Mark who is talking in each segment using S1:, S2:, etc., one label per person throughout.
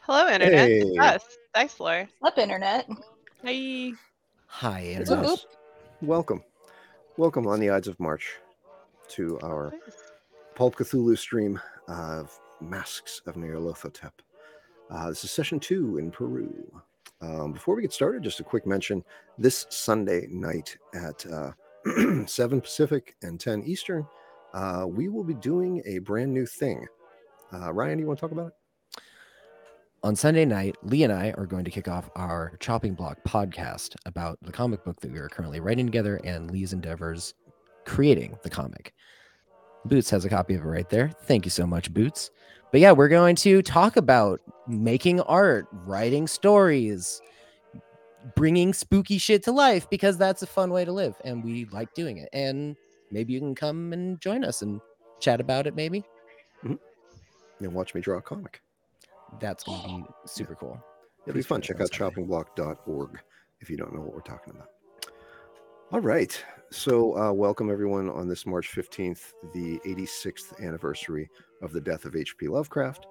S1: Hello, internet. It's
S2: Hey.
S1: us, Dice Lore.
S3: Up internet.
S1: Hey.
S4: Hi,
S2: It's
S4: internet.
S2: us. Welcome. Welcome on the Ides of March to our Pulp Cthulhu stream of Masks of Nyarlathotep. Uh, this is session two in Peru. Um, before we get started, just a quick mention this Sunday night at uh, 7 Pacific and 10 Eastern, uh, we will be doing a brand new thing. Uh, Ryan, you want to talk about it?
S4: On Sunday night, Lee and I are going to kick off our Chopping Block podcast about the comic book that we are currently writing together and Lee's endeavors creating the comic. Boots has a copy of it right there. Thank you so much, Boots. But yeah, we're going to talk about making art, writing stories, bringing spooky shit to life because that's a fun way to live and we like doing it. And maybe you can come and join us and chat about it, maybe.
S2: And watch me draw a comic.
S4: That's going to be super cool.
S2: It'll be
S4: Please
S2: fun.
S4: do
S2: Check
S4: that
S2: out
S4: on Sunday.
S2: choppingblock.org if you don't know what we're talking about. All right. So, uh, welcome everyone on this March 15th, the 86th anniversary of the death of H.P. Lovecraft,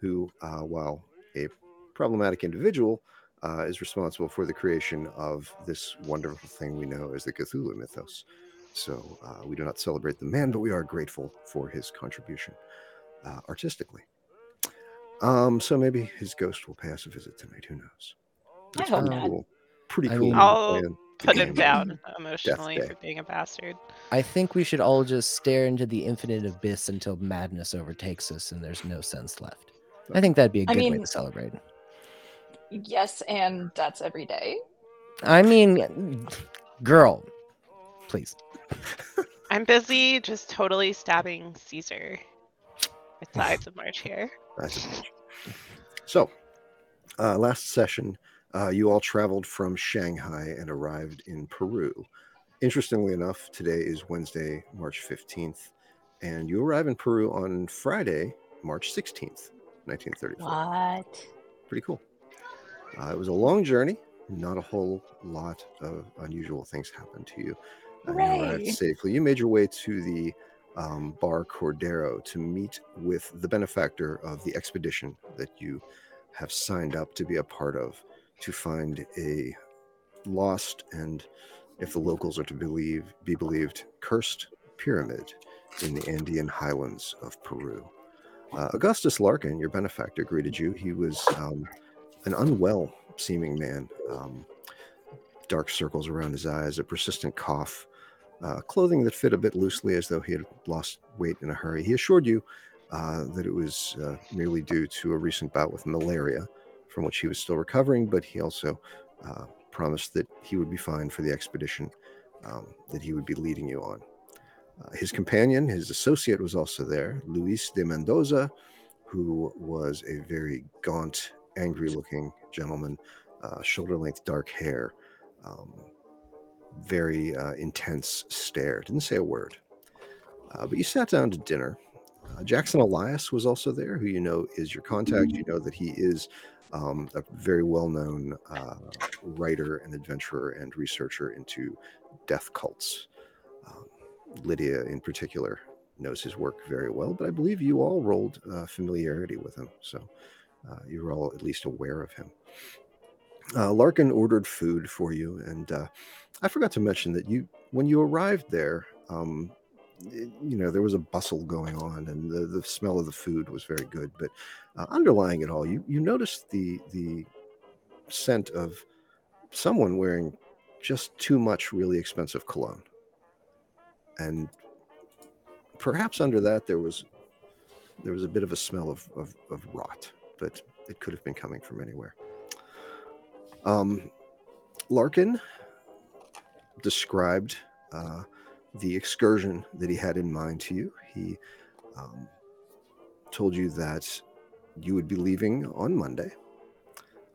S2: who, uh, while a problematic individual, uh, is responsible for the creation of this wonderful thing we know as the Cthulhu mythos. So, uh, we do not celebrate the man, but we are grateful for his contribution uh, artistically. Um, so maybe his ghost will pay us a visit tonight. Who knows?
S3: I
S2: It's
S3: hope
S2: pretty
S3: not.
S2: Cool. Pretty
S4: I
S2: cool.
S4: mean-
S1: I'll
S2: plan to
S1: Put
S2: game
S1: him
S2: it.
S1: down emotionally
S2: Day.
S1: for being a bastard.
S4: I think we should all just stare into the infinite abyss until madness overtakes us and there's no sense left. I think that'd be a
S3: I
S4: good way
S3: mean-
S4: to celebrate.
S3: Yes, and that's every day.
S4: I mean, girl, please.
S1: I'm busy just totally stabbing Caesar with the Ides of March here.
S2: That's a bitch. So, uh, last session, uh, you all traveled from Shanghai and arrived in Peru. Interestingly enough, today is Wednesday, March 15th, and you arrive in Peru on Friday, March 16th, 1934.
S3: What?
S2: Pretty cool. Uh, it was a long journey. Not a whole lot of unusual things happened to you. Uh, you arrived
S3: Hooray.
S2: safely. You made your way to the um, Bar Cordero to meet with the benefactor of the expedition that you have signed up to be a part of to find a lost and, if the locals are to believe, be believed, cursed pyramid in the Andean highlands of Peru. Uh, Augustus Larkin, your benefactor, greeted you. He was um, an unwell seeming man, um, dark circles around his eyes, a persistent cough, uh, clothing that fit a bit loosely as though he had lost weight in a hurry. He assured you uh, that it was uh, merely due to a recent bout with malaria from which he was still recovering, but he also uh, promised that he would be fine for the expedition um, that he would be leading you on. Uh, his companion, his associate, was also there, Luis de Mendoza, who was a very gaunt, angry looking gentleman, uh, shoulder length dark hair, um, very uh, intense stare. Didn't say a word. Uh, but you sat down to dinner. Uh, Jackson Elias was also there, who you know is your contact. You know that he is um, a very well known uh, writer and adventurer and researcher into death cults. Um, Lydia, in particular, knows his work very well, but I believe you all rolled uh, familiarity with him. So uh, you were all at least aware of him. Uh, Larkin ordered food for you. And uh, I forgot to mention that you, when you arrived there, um, it- you know, there was a bustle going on and the, the smell of the food was very good. But uh, underlying it all, you, you noticed the, the scent of someone wearing just too much really expensive cologne. And perhaps under that there was there was a bit of a smell of, of, of rot, but it could have been coming from anywhere. Um, Larkin described uh, the excursion that he had in mind to you. He um, told you that you would be leaving on Monday.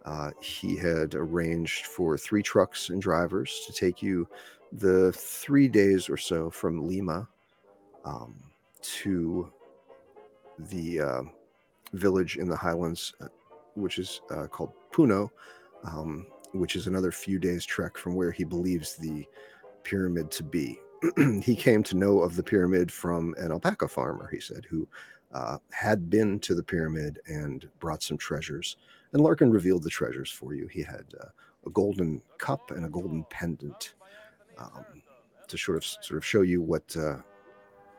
S2: Uh, he had arranged for three trucks and drivers to take you the three days or so from Lima um, to the uh, village in the highlands, uh, which is uh, called Puno, um, which is another few days' trek from where he believes the pyramid to be. he came to know of the pyramid from an alpaca farmer, he said, who uh, had been to the pyramid and brought some treasures And Larkin revealed the treasures for you. He had uh, a golden cup and a golden pendant um, to sort of sort of show you what uh,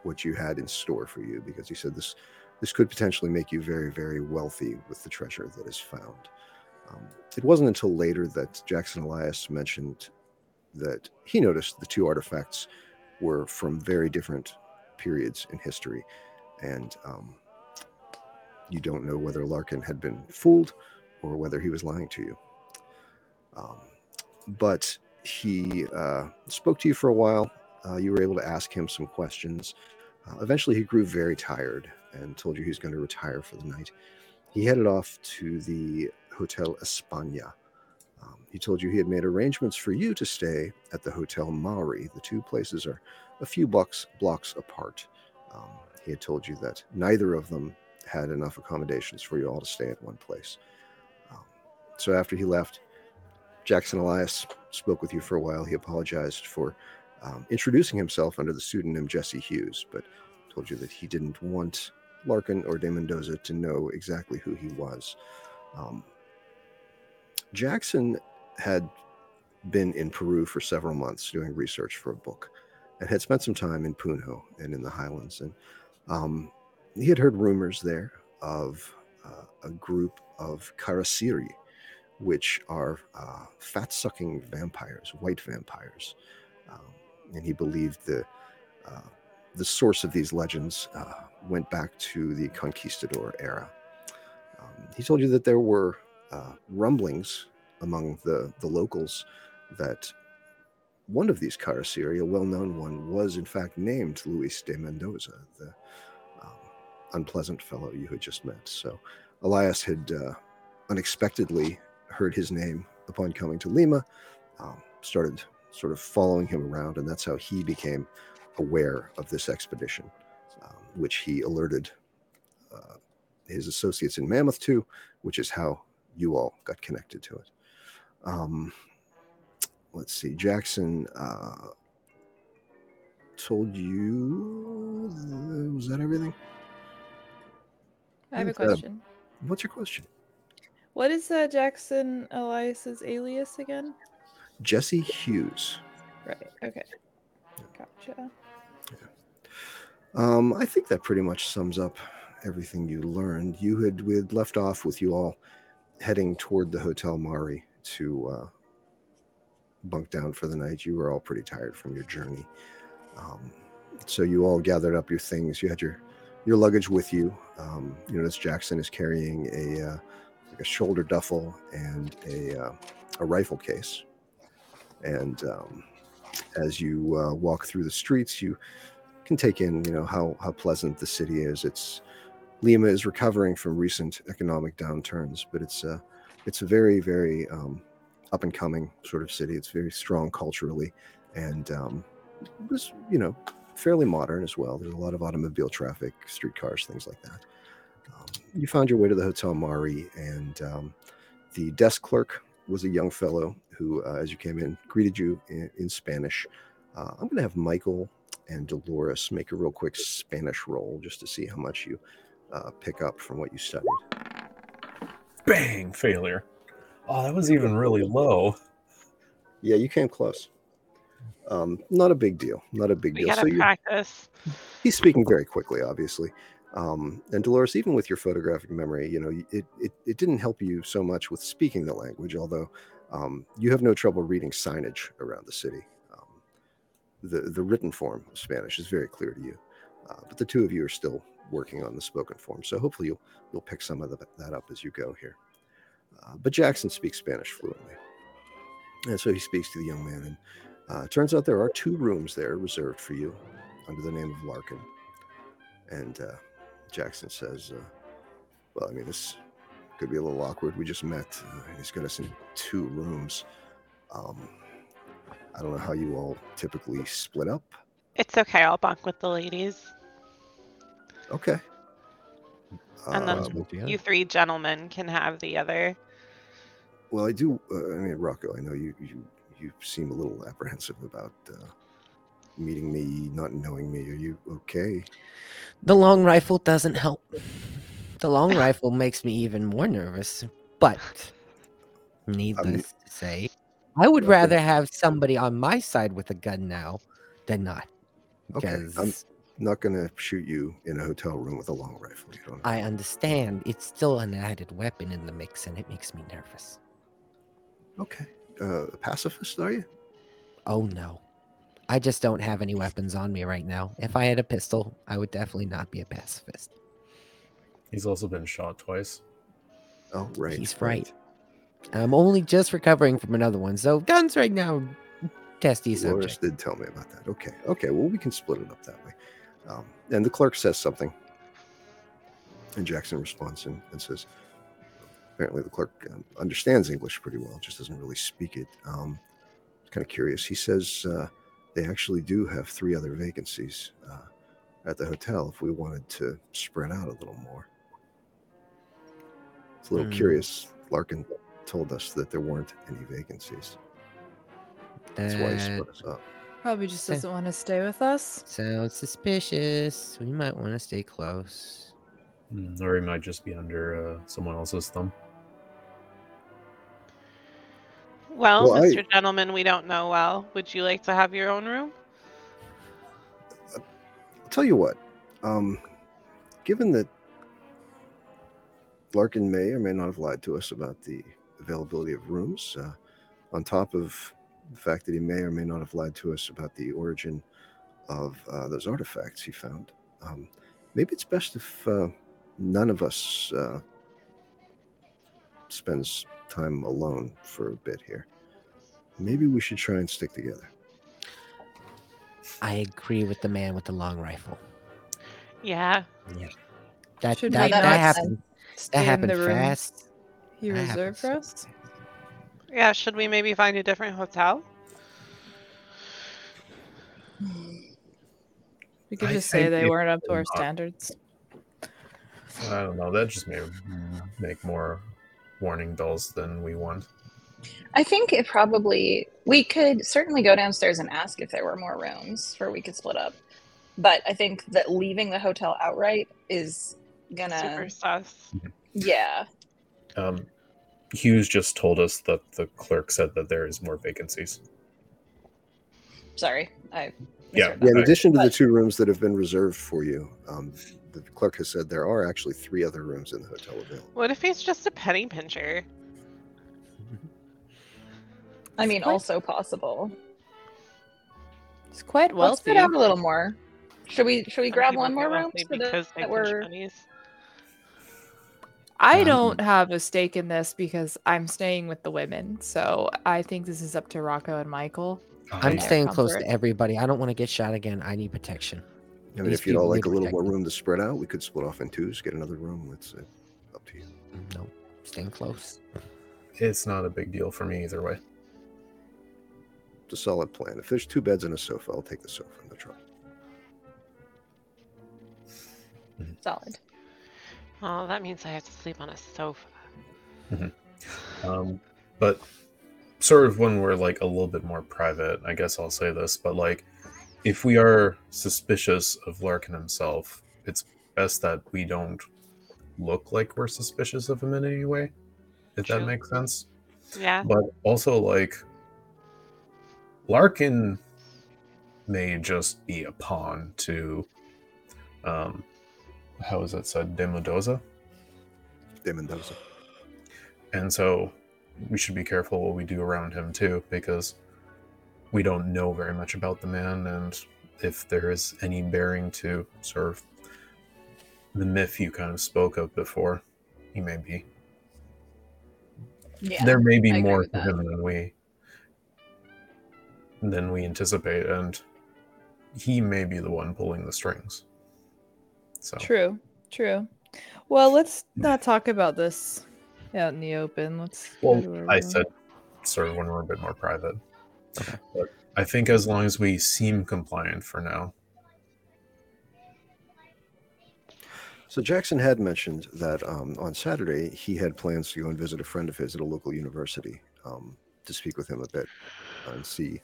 S2: what you had in store for you, because he said this this could potentially make you very very wealthy with the treasure that is found. Um, it wasn't until later that Jackson Elias mentioned that he noticed the two artifacts were from very different periods in history, and um, you don't know whether Larkin had been fooled or whether he was lying to you. Um, but he uh, spoke to you for a while. Uh, you were able to ask him some questions. Uh, eventually, he grew very tired and told you he was going to retire for the night. He headed off to the Hotel España. Um, he told you he had made arrangements for you to stay at the Hotel Maury. The two places are a few blocks, blocks apart. Um, he had told you that neither of them had enough accommodations for you all to stay at one place. Um, so after he left, Jackson Elias spoke with you for a while. He apologized for um, introducing himself under the pseudonym Jesse Hughes, but told you that he didn't want Larkin or De Mendoza to know exactly who he was. Um, Jackson had been in Peru for several months doing research for a book and had spent some time in Puno and in the highlands. And um, he had heard rumors there of uh, a group of Karasiri, which are uh, fat sucking vampires, white vampires. Um, and he believed the, uh, the source of these legends uh, went back to the conquistador era. Um, he told you that there were uh, rumblings among the, the locals that one of these Karasiri, a well known one, was in fact named Luis de Mendoza, the um, unpleasant fellow you had just met. So Elias had uh, unexpectedly heard his name upon coming to Lima, um, started sort of following him around, and that's how he became aware of this expedition, um, which he alerted uh, his associates in Mammoth to, which is how you all got connected to it. Um, let's see, Jackson uh, told you. uh, Was that everything?
S5: I have a
S2: Thanks, Adam.
S5: question.
S2: What's your question?
S5: What is uh, Jackson Elias's alias again?
S2: Jesse Hughes.
S5: Right. Okay. Gotcha.
S2: Um, I think that pretty much sums up everything you learned. You had we had left off with you all heading toward the Hotel Mari to uh, bunk down for the night. You were all pretty tired from your journey, um, so you all gathered up your things. You had your your luggage with you. Um, you notice Jackson is carrying a uh, like a shoulder duffel and a uh, a rifle case, and um, as you uh, walk through the streets, you can take in, you know, how how pleasant the city is. It's Lima is recovering from recent economic downturns, but it's a it's a very very um, up and coming sort of city. It's very strong culturally, and um, it was you know fairly modern as well. There's a lot of automobile traffic, streetcars, things like that. Um, you found your way to the Hotel Mari, and um, the desk clerk was a young fellow who, uh, as you came in, greeted you in, in Spanish. Uh, I'm going to have Michael and Dolores make a real quick Spanish roll just to see how much you uh, pick up from what you studied.
S6: Bang! Failure. Oh, that was even really low.
S2: Yeah, you came close. Um, not a big deal. Not a big
S1: We
S2: deal.
S1: gotta
S2: you-
S1: practice.
S2: he's speaking very quickly, obviously. Um, and Dolores, even with your photographic memory, you know, it, it, it didn't help you so much with speaking the language, although um, you have no trouble reading signage around the city. Um, the, the written form of Spanish is very clear to you, uh, but the two of you are still working on the spoken form. So hopefully you'll, you'll pick some of the, that up as you go here. Uh, but Jackson speaks Spanish fluently. And so he speaks to the young man. And uh, turns out there are two rooms there reserved for you under the name of Larkin. And uh, Jackson says, uh, Well, I mean, this could be a little awkward. We just met. Uh, he's got us in two rooms. Um, I don't know how you all typically split up.
S1: It's okay. I'll bunk with the ladies.
S2: Okay.
S1: And then
S2: Um,
S1: You three gentlemen can have the other.
S2: well, I do. Uh, I mean, Rocco, I know you, you, you seem a little apprehensive about uh, meeting me, not knowing me. Are you okay?
S4: The long rifle doesn't help. The long rifle makes me even more nervous. But needless to say, I
S2: I
S4: would
S2: think-
S4: rather have somebody on my side with a gun now than not.
S2: Okay, I'm-
S4: Because
S2: Not gonna shoot you in a hotel room with a long rifle. You don't.
S4: I understand it's still an added weapon in the mix and it makes me nervous.
S2: okay. Uh, pacifist, are you?
S4: Oh no. I just don't have any weapons on me right now. If I had a pistol, I would definitely not be a pacifist.
S6: He's also been shot twice.
S2: Oh, right.
S4: He's right. I'm only just recovering from another one, so guns right now, testy
S2: Dolores
S4: subject.
S2: did tell me about that. Okay. Okay. Well, we can split it up that way. Um, and the clerk says something. And Jackson responds and, and says, apparently the clerk um, understands English pretty well, just doesn't really speak it. Um, kind of curious. He says uh, they actually do have three other vacancies uh, at the hotel if we wanted to spread out a little more. It's a little
S4: Hmm.
S2: curious. Larkin told us that there weren't any vacancies. That's why he
S4: That
S2: split us up.
S5: Probably just
S4: Okay.
S5: doesn't want to stay with us.
S4: sounds suspicious. We might want to stay close.
S6: Mm, Or he might just be under uh, someone else's thumb.
S1: Well,
S2: Well, I-
S1: Mr. Gentleman, we don't know well. Would you like to have your own room?
S2: I'll tell you what. Um, given that Larkin may or may not have lied to us about the availability of rooms, uh, on top of the fact that he may or may not have lied to us about the origin of uh, those artifacts he found, um, maybe it's best if uh, none of us uh, spends time alone for a bit here. Maybe we should try and stick together.
S4: I agree with the man with the long rifle.
S1: Yeah.
S4: That
S5: Should
S4: that,
S5: we
S4: that
S5: not
S4: happened.
S5: Stay
S4: That
S5: in
S4: happened
S5: the room
S4: fast.
S5: You
S4: That happened
S5: reserved for
S4: so
S5: us?
S4: fast.
S1: Yeah, should we maybe find a different hotel?
S5: We could
S6: I
S5: just say
S6: think
S5: they
S6: if
S5: weren't up to
S6: they're
S5: our
S6: not-
S5: standards.
S6: I don't know. That just may mm, make more warning bells than we want.
S3: I think it probably we could certainly go downstairs and ask if there were more rooms where we could split up. But I think that leaving the hotel outright is gonna
S1: Super sus.
S3: yeah.
S6: Um, Hughes just told us that the clerk said that there is more vacancies.
S3: Sorry, I
S6: Yeah.
S3: misread
S2: Yeah, in
S6: Right.
S2: addition to the
S3: But-
S2: two rooms that have been reserved for you, um, the clerk has said there are actually three other rooms in the hotel available.
S1: What if he's just a penny pincher?
S3: that. I mean,
S5: What?
S3: also possible.
S5: It's quite
S3: Let's
S5: wealthy.
S3: put out a little more. Should we? Should we
S1: Some
S3: grab
S1: people
S3: one
S1: get
S3: more room?
S1: wealthy
S3: so that-
S1: because they
S3: that
S1: pinch
S3: we're-
S1: pennies.
S5: I
S4: Um,
S5: don't have a stake in this because I'm staying with the women. So I think this is up to Rocco and Michael.
S4: I'm
S5: Yeah.
S4: staying close to
S5: Comfort.
S4: everybody. I don't want to get shot again. I need protection.
S2: I mean,
S4: These
S2: if you'd all
S4: people
S2: like
S4: need
S2: a little more
S4: protecting.
S2: room to spread out, we could split off in twos, get another room. It's uh, up to you.
S4: No, staying close.
S6: It's not a big deal for me either way.
S2: It's a solid plan. If there's two beds and a sofa, I'll take the sofa. No trouble.
S3: solid.
S1: Oh, that means I have to sleep on a sofa.
S6: Um, but sort of when we're like a little bit more private, I guess I'll say this, but like if we are suspicious of Larkin himself, it's best that we don't look like we're suspicious of him in any way, if that
S1: True.
S6: makes sense.
S1: Yeah.
S6: But also, like, Larkin may just be a pawn to, um, how is it said, Demodoza?
S2: Damon does.
S6: And so we should be careful what we do around him too, because we don't know very much about the man and if there is any bearing to sort of the myth you kind of spoke of before, he may be.
S3: Yeah.
S6: there may
S3: I
S6: be
S3: agree
S6: more
S3: with
S6: to
S3: that.
S6: him than we than we anticipate, and he may be the one pulling the strings.
S4: Oh.
S6: So
S5: True. True. Well, let's not talk about this out in the open. Let's. go to
S6: Well,
S5: our
S6: I
S5: room.
S6: said sort of when we're a bit more private.
S4: Okay.
S6: But I think as long as we seem compliant for now,
S2: So Jackson had mentioned that um, on Saturday he had plans to go and visit a friend of his at a local university um, to speak with him a bit and see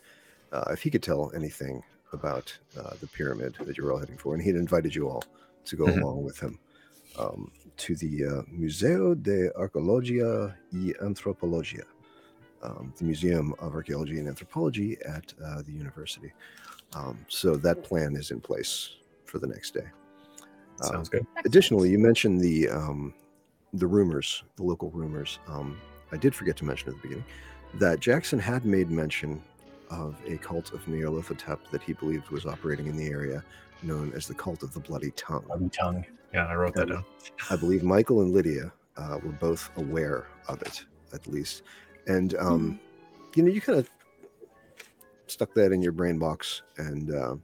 S2: uh, if he could tell anything about uh, the pyramid that you're all heading for. And he had invited you all to go
S6: Mhm.
S2: along with him. um, to the uh, Museo de Arqueologia y Antropologia, um, the Museum of Archaeology and Anthropology at uh, the university. Um, so that plan is in place for the next day. Um,
S6: Sounds good.
S2: Additionally, you mentioned the um, the rumors, the local rumors. Um, I did forget to mention at the beginning that Jackson had made mention of a cult of Neolithotep that he believed was operating in the area, known as the Cult of the Bloody Tongue.
S6: Bloody tongue. Yeah, I wrote that down.
S2: I believe Michael and Lydia uh, were both aware of it, at least. And um, you know, you kind of stuck that in your brain box and uh,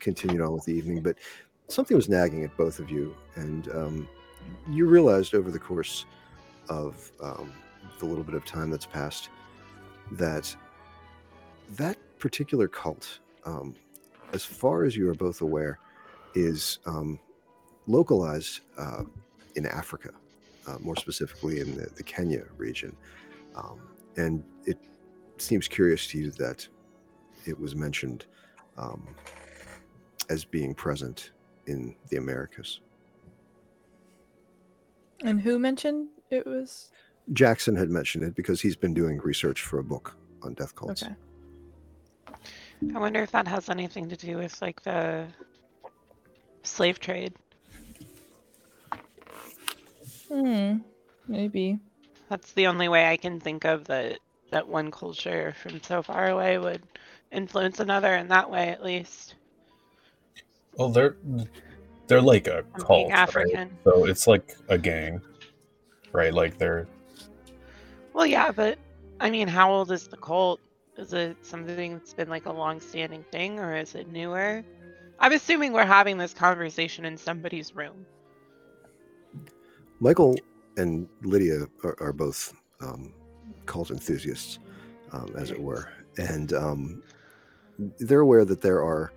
S2: continued on with the evening. But something was nagging at both of you, and um, you realized over the course of um, the little bit of time that's passed that that particular cult, um, as far as you are both aware, is um, localized uh, in Africa, uh, more specifically in the, the Kenya region. Um, and it seems curious to you that it was mentioned um, as being present in the Americas.
S5: And who mentioned it was?
S2: Jackson had mentioned it because he's been doing research for a book on death cults.
S5: Okay.
S1: I wonder if that has anything to do with like the slave trade.
S5: Hmm. Maybe.
S1: That's the only way I can think of that that one culture from so far away would influence another in that way at least.
S6: Well, they're they're like a
S1: I'm
S6: cult,
S1: being
S6: right?
S1: African.
S6: so it's like a gang, right? Like they're
S1: Well, yeah, but I mean, how old is the cult? Is it something that's been like a long-standing thing, or is it newer? I'm assuming we're having this conversation in somebody's room.
S2: Michael and Lydia are, are both um, cult enthusiasts, um, as it were, and um, they're aware that there are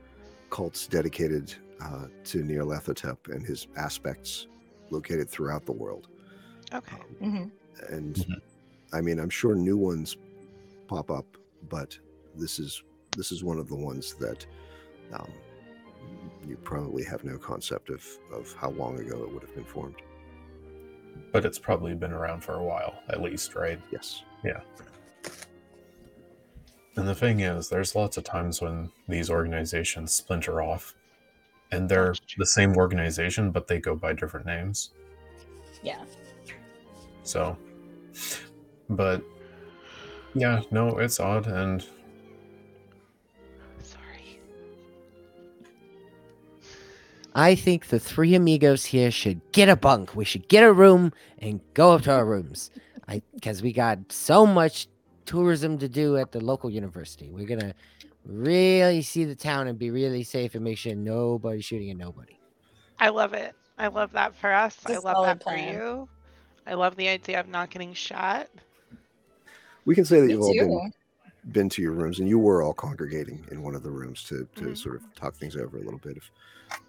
S2: cults dedicated uh, to Nyarlathotep and his aspects located throughout the world. Um,
S1: Okay.
S3: Mhm.
S2: And
S6: Mhm.
S2: I mean, I'm sure new ones pop up, but this is this is one of the ones that um, you probably have no concept of of how long ago it would have been formed.
S6: but it's probably been around for a while at least, right?
S2: Yes.
S6: And the thing is, there's lots of times when these organizations splinter off and they're the same organization, but they go by different names.
S3: Yeah.
S6: So, but yeah, no, it's odd. And
S1: Sorry.
S4: I think the three amigos here should get a bunk. We should get a room and go up to our rooms. I because we got so much tourism to do at the local university. We're gonna really see the town and be really safe and make sure nobody's shooting at nobody.
S1: I love it. I love that for us.
S3: It's a
S1: I love
S3: solid
S1: that
S3: plan.
S1: for you. I love the idea of not getting shot.
S2: We can say that
S3: Me
S2: you've all been
S3: too.
S2: been to your rooms and you were all congregating in one of the rooms to, to
S1: Mhm.
S2: sort of talk things over a little bit if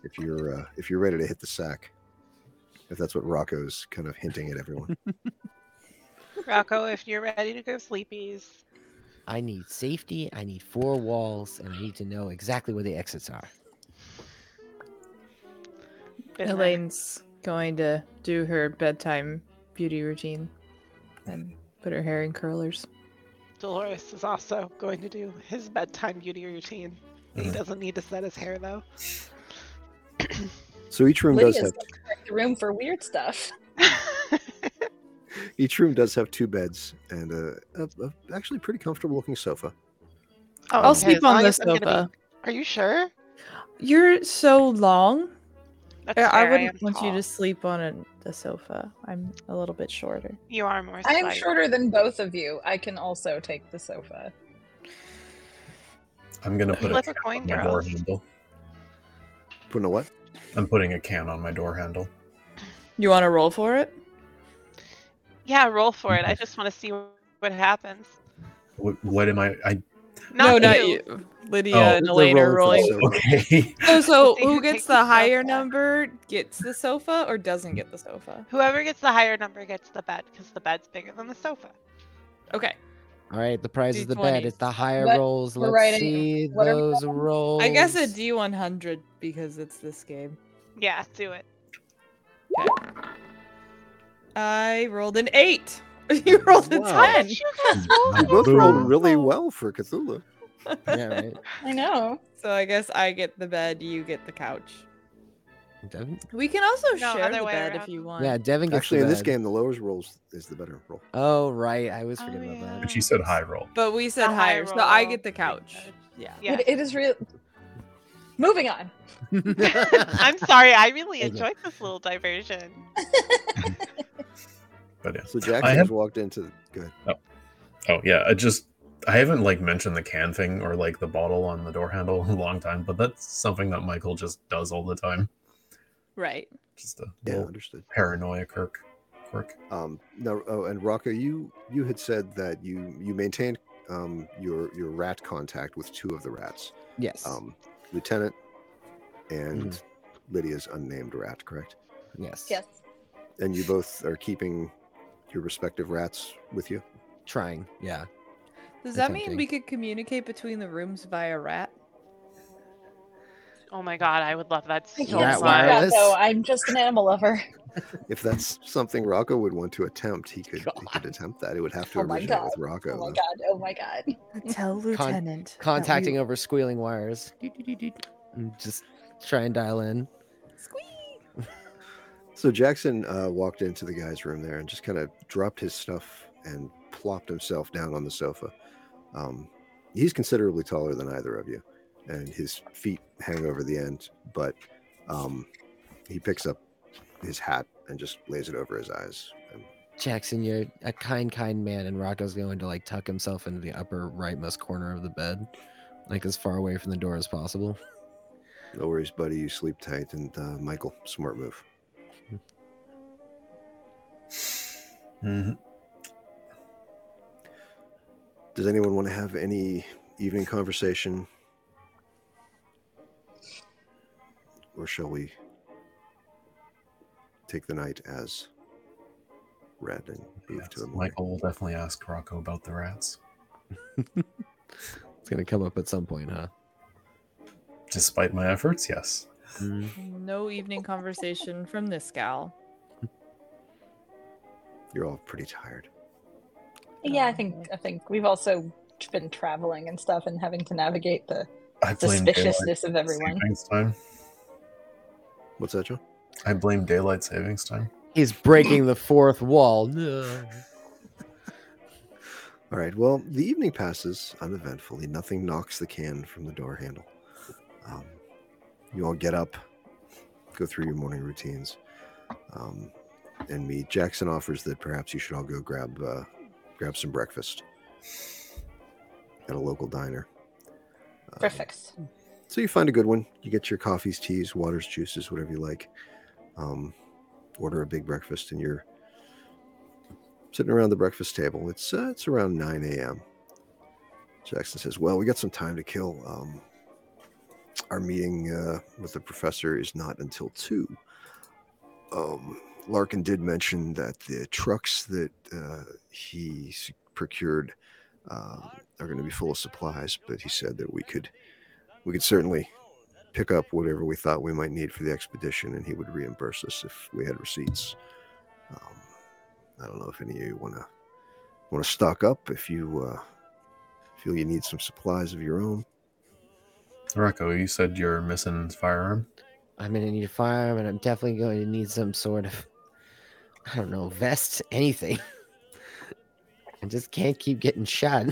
S2: if you're uh, if you're ready to hit the sack if that's what rocco's kind of hinting at everyone
S1: Rocco, if you're ready to go sleepies.
S4: I need safety, I need four walls, and I need to know exactly where the exits are.
S1: been there.
S5: Elaine's going to do her bedtime beauty routine and put her hair in curlers.
S1: Dolores is also going to do his bedtime beauty routine. He
S6: Mhm.
S1: doesn't need to set his hair though.
S2: so each room
S3: Lydia's
S2: does
S3: got the room for weird stuff.
S2: have each room does have two beds and a, a, a actually pretty comfortable looking sofa
S1: Oh,
S5: I'll
S2: okay,
S5: sleep
S1: as long
S5: on the
S1: as I'm gonna be-
S5: sofa.
S1: Are you sure?
S5: You're so long.
S1: That's
S5: I, I
S1: fair,
S5: wouldn't
S1: am
S5: want you
S1: tall.
S5: to sleep on a, the sofa. I'm a little bit shorter.
S1: You are more.
S3: I am
S1: slight.
S3: shorter than both of you. I can also take the sofa.
S6: I'm going to put a
S1: Flip
S6: can
S1: a coin,
S6: on my door
S1: girls.
S6: handle.
S2: putting a what
S6: I'm putting a can on my door handle.
S5: You want to roll for it?
S1: Yeah, roll for it. I just want to see what happens.
S6: What, what am I? I
S1: Not
S5: no,
S1: you.
S5: not you. Lydia
S6: Oh,
S5: and
S2: they're
S5: Elaine are
S2: rolling
S5: rolling.
S2: for
S6: okay.
S5: So, so
S1: See who
S5: who
S1: takes
S5: gets
S1: the
S5: the higher
S1: sofa.
S5: number gets the sofa or doesn't get the sofa?
S1: Whoever gets the higher number gets the bed because the bed's bigger than the sofa.
S5: Okay.
S4: All right, the prize is the bed.
S5: D20s.
S4: It's the higher
S3: What-
S4: rolls.
S3: we're
S4: Let's
S3: writing-
S4: see
S3: what are we
S4: those rolls.
S5: I guess a D100 because it's this game.
S1: Yeah, do it.
S5: I rolled an eight. you rolled a
S2: Wow.
S5: ten.
S1: You guys
S2: You
S1: rolled
S2: both rolled
S1: well.
S2: really well for Cthulhu.
S4: Yeah, right.
S3: I know.
S5: So I guess I get the bed. You get the couch.
S4: Devin?
S5: We can also
S1: No,
S5: share
S1: other
S5: the
S1: way
S5: bed if
S1: around.
S5: you want.
S4: Yeah, Devin gets
S2: Actually,
S4: the
S2: in this
S4: bed.
S2: game, the lowest rolls is the better roll.
S4: Oh right, I always
S1: Oh,
S4: forget about
S1: yeah.
S4: that.
S6: She said high roll.
S5: But we said
S1: The high
S5: higher, so I
S1: roll.
S5: get the couch. Yeah.
S1: Yeah.
S3: But it is real. Moving on.
S1: I'm sorry. I really
S4: Thank you.
S1: enjoyed this little diversion.
S6: But yeah.
S2: So Jack
S6: I
S2: has
S6: have-
S2: walked into. Go ahead.
S6: Oh yeah. I just I haven't like mentioned the can thing or like the bottle on the door handle in a long time, but that's something that Michael just does all the time.
S5: Right.
S6: Just a
S2: Yeah,
S6: little
S2: understood.
S6: paranoia quirk. Quirk.
S2: Um, no, oh, and Rocco, you you had said that you you maintained um, your your rat contact with two of the rats,
S4: yes.
S2: um, Lieutenant and
S3: Mm-hmm.
S2: Lydia's unnamed rat, correct?
S4: yes.
S3: Yes.
S2: And you both are keeping your respective rats with you.
S4: Trying. Yeah.
S5: Does
S4: I
S5: that
S4: think
S5: mean
S4: I-
S5: we could communicate between the rooms via rat?
S1: Oh my god, I would love that so
S3: I
S1: much.
S3: can't
S4: Rat
S3: speak rat,
S4: wireless?
S3: though. I'm just an animal lover.
S2: If that's something Rocco would want to attempt, he could he could
S4: God.
S2: attempt that. It would have to
S3: Oh my
S2: originate
S3: God.
S2: with Rocco.
S3: Oh my
S2: though.
S3: god. Oh my god.
S5: Tell Lieutenant. that we-
S4: Contacting over squealing wires. And Just try and dial in.
S2: So Jackson uh, walked into the guy's room there and just kind of dropped his stuff and plopped himself down on the sofa. Um, he's considerably taller than either of you, and his feet hang over the end. But um, he picks up his hat and just lays it over his eyes. And
S4: Jackson, you're a kind, kind man, and Rocco's going to like tuck himself into the upper rightmost corner of the bed, like as far away from the door as possible.
S2: no worries, buddy. You sleep tight. And uh, Michael, smart move.
S6: Mhm.
S2: Does anyone want to have any evening conversation, or shall we take the night as read and move
S6: Yes,
S2: to the morning?
S6: Michael will definitely ask Rocco about the rats.
S4: It's gonna come up at some point, huh?
S6: Despite my efforts, yes.
S5: Mm. No evening conversation from this gal.
S2: You're all pretty tired.
S3: Yeah, I
S5: Oh,
S3: think
S5: okay.
S3: I think we've also been traveling and stuff and having to navigate the
S6: I blame daylight
S3: suspiciousness of everyone.
S6: savings time.
S2: What's that, John?
S6: I blame daylight savings time.
S4: He's breaking the fourth wall. No.
S2: All right. Well, the evening passes uneventfully. Nothing knocks the can from the door handle. Um, you all get up, go through your morning routines, um, and meet. Jackson offers that perhaps you should all go grab uh, grab some breakfast at a local diner. Um,
S3: Perfect.
S2: so you find a good one. You get your coffees, teas, waters, juices, whatever you like. Um, order a big breakfast, and you're sitting around the breakfast table. It's uh, it's around 9 a.m. Jackson says, "Well, we got some time to kill. Um, our meeting uh, with the professor is not until two. Um, Larkin did mention that the trucks that uh, he s- procured uh, are going to be full of supplies, but he said that we could." we could certainly pick up whatever we thought we might need for the expedition, and he would reimburse us if we had receipts. Um, I don't know if any of you want to want to stock up if you uh, feel you need some supplies of your own.
S6: Rocco, you said you're missing firearm.
S4: I'm gonna need a firearm, and I'm definitely going to need some sort of, I don't know, vest, anything. I just can't keep getting shot.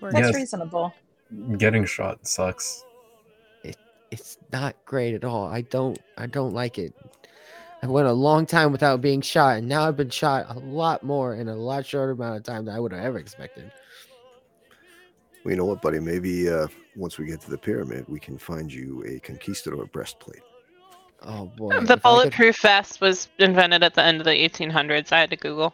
S5: We're
S3: That's
S6: Yes.
S3: reasonable.
S6: Getting shot sucks.
S4: It's not great at all. I don't, I don't like it. I went a long time without being shot, and now I've been shot a lot more in a lot shorter amount of time than I would have ever expected.
S2: Well, you know what, buddy? Maybe uh, once we get to the pyramid, we can find you a conquistador breastplate.
S4: Oh boy!
S1: the
S4: if I could-
S1: bulletproof vest was invented at the end of the 1800s. I had to Google.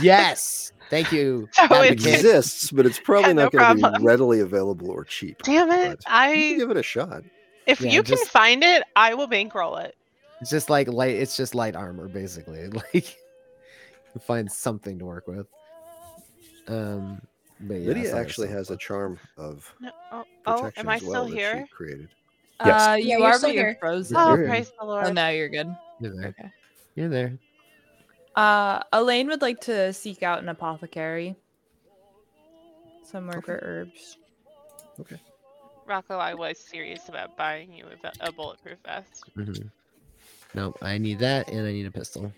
S4: Yes. Thank you.
S1: So
S2: It
S1: Oh, it's-
S4: advocate.
S2: exists, but it's probably
S1: Yeah, no
S2: not going to be
S1: problem.
S2: readily available or cheap.
S1: Damn it!
S2: But you can
S1: I
S2: give it a shot.
S1: if
S4: Yeah,
S1: you can
S4: just-
S1: find it, I will bankroll it.
S4: It's just like light. It's just light armor, basically. Like, find something to work with. Um, but yeah,
S2: Lydia
S4: it's not
S2: actually
S4: yourself,
S2: has a
S4: but-
S2: charm of
S1: No, oh, oh,
S2: protection
S1: am I
S2: as well
S1: still
S2: that
S1: here?
S2: she created.
S5: Uh,
S6: Yes.
S3: Yeah,
S5: you
S3: you're
S5: are,
S3: still
S5: but you're
S3: here.
S5: frozen.
S1: Oh,
S4: Sure.
S1: praise the Lord.
S5: Oh, now you're good.
S4: You're there.
S5: Okay.
S4: You're there.
S5: Uh, Elaine would like to seek out an apothecary somewhere for herbs.
S1: Rocco, I was serious about buying you a, ve- a bulletproof vest.
S4: Mm-hmm. No, I need that, and I need a pistol.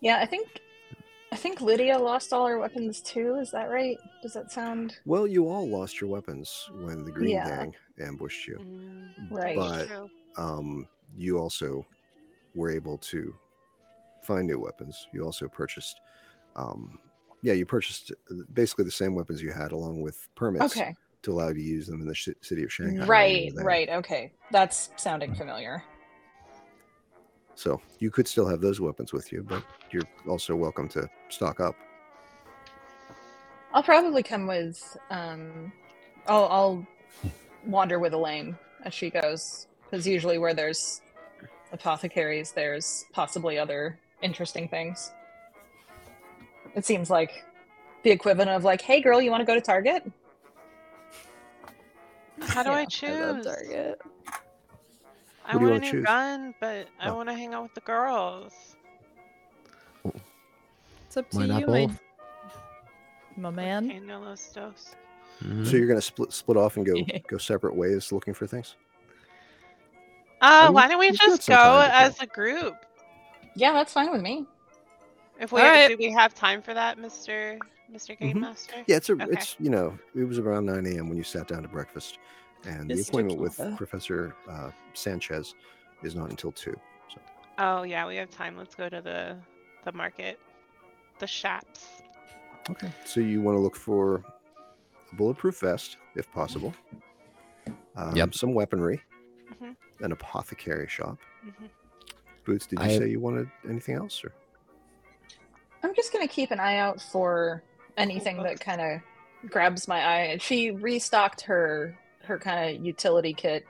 S3: Yeah, I think I think Lydia lost all her weapons too. Is that right? Does that sound
S2: Well, you all lost your weapons when the Green
S3: Yeah. Mm.
S2: Gang ambushed you.
S3: right?
S2: But-
S1: True.
S2: Um, you also were able to find new weapons. You also purchased, um, yeah, you purchased uh, basically the same weapons you had, along with permits
S3: okay.
S2: to allow you to use them in the ci- city of Shanghai. when you
S3: Right,
S2: were there.
S3: right. Okay. That's sounding familiar.
S2: So you could still have those weapons with you, but you're also welcome to stock up.
S3: I'll probably come with um I'll I'll wander with Elaine as she goes cuz usually where there's apothecaries there's possibly other interesting things. It seems like the equivalent of like, "Hey girl, you want to go to Target?"
S1: How do
S3: Yeah,
S1: I
S5: I love
S1: choose? I,
S5: Target.
S2: What do you
S1: want a
S2: wanna
S1: new
S2: choose?
S1: gun, but I
S2: Oh.
S1: want to hang out with the girls.
S5: It's up to
S4: Why not
S5: you, my,
S4: both?
S5: my man.
S1: Okay, no los dos.
S4: Mhm.
S2: So you're gonna split split off and go go separate ways looking for things.
S1: Uh,
S2: mean,
S1: why don't we
S2: we've got
S1: just
S2: some
S1: go
S2: time to
S1: as a group?
S3: Yeah, that's fine with me.
S1: If we
S5: All right.
S1: do, we have time for that, Mister Mister Game
S2: Mhm.
S1: Master.
S2: Yeah, it's a
S1: Okay.
S2: it's you know it was around 9 a.m. when you sat down to breakfast, and the
S5: Mr.
S2: appointment with
S5: Kiva.
S2: Professor uh, Sanchez is not until two.
S1: Oh yeah, we have time. Let's go to the the market, the shops.
S2: Okay. So you want to look for a bulletproof vest, if possible. Um,
S4: Yep.
S2: Some weaponry,
S1: Mhm.
S2: an apothecary shop.
S1: Mhm.
S2: Boots, did you
S4: I-
S2: say you wanted anything else? Or?
S3: I'm just gonna keep an eye out for anything that kind of grabs my eye. And She restocked her her kind of utility kit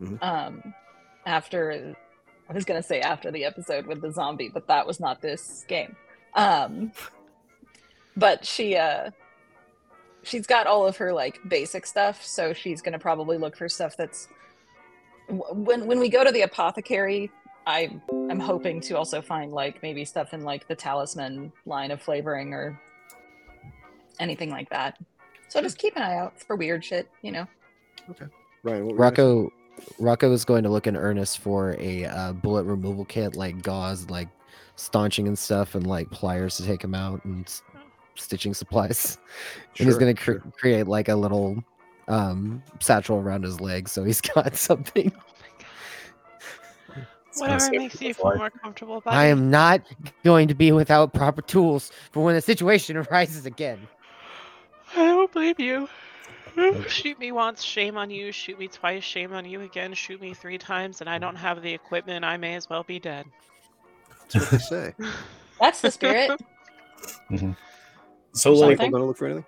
S2: Mhm.
S3: um, after I was gonna say after the episode with the zombie, but that was not this game. Um, but she uh, she's got all of her like basic stuff, so she's gonna probably look for stuff that's wh- when when we go to the apothecary. I I'm hoping to also find like maybe stuff in like the talisman line of flavoring or anything like that. So just keep an eye out for weird shit, you know.
S2: Ryan, what were you gonna say?
S4: Rocco Rocco is going to look in earnest for a uh, bullet removal kit, like gauze, like staunching and stuff, and like pliers to take him out and s- stitching supplies. and he's
S2: Sure,
S4: going to cre-
S2: sure.
S4: create like a little um satchel around his leg so he's got something.
S6: It's kinda
S1: Whatever
S6: scary
S1: makes you
S6: with
S1: feel
S6: life.
S1: more comfortable. Buddy.
S4: I am not going to be without proper tools for when the situation arises again.
S1: I don't blame you. Shoot me once, shame on you. Shoot me twice, shame on you again. Shoot me three times, and I don't have the equipment. I may as well be dead.
S2: That's what they say.
S3: That's the spirit.
S6: So
S2: Is
S6: like
S2: Michael gonna look for anything?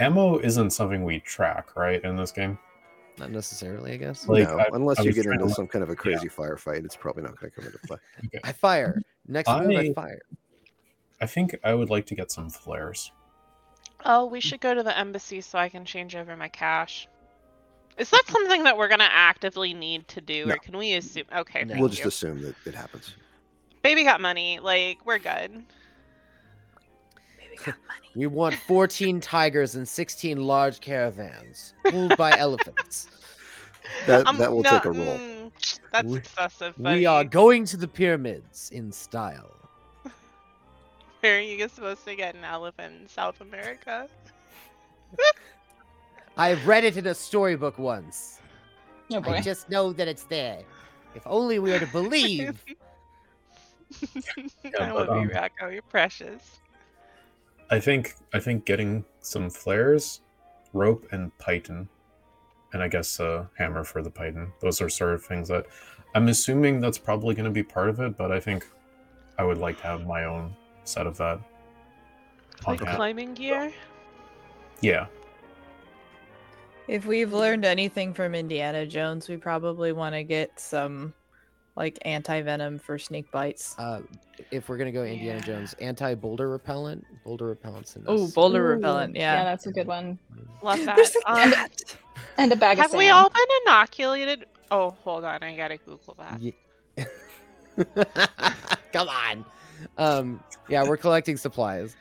S6: ammo isn't something we track, right? In this game.
S4: Not necessarily, I guess.
S6: Like,
S2: no,
S6: I-
S2: unless
S6: I
S2: you
S6: was
S2: get
S6: trying to
S2: into
S6: look-
S2: some kind of a crazy firefight, it's probably not going to come into play.
S4: I fire. Next move, I
S6: I-
S4: fire.
S6: I think I would like to get some flares.
S1: Oh, we should go to the embassy so I can change over my cash. Is that something that we're gonna actively need to do,
S2: No.
S1: or can we assume? Okay,
S4: No.
S1: thank
S2: We'll just
S1: you.
S2: assume that it happens.
S1: baby got money. Like we're good.
S4: We want 14 tigers and 16 large caravans pulled by elephants.
S2: That-
S1: Um,
S2: that will
S1: no,
S2: take a roll.
S1: mm, that's
S4: We-
S1: excessive. Buddy.
S4: We are going to the pyramids in style.
S1: Where are you supposed to get an elephant in South America?
S4: I read it in a storybook once.
S3: Oh
S4: I
S3: boy.
S4: just know that it's there. If only we were to believe.
S1: I
S6: but,
S1: love you,
S6: um,
S1: Rocco. You're precious.
S6: I think I think getting some flares, rope, and python, and I guess a hammer for the python. Those are sort of things that I'm assuming that's probably going to be part of it. But I think I would like to have my own set of that. on
S1: Like
S6: hand.
S1: climbing gear.
S6: Yeah,
S5: If we've learned anything from Indiana Jones, we probably want to get some like anti venom for snake bites.
S4: Uh, if we're gonna go Indiana
S1: Yeah.
S4: Jones, anti boulder repellent, boulder repellents. Mm.
S5: Oh, boulder repellent.
S3: Yeah,
S5: Yeah.
S3: that's a good one.
S1: Love that.
S3: There's like
S1: Um,
S3: that. And a bag
S1: Have
S3: of
S1: we
S3: sand.
S1: all been inoculated? Oh, hold on, I gotta Google
S2: Ah.
S1: that.
S4: Ye- Come on. Um, yeah, we're collecting supplies.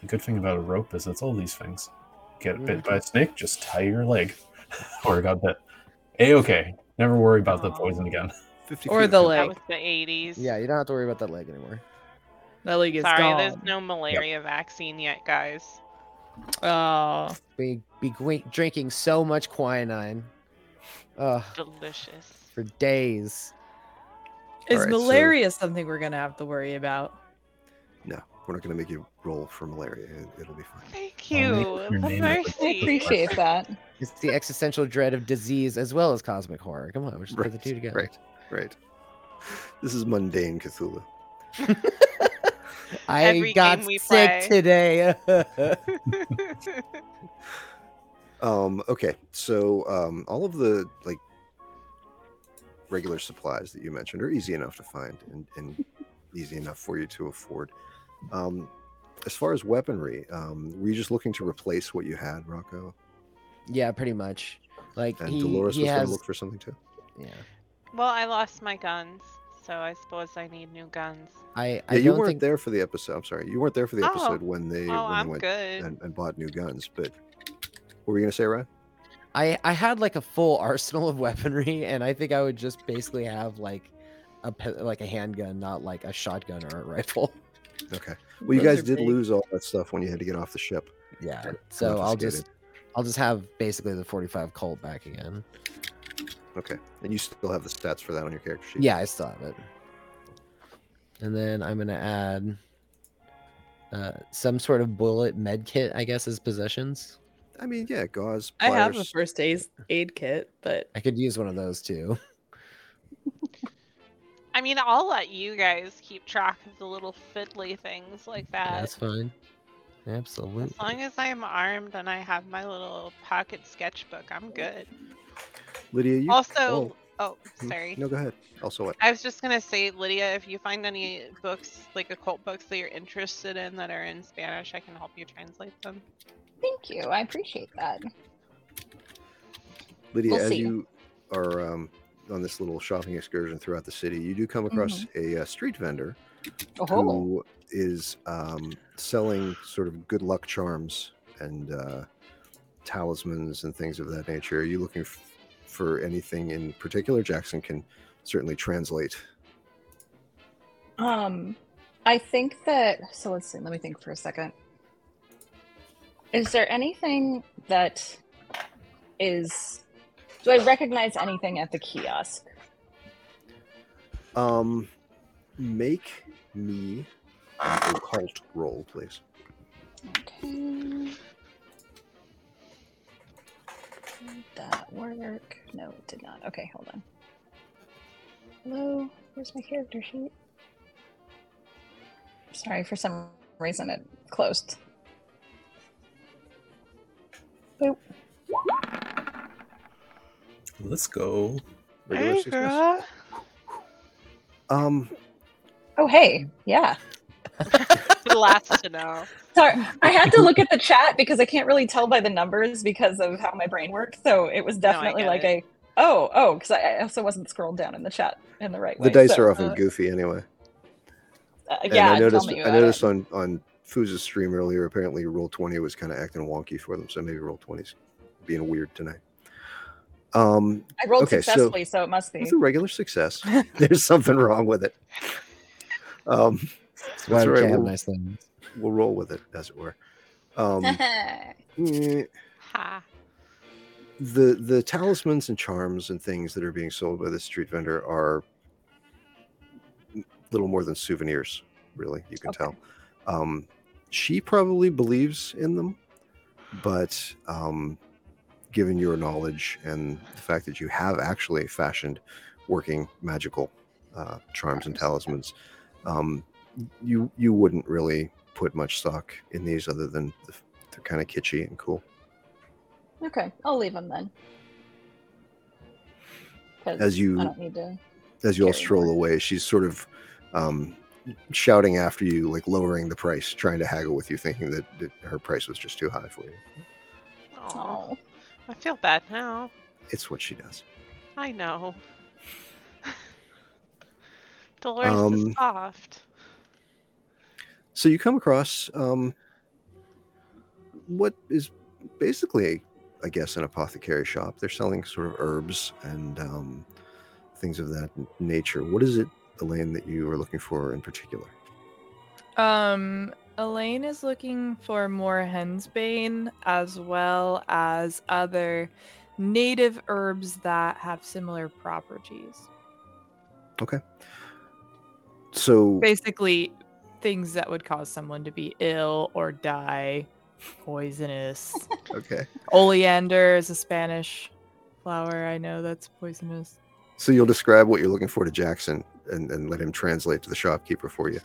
S6: The good thing about a rope is it's all these things. Get bit by a snake, just tie your leg. or got bit. A okay. Never worry about the poison again.
S2: 50
S5: Or
S2: feet
S5: the
S2: of-
S5: leg.
S1: That was the 80s.
S4: Yeah, you don't have to worry about that leg anymore.
S5: That league is
S1: Sorry, there's
S5: gone.
S1: no malaria vaccine yet, guys.
S5: Oh,
S4: Be be gwi- drinking so much quinine, uh,
S1: Delicious.
S4: for days.
S5: is
S2: Alright, so-
S5: malaria something we're gonna have to worry about?
S2: No, we're not going to make you roll for malaria. It, it'll be fine.
S1: Thank
S6: I'll make
S1: you.
S6: your name at the
S1: Mercy.
S3: I appreciate that.
S4: It's the existential dread of disease as well as cosmic horror. Come on, we should put the
S2: Right,
S4: two together.
S2: right. Right. This is mundane Cthulhu.
S4: I
S1: Every
S4: got
S1: game we
S4: sick
S1: play.
S4: today.
S2: Um, okay, so um, all of the like regular supplies that you mentioned are easy enough to find and, and easy enough for you to afford. Um, as far as weaponry, um, were you just looking to replace what you had, Rocco?
S4: yeah, pretty much. Like
S2: And
S4: he,
S2: Dolores
S4: he
S2: was going
S4: has.
S2: to look for something too.
S4: yeah,
S1: well, I lost my guns, so I suppose I need new guns.
S4: I.
S2: Yeah,
S4: I
S2: you
S4: don't
S2: weren't
S4: think...
S2: there for the episode. I'm sorry, you weren't there for the
S1: Oh.
S2: episode when they
S1: oh,
S2: when they
S1: I'm
S2: went
S1: good.
S2: and, and bought new guns. But what were you going to say, Ryan?
S4: I I had like a full arsenal of weaponry, and I think I would just basically have like a pe- like a handgun, not like a shotgun or a rifle.
S2: Okay. Well, you
S5: Those
S2: guys
S5: are
S2: did
S5: big.
S2: lose all that stuff when you had to get off the ship.
S4: Yeah.
S2: Right,
S4: So I'll just
S2: confiscated.
S4: I'll just have basically the 45 Colt back again.
S2: Okay, and you still have the stats for that on your character sheet.
S4: Yeah, I still have it. And then I'm gonna add uh, some sort of bullet med kit, I guess, as possessions.
S2: I mean, yeah, gauze.
S5: I have a
S2: pliers.
S5: first aid aid kit, but
S4: I could use one of those too.
S1: I mean, I'll let you guys keep track of the little fiddly things like that.
S4: That's fine. Absolutely.
S1: As long as I'm armed and I have my little pocket sketchbook, I'm good.
S2: Lydia, you
S1: also,
S2: oh,
S1: oh,
S2: mm,
S1: sorry.
S2: No, go ahead. Also, what?
S1: I was just gonna say, Lydia, if you find any books, like occult books that you're interested in that are in Spanish, I can help you translate them.
S3: Thank you. I appreciate that.
S2: Lydia,
S3: We'll
S2: as
S3: see.
S2: you are um, on this little shopping excursion throughout the city, you do come across
S3: Mm-hmm.
S2: a uh, street vendor
S3: Oh,
S2: who is um, selling sort of good luck charms and uh, talismans and things of that nature. Are you looking f- for anything in particular? Jackson can certainly translate.
S3: um, I think that. So let's see. Let me think for a second. Is there anything that is? Do I recognize anything at the kiosk?
S2: Um, make me an occult roll, please.
S3: Okay. Did that work? No, it did not. Okay, hold on. Hello, where's my character sheet? Sorry, for some reason it closed. Boop.
S6: Let's go.
S2: Regular success? Um,
S3: Oh, hey, yeah.
S1: the last to know.
S3: Sorry, I had to look at the chat because I can't really tell by the numbers because of how my brain works. So it was
S1: No, I
S3: definitely
S1: get
S3: like
S1: it.
S3: a oh oh because I I also wasn't scrolled down in the chat in the right way.
S2: the dice
S3: so,
S2: are often
S3: uh,
S2: goofy anyway.
S3: uh,
S2: And
S3: yeah,
S2: I noticed.
S3: tell me
S2: I
S3: about it.
S2: noticed on on Fuza's stream earlier. Apparently, roll twenty was kind of acting wonky for them. So maybe roll 20's being weird tonight. Um,
S3: I rolled
S2: Okay, so-
S3: successfully, so, it must be.
S2: it's a regular success. There's something wrong with it. Um,
S4: That's why
S2: That's
S4: we
S2: right,
S4: can't have
S2: we'll-
S4: nice things.
S2: we'll roll with it, as it were. Um, eh,
S1: Ha.
S2: the the talismans and charms and things that are being sold by this street vendor are little more than souvenirs really you can
S3: Okay.
S2: tell um, she probably believes in them but um, given your knowledge and the fact that you have actually fashioned working magical uh, charms and talismans um, you you wouldn't really put much stock in these other than the, f- they're kind of kitschy and cool
S3: okay, I'll leave him then. 'Cause
S2: As you-
S3: I don't need to.
S2: as you all
S3: Carry
S2: stroll away, she's sort of um, shouting after you, like lowering the price, trying to haggle with you, thinking that, that her price was just too high for you.
S1: Aw.
S3: Oh,
S1: I feel bad now.
S2: It's what she does.
S1: I know. Dolores
S2: Um,
S1: is soft.
S2: So you come across um, what is basically, I guess, an apothecary shop. They're selling sort of herbs and um, things of that n- nature. What is it, Elaine, that you are looking for in particular?
S5: Um, Elaine is looking for more hensbane as well as other native herbs that have similar properties.
S2: So
S5: Basically, things that would cause someone to be ill or die, poisonous.
S2: okay,
S5: Oleander is a Spanish flower. I know that's poisonous.
S2: so you'll describe what you're looking for to Jackson and, and let him translate to the shopkeeper for you.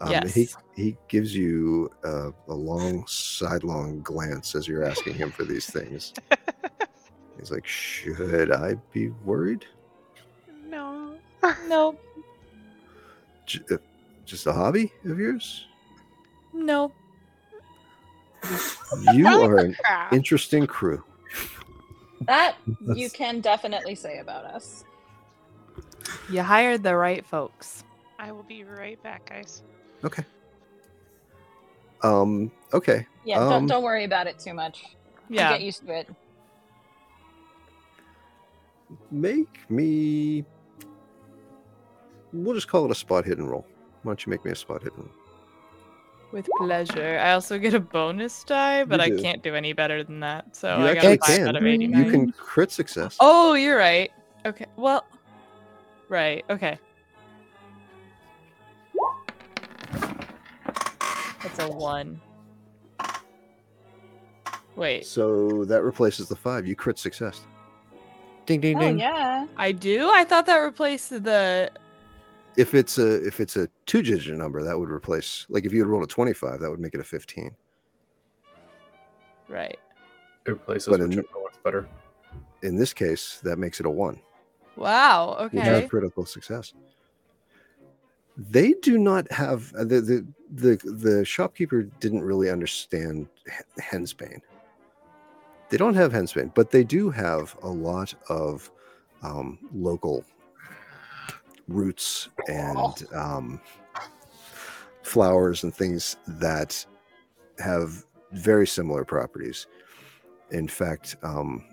S2: Um, and He
S5: Yes.
S2: he gives you a, a long sidelong glance as you're asking him for these things. He's like, "Should I be worried?"
S1: No.
S5: No,
S2: J- uh, just a hobby of yours?
S5: no.
S2: You are an
S1: Crap.
S2: interesting crew.
S3: That you
S6: That's-
S3: can definitely say about us.
S5: You hired the right folks.
S1: I will be right back, guys.
S2: Um, okay.
S3: Yeah,
S2: Um,
S3: don't don't worry about it too much. You
S5: Yeah.
S3: get used to it.
S2: Make me we'll just call it a spot hit and roll. Why don't you make me a spot hit and roll?
S5: With pleasure. I also get a bonus die, but I
S2: do.
S5: can't do any better than that. So
S2: you
S5: I got a
S4: actually
S5: five
S4: can.
S5: out of
S4: You
S5: eighty-nine.
S2: You can crit success.
S5: Oh, you're right. Okay. Well, right. Okay. That's a one. Wait,
S2: So that replaces the five. You crit success.
S4: Ding ding
S3: Oh
S4: ding.
S3: yeah.
S5: I do. I thought that replaced the.
S2: If it's a if it's a two digit number, that would replace like if you had rolled a twenty five, that would make it a fifteen.
S5: Right.
S6: It replaces
S2: But in-
S6: whichever one's better.
S2: In this case, that makes it a one.
S5: Wow.
S2: which is
S5: Okay.
S2: a critical success. They do not have uh, the the the, the shopkeeper didn't really understand he- hensbane. They don't have hensbane, but they do have a lot of um, local roots and um, flowers and things that have very similar properties. In fact, um,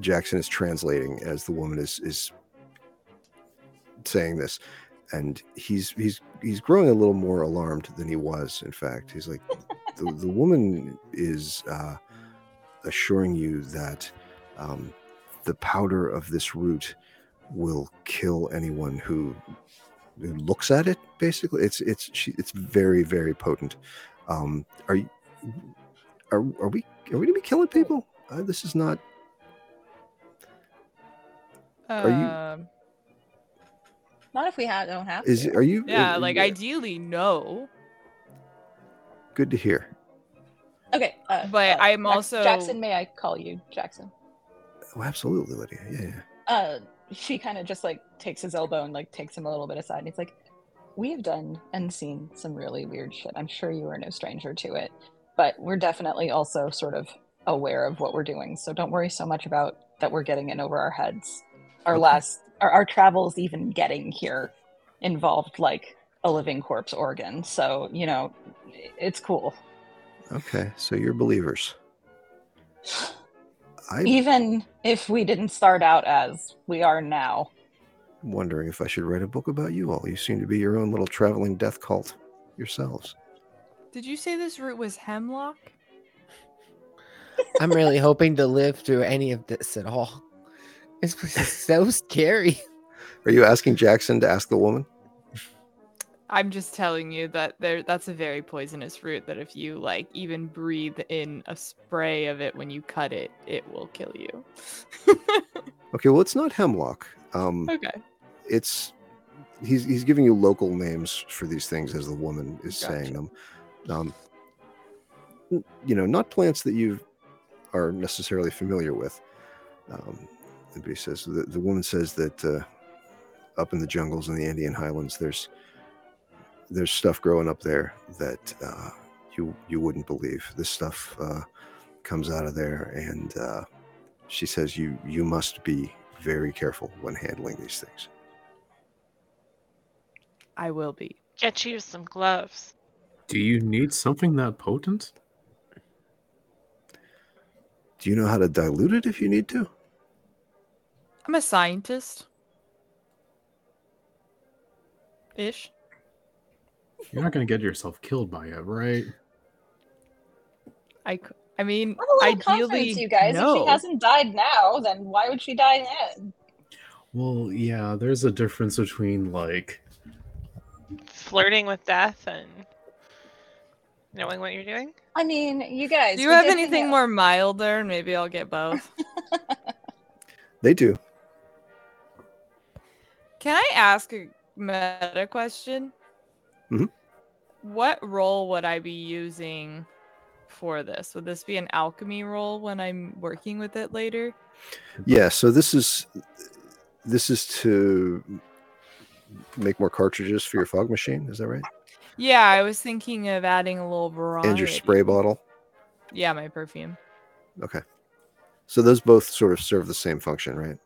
S2: Jackson is translating as the woman is is saying this, and he's he's he's growing a little more alarmed than he was. In fact, he's like, the, the woman is uh, assuring you that um, the powder of this root will kill anyone who who looks at it. Basically, it's it's she, it's very very potent. Um, are you? Are, are we are we gonna be killing people? Uh, this is not are you-
S5: Um,
S3: Not if we ha- don't have
S2: Is
S3: to.
S2: are you?
S5: yeah.
S2: are
S5: Like
S2: you-
S5: ideally, no.
S2: Good to hear.
S3: Okay. Uh,
S5: But
S3: uh,
S5: I'm
S3: Jack-
S5: also-
S3: Jackson. May I call you Jackson?
S2: Oh, absolutely, Lydia. Yeah, yeah.
S3: Uh, she kind of just like takes his elbow and like takes him a little bit aside, and he's like, "We have done and seen some really weird shit. I'm sure you are no stranger to it, but we're definitely also sort of aware of what we're doing. So don't worry so much about that. We're getting in over our heads. Our
S2: Okay.
S3: last, our, our travels, even getting here, involved like a living corpse organ. So you know, it's cool.
S2: Okay, so you're believers. I'm
S3: even if we didn't start out as we are now.
S2: wondering if I should write a book about you all. You seem to be your own little traveling death cult yourselves.
S5: Did you say this root was hemlock?
S4: I'm really hoping to live through any of this at all. This place is so scary.
S2: Are you asking Jackson to ask the woman?
S5: I'm just telling you that there that's a very poisonous root that if you like even breathe in a spray of it when you cut it, it will kill you.
S2: Okay, well, it's not hemlock. Um,
S5: okay.
S2: it's he's he's giving you local names for these things as the woman is saying them. Um, n- you know, not plants that you are necessarily familiar with. Um, and he says the, the woman says that uh, up in the jungles in the Andean highlands, there's there's stuff growing up there that uh, you you wouldn't believe. This stuff uh, comes out of there and uh, she says, "You you must be very careful when handling these things."
S5: I will be.
S1: Get you some gloves.
S6: Do you need something that potent?
S2: Do you know how to dilute it if you need to?
S5: I'm a scientist. Ish.
S6: You're not going to get yourself killed by it, right?
S5: I, c- I mean,
S3: I'm a little
S5: ideally,
S3: confident, you guys. If
S5: no.
S3: she hasn't died now, then why would she die then?
S6: Well, yeah, there's a difference between like
S1: Flirting with death and knowing what you're doing.
S3: I mean, you guys.
S5: Do you
S3: we
S5: have
S3: did
S5: anything
S3: hang
S5: more milder? Maybe I'll get both.
S2: They do.
S5: Can I ask a meta question?
S2: Mhm.
S5: What role would I be using for this? Would this be an alchemy role when I'm working with it later?
S2: Yeah. So this is this is to make more cartridges for your fog machine. Is that right?
S5: Yeah, I was thinking of adding a little variety.
S2: And your spray bottle.
S5: Yeah, my perfume.
S2: Okay. So those both sort of serve the same function, right?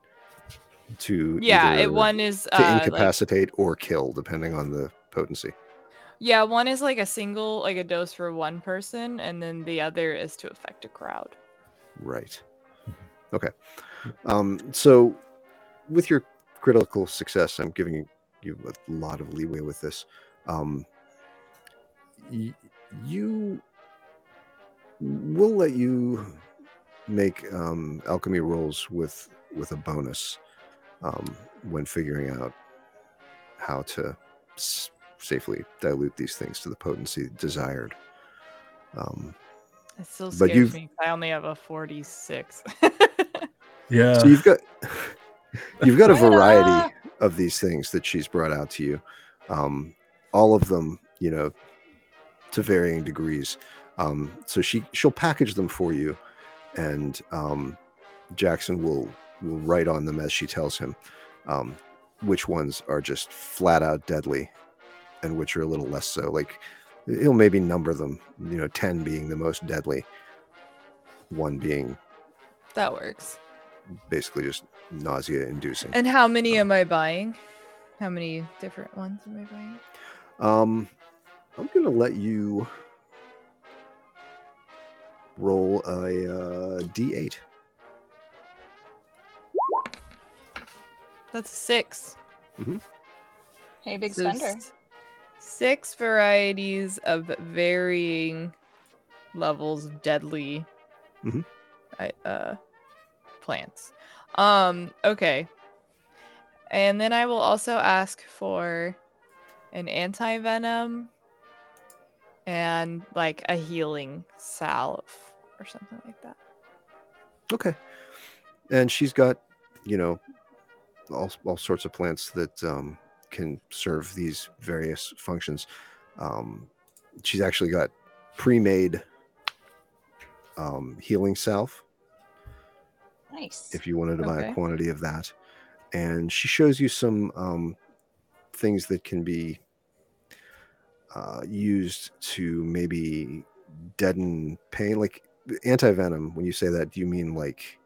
S2: To
S5: Yeah,
S2: either-
S5: it, one is
S2: to
S5: uh, like,
S2: incapacitate or kill, depending on the potency.
S5: yeah, one is like a single, like a dose for one person, and then the other is to affect a crowd.
S2: Right. Okay. Um, so, with your critical success, I'm giving you a lot of leeway with this. Um, y- you will let you make um, alchemy rolls with with a bonus um, when figuring out how to s- safely dilute these things to the potency desired. Um,
S5: It still
S2: But
S5: scares
S2: you've-
S5: me. 'cause I only have a 46.
S6: yeah.
S2: so you've got you've got a
S3: Ta-da!
S2: variety of these things that she's brought out to you um, all of them you know to varying degrees um, so she she'll package them for you and um, jackson will will write on them as she tells him um, which ones are just flat out deadly and which are a little less so like he'll maybe number them you know 10 being the most deadly one being
S5: that works.
S2: basically just nausea inducing
S5: And how many am I buying? How many different ones am I buying?
S2: Um, I'm gonna let you roll a uh, d8.
S5: That's six.
S3: Hey, big
S5: So
S3: spender.
S5: s- Six varieties of varying levels of deadly
S2: Mhm.
S5: I- uh, plants. Um, okay. And then I will also ask for an anti venom and like a healing salve or something like that.
S2: Okay. And she's got, you know, all all sorts of plants that um, can serve these various functions. Um, she's actually got pre-made um, healing salve
S3: Nice.
S2: if you wanted to buy a
S5: Okay.
S2: quantity of that. And she shows you some um, things that can be uh, used to maybe deaden pain. Like anti venom, when you say that, do you mean like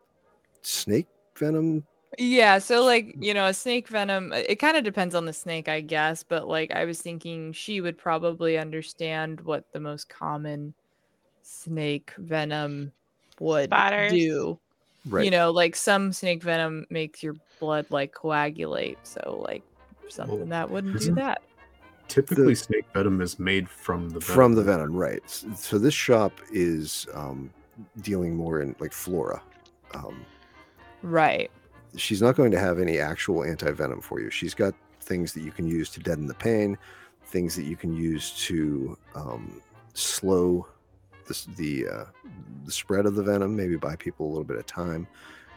S2: snake venom?
S5: Yeah, so like, you know, a snake venom, uh, it kind of depends on the snake, I guess, but like I was thinking she would probably understand what the most common snake venom would
S1: Spotters.
S5: do. You know, like some snake venom makes your blood like coagulate, so like
S2: Oh.
S5: something that wouldn't do
S2: Mm-hmm.
S6: isn't-
S5: that.
S2: The-
S6: Typically, snake venom is made from the venom.
S2: From the venom, right. S- So this shop is um, dealing more in like flora. Um,
S5: Right.
S2: she's not going to have any actual anti-venom for you she's got things that you can use to deaden the pain things that you can use to um, slow the, s- the, uh, the spread of the venom maybe buy people a little bit of time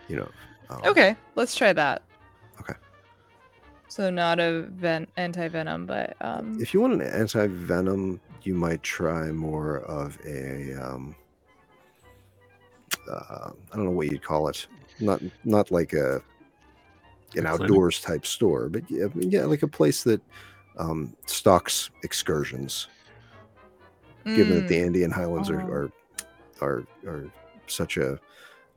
S2: you know um,
S5: Okay, let's try that.
S2: Okay.
S5: So not a ven- anti-venom, but um
S2: if you want an anti-venom you might try more of a um, uh, i don't know what you'd call it not not like a an
S6: A clinic?
S2: outdoors type store but yeah, I mean, yeah like a place that um, stocks
S5: hmm.
S2: excursions given that the Andean Highlands are,
S5: Mm. Oh.
S2: are are are such a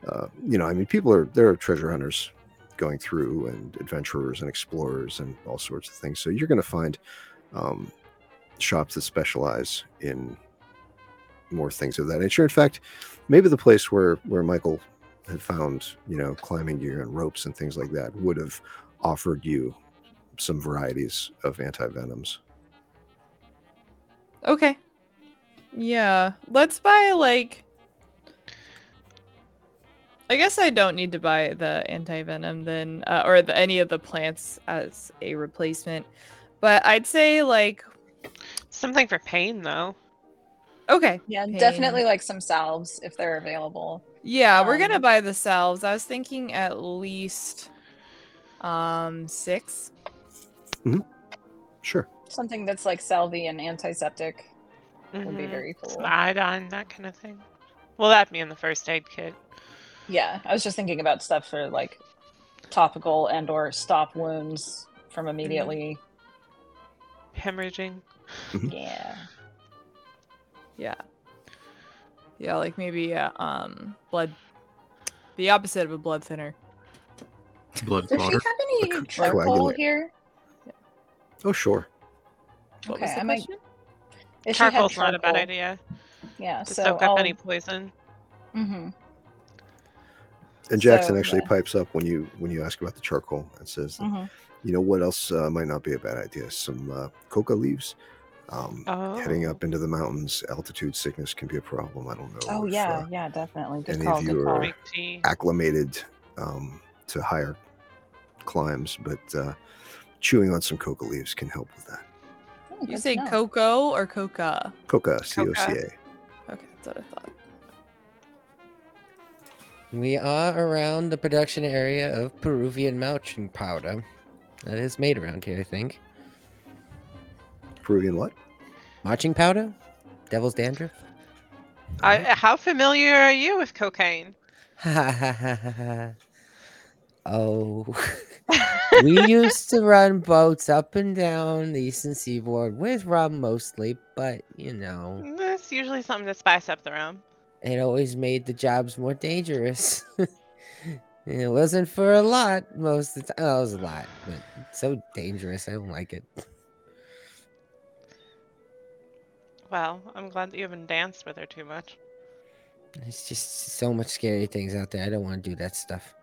S2: uh, you know i mean people are there are treasure hunters going through and adventurers and explorers and all sorts of things so you're going to find um, shops that specialize in more things of that nature in fact maybe the place where where michael had found you know climbing gear and ropes and things like that would have offered you some varieties of anti-venoms
S5: Okay. Yeah. Let's buy like I guess I don't need to buy the anti-venom then uh, or the, any of the plants as a replacement. But I'd say like
S1: Something for pain, though.
S5: okay.
S3: Yeah,
S5: Pain.
S3: definitely like some salves if they're available.
S5: Yeah, we're going to
S3: Um,
S5: buy the salves. I was thinking at least um 6.
S2: sure
S3: Something that's like salvy and antiseptic would be
S1: Mhm.
S3: very cool.
S1: Slide on that kind of thing. Well, that'd be in the first aid kit.
S3: Yeah, I was just thinking about stuff for like topical and or stop wounds from immediately.
S1: Hemorrhaging. Mm-hmm.
S3: Yeah.
S5: Yeah. Yeah, like maybe uh, um blood the opposite of a blood thinner.
S6: Blood
S3: Does she
S6: clotter.
S3: have any
S2: Coag-
S3: charcoal
S2: coagulate.
S3: here?
S2: oh sure
S5: What was
S3: Okay,
S5: the
S3: I might-
S5: question?
S3: If she had
S1: Charcoal's not a bad
S3: charcoal-
S1: idea
S3: Yeah,
S1: to
S3: so um,
S1: soak
S3: I'll-
S1: up any poison.
S3: Mhm.
S2: and jackson
S3: So,
S2: actually
S3: yeah.
S2: pipes up when you when you ask about the charcoal and says that,
S3: Mhm.
S2: you know what else uh, might not be a bad idea some uh, coca leaves um,
S1: Oh.
S2: heading up into the mountains altitude sickness can be a problem i don't know
S3: Oh
S2: if,
S3: yeah,
S2: uh,
S3: yeah, definitely. Good
S2: any of
S3: call. Good
S2: you
S3: call.
S2: are-
S1: Make Oh, tea.
S2: acclimated um, to higher climbs but uh, chewing on some coca leaves can help with that
S3: Oh,
S5: You
S3: good
S5: say
S3: to know.
S5: cocoa or coca?
S2: coca c-o-c-a
S5: Okay, that's what I thought.
S4: We are around the production area of Peruvian mouching powder. That is made around here, I think.
S2: peruvian what
S4: Marching powder? Devil's dandruff?
S1: I, how familiar are you with cocaine?
S4: Ha ha ha ha ha. Oh. we used to run boats up and down the eastern seaboard with rum mostly, but you know,
S2: Mm.
S1: That's usually something to spice up the room.
S4: it always made the jobs more dangerous. And it wasn't for a lot most of the time. Oh, it was a lot, but it's so dangerous. I don't like it.
S1: Well, I'm glad that you haven't danced with her too much.
S4: It's just so much scary things out there. I don't want to do that stuff.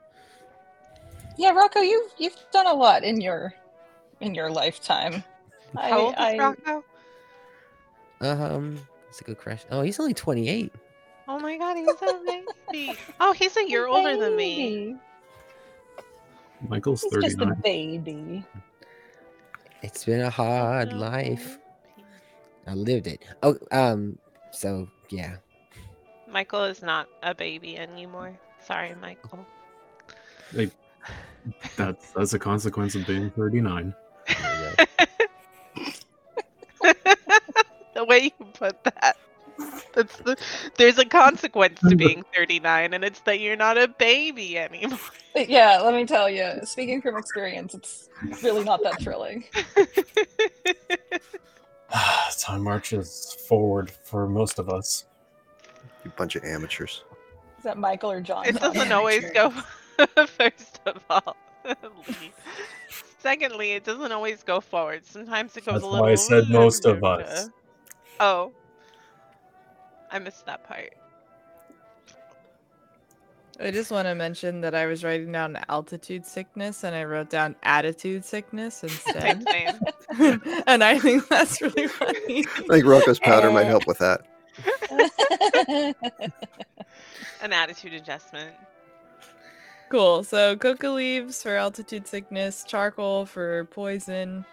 S3: Yeah, Rocco, you've you've done a lot in your in your lifetime. I,
S1: How old
S3: I-
S1: is Rocco?
S4: Um, that's a good question. Oh, he's only 28.
S1: Oh my god, he's a baby. Oh, he's a year older than me.
S3: Baby.
S6: Michael's
S3: He's just a
S6: 39.
S3: baby.
S4: It's been a hard life.
S1: Okay.
S4: I lived it. Oh, um, so yeah.
S1: Michael is not a baby anymore. Sorry, Michael.
S6: That's, that's a consequence of being 39.
S4: there you go.
S1: the way you put that. That's the, there's a consequence to being 39, and it's that you're not a baby anymore.
S3: But yeah, let me tell you. Speaking from experience, it's really not that thrilling.
S6: Time marches forward for most of us.
S2: you bunch of amateurs
S3: Is that Michael or John?
S1: It
S3: Not
S1: doesn't
S3: really
S1: always
S3: sure.
S1: go first of all. Lee. Secondly, it doesn't always go forward. Sometimes it goes
S6: That's
S1: a
S6: why
S1: little.
S6: I said most of us.
S1: Oh, I missed that part.
S5: I just want to mention that I was writing down altitude sickness and I wrote down attitude sickness instead.
S1: Same.
S5: and I think that's really funny.
S2: i think rocco's powder might help with that
S1: An attitude adjustment.
S5: cool. So coca leaves for altitude sickness, charcoal for poison,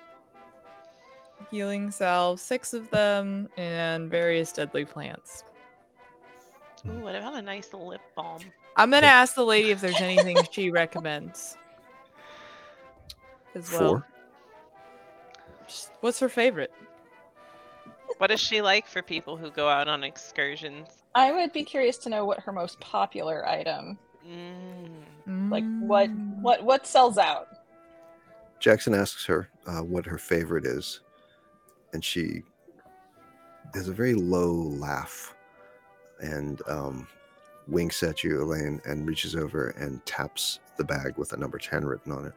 S5: healing salve, six of them, and various deadly plants.
S1: Ooh, what about a nice lip balm?
S5: I'm gonna ask the lady if there's anything she recommends. As well.
S2: four
S5: Just- What's her favorite?
S1: What is she like for people who go out on excursions?
S3: I would be curious to know what her most popular item,
S1: Mm.
S3: like what
S5: Mm.
S3: what what sells out.
S2: jackson asks her uh, what her favorite is and she has a very low laugh and um, winks at you, Elaine, and reaches over and taps the bag with a number 10 written on it.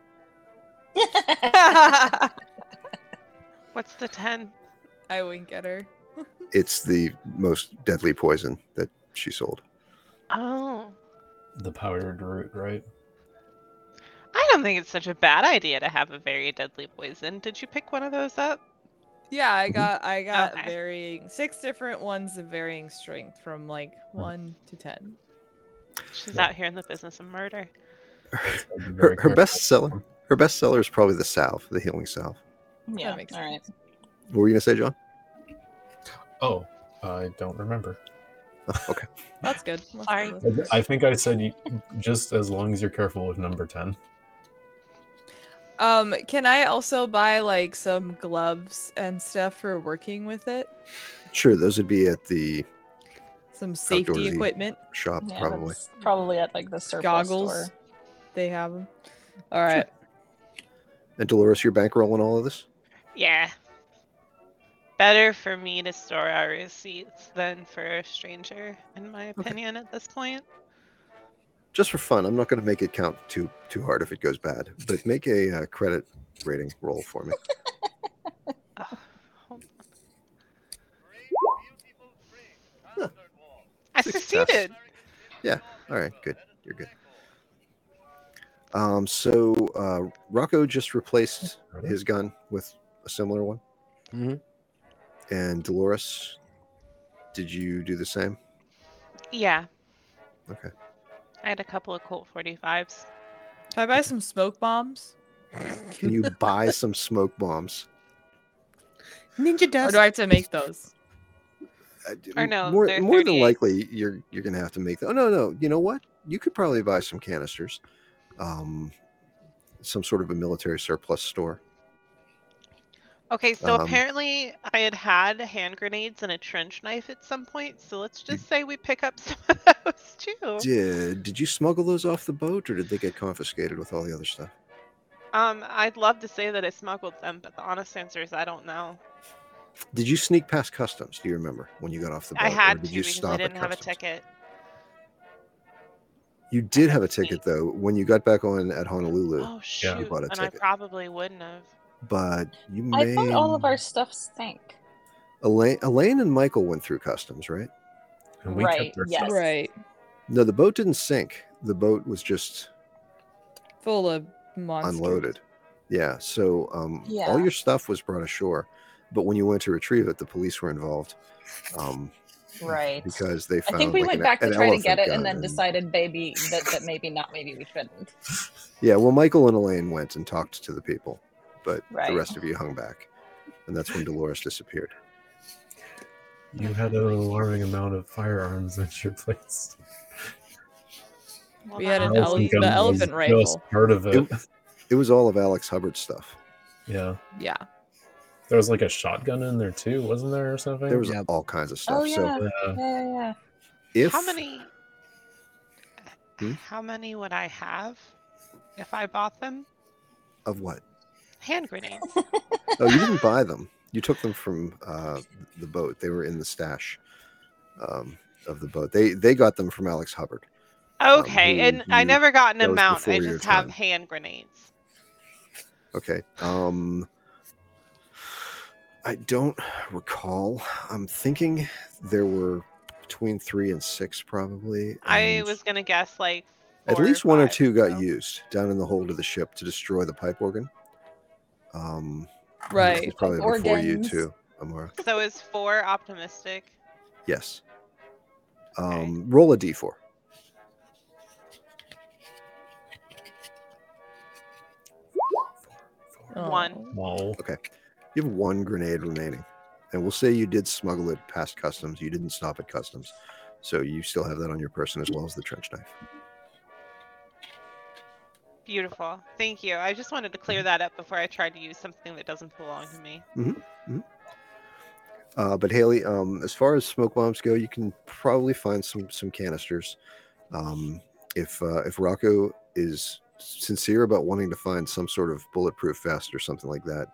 S1: What's the 10?
S5: Mm, I wink at her.
S2: It's the most deadly poison that she sold.
S1: Oh.
S6: The powdered root, right?
S1: I don't think it's such a bad idea to have a very deadly poison. Did you pick one of those up?
S5: Yeah, I got I got
S1: Okay.
S5: varying six different ones of varying strength from like one to ten.
S1: She's
S6: No.
S1: out here in the business of murder.
S6: I'd be
S2: Her,
S6: very
S2: her
S6: careful.
S2: best seller, her best seller is probably the salve, the healing salve.
S3: yeah,
S5: makes
S3: all right.
S2: What were you gonna say, John?
S6: Oh, I don't remember.
S2: Oh, okay.
S5: That's good. That's good.
S1: Sorry.
S5: That's
S6: I
S5: good.
S6: I think I said you, just as long as you're careful with number 10.
S5: Um, can I also buy like some gloves and stuff for working with it?
S2: Sure, those would be at the
S5: Some safety
S2: Outdoorsy.
S5: equipment,
S2: shop,
S3: Yeah,
S2: probably.
S3: that's probably at like the surplus
S5: goggles.
S3: store.
S5: They have them. All right.
S2: And Dolores, you're bankrolling all of this?
S1: Yeah. Better for me to store our receipts than for a stranger, in my opinion, at this point.
S2: Just for fun, I'm not gonna make it count too too hard if it goes bad, but make a uh, credit rating roll for me.
S1: Oh, hold on. I
S2: Success.
S1: succeeded.
S2: All right, good. You're good. Um, so uh, Rocco just replaced his gun with a similar one.
S4: Mhm.
S2: And Dolores, did you do the same?
S1: Yeah.
S2: Okay.
S1: I had a couple of Colt 45s.
S5: Can I buy some smoke bombs?
S2: Can you buy some smoke bombs?
S4: Ninja
S5: Or do I have to make those?
S2: Uh, d-
S1: Or no,
S2: more,
S1: they're
S2: more than
S1: 38.
S2: likely you're you're gonna have to make. Oh no, no. You know what? You could probably buy some canisters, um, some sort of a military surplus store.
S1: Okay, so
S2: Um,
S1: apparently I had had hand grenades and a trench knife at some point, so let's just say we pick up some of those too.
S2: Did did you smuggle those off the boat, or did they get confiscated with all the other stuff?
S1: Um, I'd love to say that I smuggled them, but the honest answer is I don't know.
S2: Did you sneak past customs? Do you remember when you got off the boat?
S1: I
S2: or
S1: had
S2: did
S1: to
S2: you
S1: because
S2: stop
S1: I
S2: at
S1: didn't have a
S2: customs?
S1: ticket.
S2: You did
S1: had
S2: have a
S1: to sneak.
S2: ticket though when you got back on at Honolulu,
S1: Oh shoot!
S2: bought a
S1: and I
S2: ticket.
S1: probably wouldn't have.
S2: but you
S3: I
S2: may.
S3: thought all of our stuff stank.
S2: Elaine, Elaine and Michael went through customs, right?
S6: And we
S3: Right,
S6: kept our
S3: yes.
S6: stuff.
S5: Right.
S2: No, the boat didn't sink. The boat was just
S5: Full of monsters.
S2: unloaded. Yeah. So um,
S3: Yeah.
S2: all your stuff was brought ashore, but when you went to retrieve it, the police were involved um,
S3: Right.
S2: because they
S3: I
S2: found.
S3: think we
S2: like,
S3: went
S2: an-
S3: back to
S2: an
S3: try to
S2: elephant
S3: get it
S2: gun
S3: and then decided maybe that, that maybe not, maybe we shouldn't.
S2: Yeah. Well, Michael and Elaine went and talked to the people, but
S3: Right.
S2: the rest of you hung back, and that's when Dolores disappeared.
S6: You had an alarming amount of firearms at your place.
S1: Well,
S5: We had
S1: now
S5: an E
S1: I'm relieved.
S5: ele- the
S6: Elephant gun was
S5: elephant rifle.
S6: Just part of it.
S2: It- It was all of Alex Hubbard's stuff.
S6: Yeah.
S5: Yeah.
S6: There was like a shotgun in there too, wasn't there, or something?
S2: There was
S4: Yeah.
S2: all kinds of stuff.
S3: Oh
S2: So
S3: yeah.
S6: Yeah.
S3: yeah, yeah, yeah.
S2: if
S1: How many?
S2: Hmm?
S1: How many would I have if I bought them?
S2: of what?
S1: Hand grenades.
S2: Oh, you didn't buy them. You took them from uh, the boat. They were in the stash um, of the boat. They they got them from Alex Hubbard.
S1: Okay,
S2: who
S1: and I
S2: you-
S1: never got an
S2: that was
S1: amount. I
S2: before your
S1: just have
S2: time.
S1: hand grenades.
S2: Okay. Um, I don't recall. I'm thinking there were between three and six, probably.
S1: I
S2: and
S1: was gonna guess like.
S2: at
S1: four
S2: least one or
S1: five,
S2: two got
S1: so-
S2: used down in the hold of the ship to destroy the pipe organ. Um, this
S5: Right.
S2: was probably before you
S3: Organs.
S2: too, Amara.
S1: So is four optimistic?
S2: Yes. Um,
S1: Okay.
S2: Roll a d4.
S1: One.
S6: Well,
S2: Okay. You have one grenade remaining. And we'll say you did smuggle it past customs. You didn't stop at customs. So you still have that on your person as well as the trench knife.
S1: Beautiful. Thank you. I just wanted to clear that up before I tried to use something that doesn't belong to me.
S2: Uh, but Haley, um, as far as smoke bombs go, you can probably find some some canisters. Um, if uh, if Rocco is sincere about wanting to find some sort of bulletproof vest or something like that,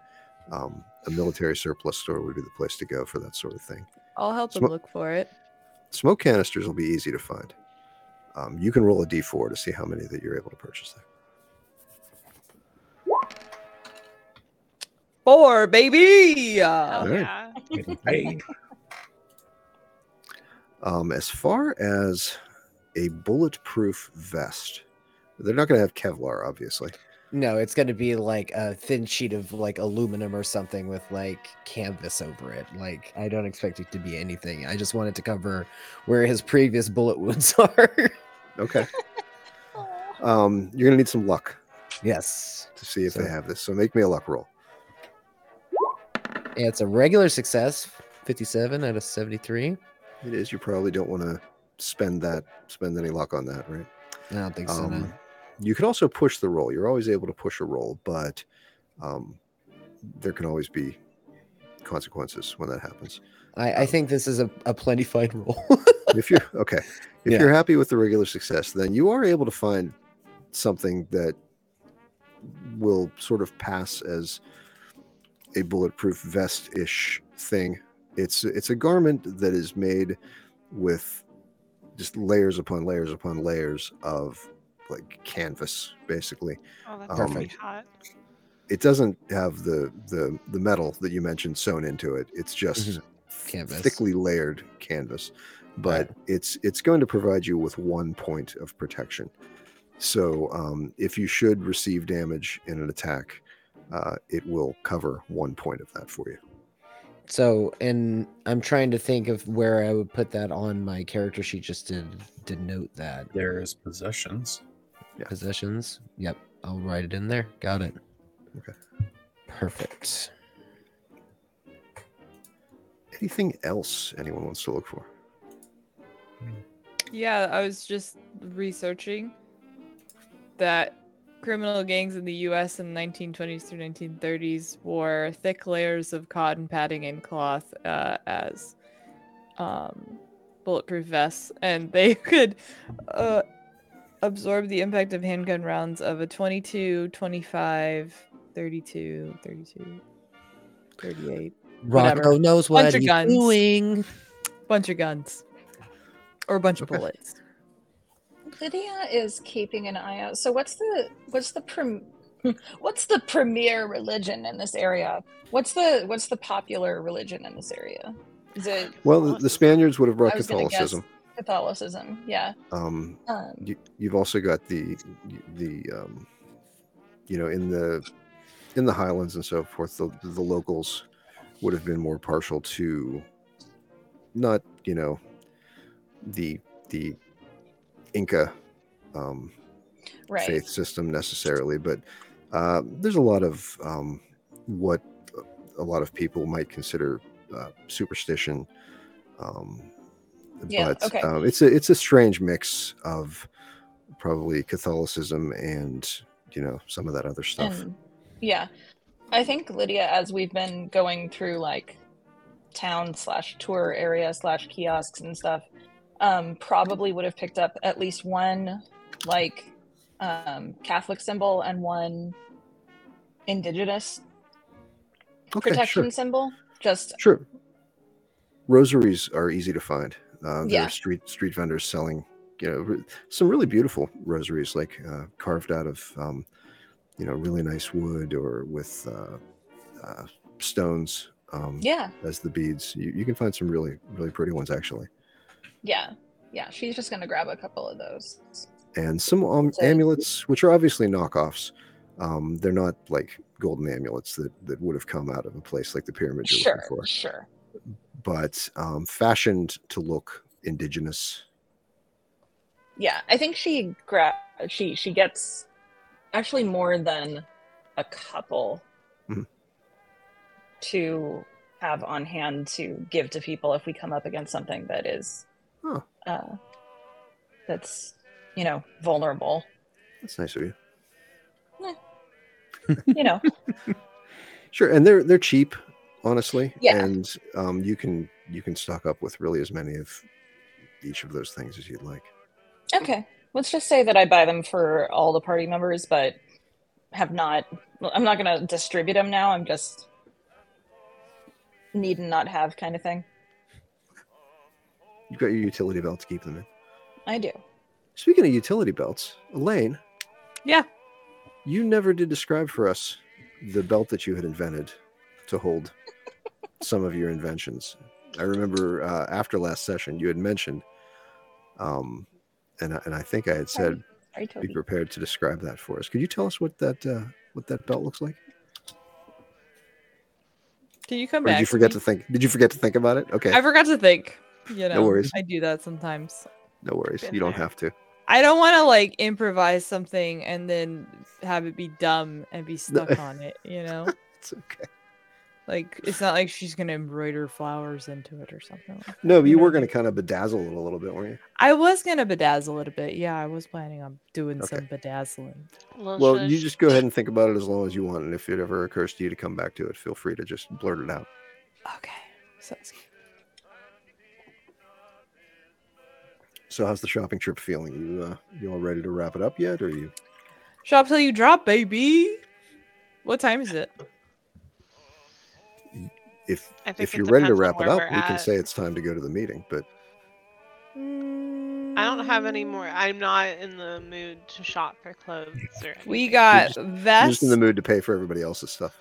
S2: um, a military surplus store would be the place to go for that sort of thing.
S5: I'll help him
S2: Smo-
S5: look for it.
S2: Smoke canisters will be easy to find. Um, you can roll a d4 to see how many that you're able to purchase there.
S5: Four, baby. Uh,
S1: Hell
S2: Alright.
S1: Oh, yeah.
S6: Hey,
S2: Um, as far as a bulletproof vest, they're not going to have Kevlar, obviously.
S4: No, it's going to be like a thin sheet of like aluminum or something with like canvas over it. Like, I don't expect it to be anything. I just wanted to cover where his previous bullet wounds are.
S2: Okay.
S3: Aw.
S2: Um, you're going to need some luck
S4: yes.
S2: to see if
S4: So-
S2: they have this. So make me a luck roll.
S4: It's a regular success, 57 out of 73.
S2: It is. You probably don't want to spend that, spend any luck on that, right?
S4: I don't think so. no.
S2: Um, you can also push the roll. You're always able to push a roll, but um, there can always be consequences when that happens.
S4: I,
S2: um
S4: I think this is a, a plenty fine roll.
S2: if you're okay, if
S4: Yeah.
S2: you're happy with the regular success, then you are able to find something that will sort of pass as a bulletproof vest-ish thing. It's it's a garment that is made with just layers upon layers upon layers of like canvas, basically.
S1: Oh, that's
S2: Um,
S1: pretty hot.
S2: It doesn't have the the the metal that you mentioned sewn into it. It's just
S4: Mhm. Canvas.
S2: thickly layered canvas but it's it's going to provide you with one point of protection so um, if you should receive damage in an attack uh, it will cover one point of that for you
S4: So, and I'm trying to think of where I would put that on my character sheet just to denote that.
S6: there's possessions.
S2: Yeah.
S4: Possessions. Yep. I'll write it in there. Got it.
S2: Okay.
S4: Perfect.
S2: anything else anyone wants to look for
S5: Yeah, I was just researching that criminal gangs in the US in the 1920s through 1930s wore thick layers of cotton padding and cloth uh, as um, bulletproof vests, and they could uh, absorb the impact of handgun rounds of a 22, 25, 32, 32, 38. Whatever.
S4: Rocco knows what
S5: Bunch of
S4: he's
S5: guns.
S4: doing.
S5: Bunch of guns or a bunch of
S2: Okay.
S5: bullets.
S3: Lydia is keeping an eye out. So what's the what's the prem- what's the premier religion in this area? What's the what's the popular religion in this area? Is it
S2: well the, the spaniards would have brought
S3: I was gonna guess-
S2: catholicism
S3: Catholicism? Yeah.
S2: um,
S3: Um,
S2: you, you've also got the the um, you know in the in the highlands and so forth the, the locals would have been more partial to not you know the the inca um,
S3: right.
S2: faith system necessarily but uh, there's a lot of um, what a lot of people might consider uh, superstition um,
S3: Yeah,
S2: but
S3: okay.
S2: um, it's a it's a strange mix of probably Catholicism and you know some of that other stuff.
S3: And yeah, I think Lydia, as we've been going through like town slash tour area slash kiosks and stuff, um, probably would have picked up at least one like um, Catholic symbol and one indigenous
S2: okay,
S3: protection
S2: sure,
S3: symbol. Just
S2: sure. Rosaries are easy to find. Uh, there
S3: Yeah.
S2: are street street vendors selling you know re- some really beautiful rosaries like uh, carved out of um, you know really nice wood or with uh, uh, stones um,
S3: yeah,
S2: as the beads. You, you can find some really really pretty ones actually.
S3: yeah, yeah. She's just gonna grab a couple of those.
S2: and some um,
S3: So-
S2: amulets, which are obviously knockoffs. Um, they're not like golden amulets that, that would have come out of a place like the pyramid you're
S3: Sure,
S2: looking for,
S3: sure.
S2: but um, fashioned to look indigenous.
S3: yeah i think she gra- she she gets actually more than a couple
S2: Mhm.
S3: to have on hand to give to people if we come up against something that is
S2: Huh.
S3: uh, that's you know vulnerable
S2: That's nice of you.
S3: you know
S2: Sure, and they're they're cheap, honestly.
S3: Yeah.
S2: and um, you can you can stock up with really as many of each of those things as you'd like.
S3: okay let's just say that i buy them for all the party members but have not well, i'm not gonna distribute them now i'm just need and not have kind of thing
S2: You've got your utility belt to keep them in.
S3: i do
S2: Speaking of utility belts, Elaine.
S5: Yeah.
S2: You never did describe for us the belt that you had invented to hold some of your inventions. I remember uh, after last session you had mentioned, um, and I- and I think I had said
S3: Sorry,
S2: be
S3: Toby.
S2: prepared to describe that for us. Could you tell us what that uh, what that belt looks like?
S5: Can you come
S2: Or
S5: back?
S2: did you forget to think? Did you forget to think about it? Okay,
S5: I forgot to think. You know,
S2: worries.
S5: I do that sometimes.
S2: no worries.
S1: been
S2: You don't
S1: there.
S2: have to.
S5: I don't want to like improvise something and then have it be dumb and be stuck on it. You know,
S2: It's okay.
S5: like it's not like she's gonna embroider flowers into it or something. Like that,
S2: No, but you
S5: know?
S2: were going to kind of bedazzle it a little bit, weren't you?
S5: I was gonna bedazzle it a bit. Yeah, I was planning on doing
S2: Okay.
S5: some bedazzling.
S1: Little
S2: Well,
S1: shush.
S2: you just go ahead and think about it as long as you want, and if it ever occurs to you to come back to it, feel free to just blurt it out.
S5: Okay, sounds good.
S2: So, how's the shopping trip feeling? You uh, you all ready to wrap it up yet, or you?
S5: Shop till you drop, baby. What time is it?
S2: If
S1: I think
S2: if
S1: it
S2: you're ready to
S1: depends on
S2: wrap it
S1: where
S2: up,
S1: we're
S2: we can
S1: at.
S2: say it's time to go to the meeting. But
S1: I don't have any more. I'm not in the mood to shop for clothes or anything.
S5: We got
S2: just- I'm
S5: vests.
S2: just in the mood to pay for everybody else's stuff.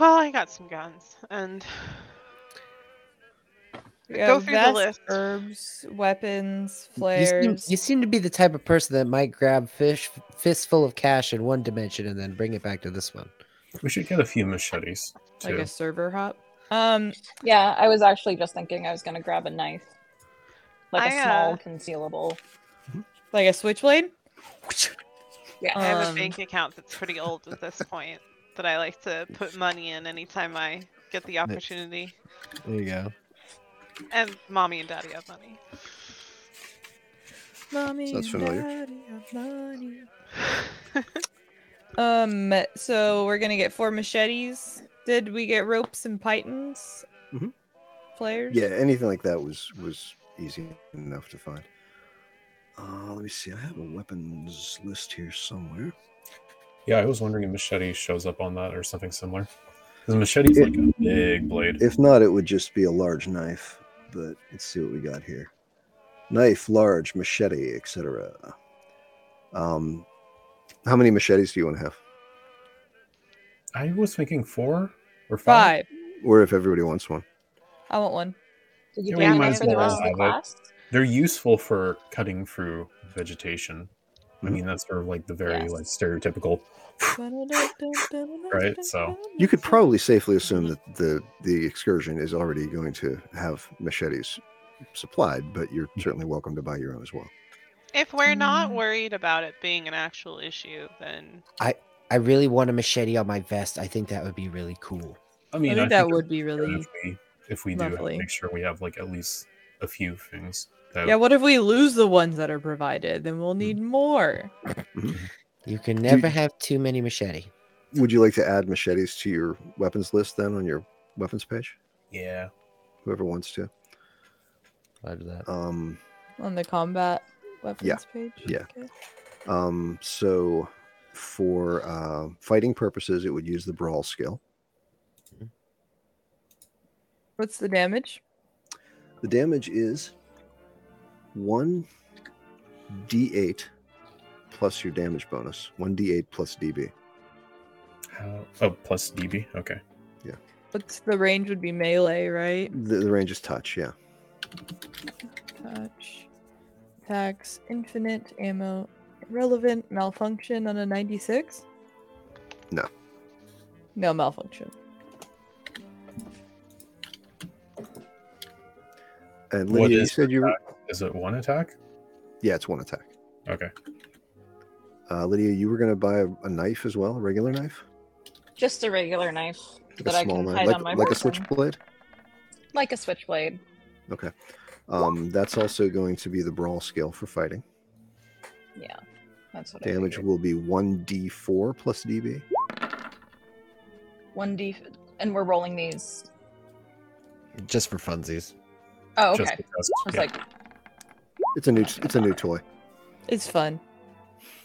S1: Well, I got some guns and
S5: we
S1: go
S5: got
S1: through the
S5: vests,
S1: list.
S5: Herbs, weapons,
S4: You seem- You
S5: flares.
S4: seem, to be the type of person that might grab fish fistful of cash in one dimension and then bring it back to this one.
S6: We should get a few machetes
S5: like
S6: too.
S5: a server hop. Um,
S3: Yeah, I was actually just thinking I was gonna grab a knife, like a
S1: I,
S3: small
S1: uh,
S3: concealable.
S5: like a switchblade.
S3: Yeah.
S1: I have a
S5: Um,
S1: bank account that's pretty old at this point that I like to put money in anytime I get the opportunity.
S4: There you go.
S1: And mommy and daddy have money.
S5: Mommy
S2: Sounds
S5: and
S2: familiar.
S5: daddy have money. Um, so we're gonna get four machetes. Did we get ropes and pythons?
S2: Mhm.
S5: Flares.
S2: Yeah, anything like that was was easy enough to find. Uh, let me see. I have a weapons list here somewhere.
S6: Yeah, I was wondering if machete shows up on that or something similar. Because machete's like a big blade.
S2: If not, it would just be a large knife. But let's see what we got here. Knife, large, machete, etc. Um, how many machetes do you want to have?
S6: I was thinking four or
S5: Five.
S6: five.
S2: Or if everybody wants one.
S5: I want one.
S3: Did you
S6: Yeah,
S1: we
S3: grab
S1: might
S3: one
S1: as
S3: for the
S1: well
S3: rest of the
S6: have it.
S3: class?
S6: They're useful for cutting through vegetation. I
S2: Mhm.
S6: mean, that's sort of like the very
S3: Yes.
S6: like stereotypical. Right, so-
S2: You could probably safely assume that the the excursion is already going to have machetes supplied, but you're certainly welcome to buy your own as well.
S1: If we're not
S5: Mm.
S1: worried about it being an actual issue, then
S4: I really want a machete on my vest. I think that would be really cool.
S6: I
S5: I
S6: mean,
S5: think that would be really.
S6: if we, if we do have to
S5: lovely.
S6: make sure we have like at least a few things. That
S5: Yeah. What if we lose the ones that are provided? Then we'll
S2: Mm-hmm.
S5: need more.
S4: You can never have too many machete.
S2: Would you like to add machetes to your weapons list then on your weapons page?
S6: yeah.
S2: Whoever wants to.
S4: I do that.
S2: Um,
S5: on the combat weapons page.
S2: yeah.
S5: Okay.
S2: um, so for uh, fighting purposes, it would use the brawl skill.
S5: What's the damage?
S2: The damage is one d8 plus your damage bonus, one d8 plus db.
S6: How, oh, plus DB. Okay.
S5: What's the range would be melee, right?
S2: The, the range is touch, yeah.
S5: Touch, attacks, infinite ammo, relevant malfunction on a ninety-six.
S2: No.
S5: No malfunction.
S2: And
S6: What
S2: Lydia, you
S6: is
S2: said you were,
S6: Is it one attack?
S2: yeah, it's one attack.
S6: Okay.
S2: Uh, Lydia, you were going to buy a, a knife as well, a regular knife,
S3: Just a regular knife
S2: like
S3: that
S2: a
S3: I
S2: small
S3: can
S2: knife,
S3: hide
S2: like,
S3: on my
S2: like a
S3: person.
S2: switchblade.
S3: like a switchblade.
S2: Um, that's also going to be the brawl skill for fighting.
S3: Yeah, that's what
S2: Damage
S3: I
S2: will be one d4 plus db.
S3: One d, and we're rolling these.
S4: Just for funsies.
S3: Oh, okay.
S6: Just
S3: I
S6: because,
S3: was
S6: yeah.
S3: like,
S2: It's a new, it's a new toy.
S5: It's fun.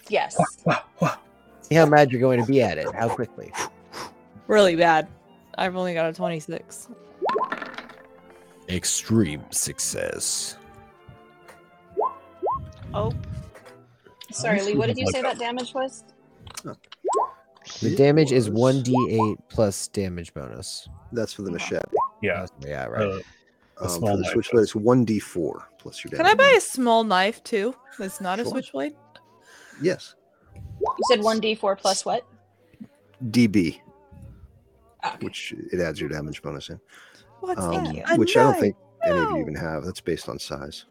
S3: yes.
S6: Wah, wah.
S4: See how mad you're going to be at it. How quickly.
S5: Really bad. I've only got a twenty-six.
S4: Extreme success.
S1: Oh,
S3: Sorry, Lee, what did you
S6: Like
S3: say
S6: that.
S3: that damage was?
S4: The
S2: It
S4: damage is
S2: was-
S4: 1d8 plus damage bonus.
S2: That's for the machete.
S6: Yeah.
S4: Yeah, right.
S6: uh, A
S2: Um,
S6: small
S2: for the
S6: knife
S2: switchblade,
S6: is-
S2: it's one d four plus your
S5: Can
S2: damage.
S5: I buy a small knife too? That's not a
S2: Sure.
S5: switchblade.
S2: Yes,
S3: You said one d four plus what?
S2: DB,
S3: Ah, okay.
S2: which it adds your damage bonus in,
S5: What's
S2: um,
S5: that?
S3: that?
S5: A
S2: which I don't
S5: knife?
S2: think any of you
S5: No.
S2: even have. That's based on size.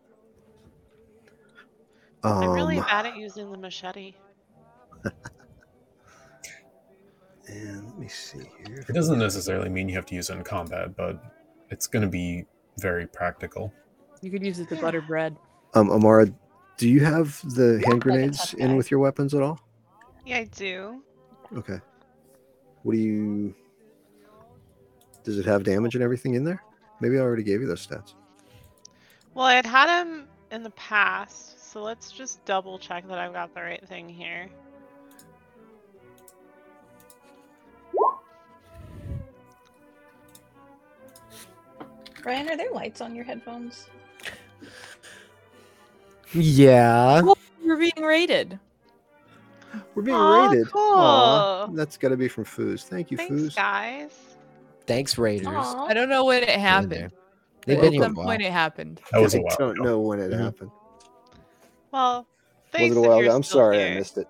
S1: I'm really
S2: Um,
S1: bad at using the machete.
S2: And let me see here.
S6: It doesn't necessarily mean you have to use it in combat, but it's going to be very practical.
S5: You could use it to butter bread.
S2: Um, Amara, do you have the hand
S3: Like a
S2: grenades
S3: tough guy.
S2: in with your weapons at all?
S1: Yeah, I do.
S2: Okay. What do you? Does it have damage and everything in there? Maybe I already gave you those stats.
S1: Well, I had had him in the past, so let's just double check that I've got the right thing here.
S3: Ryan, are there lights on your headphones?
S4: Yeah.
S5: You're being raided.
S2: We're being
S1: Aw,
S2: raided. Aw,
S1: cool.
S2: that's got to be from Foos. Thank you,
S1: Thanks,
S2: Foos.
S1: guys.
S4: Thanks, Raiders.
S3: Aw.
S5: I don't know when it happened.
S4: They've
S5: but
S4: been
S5: at
S4: here a
S5: some
S4: while.
S5: point, it happened.
S6: That was
S2: I
S6: a while.
S2: don't
S6: ago. Mm-hmm.
S2: know when it
S4: Mhm.
S2: happened.
S1: Well, thanks.
S2: Was it a
S1: if
S2: while
S1: you're
S2: ago? I'm
S1: still
S2: sorry, I
S1: here.
S2: missed it.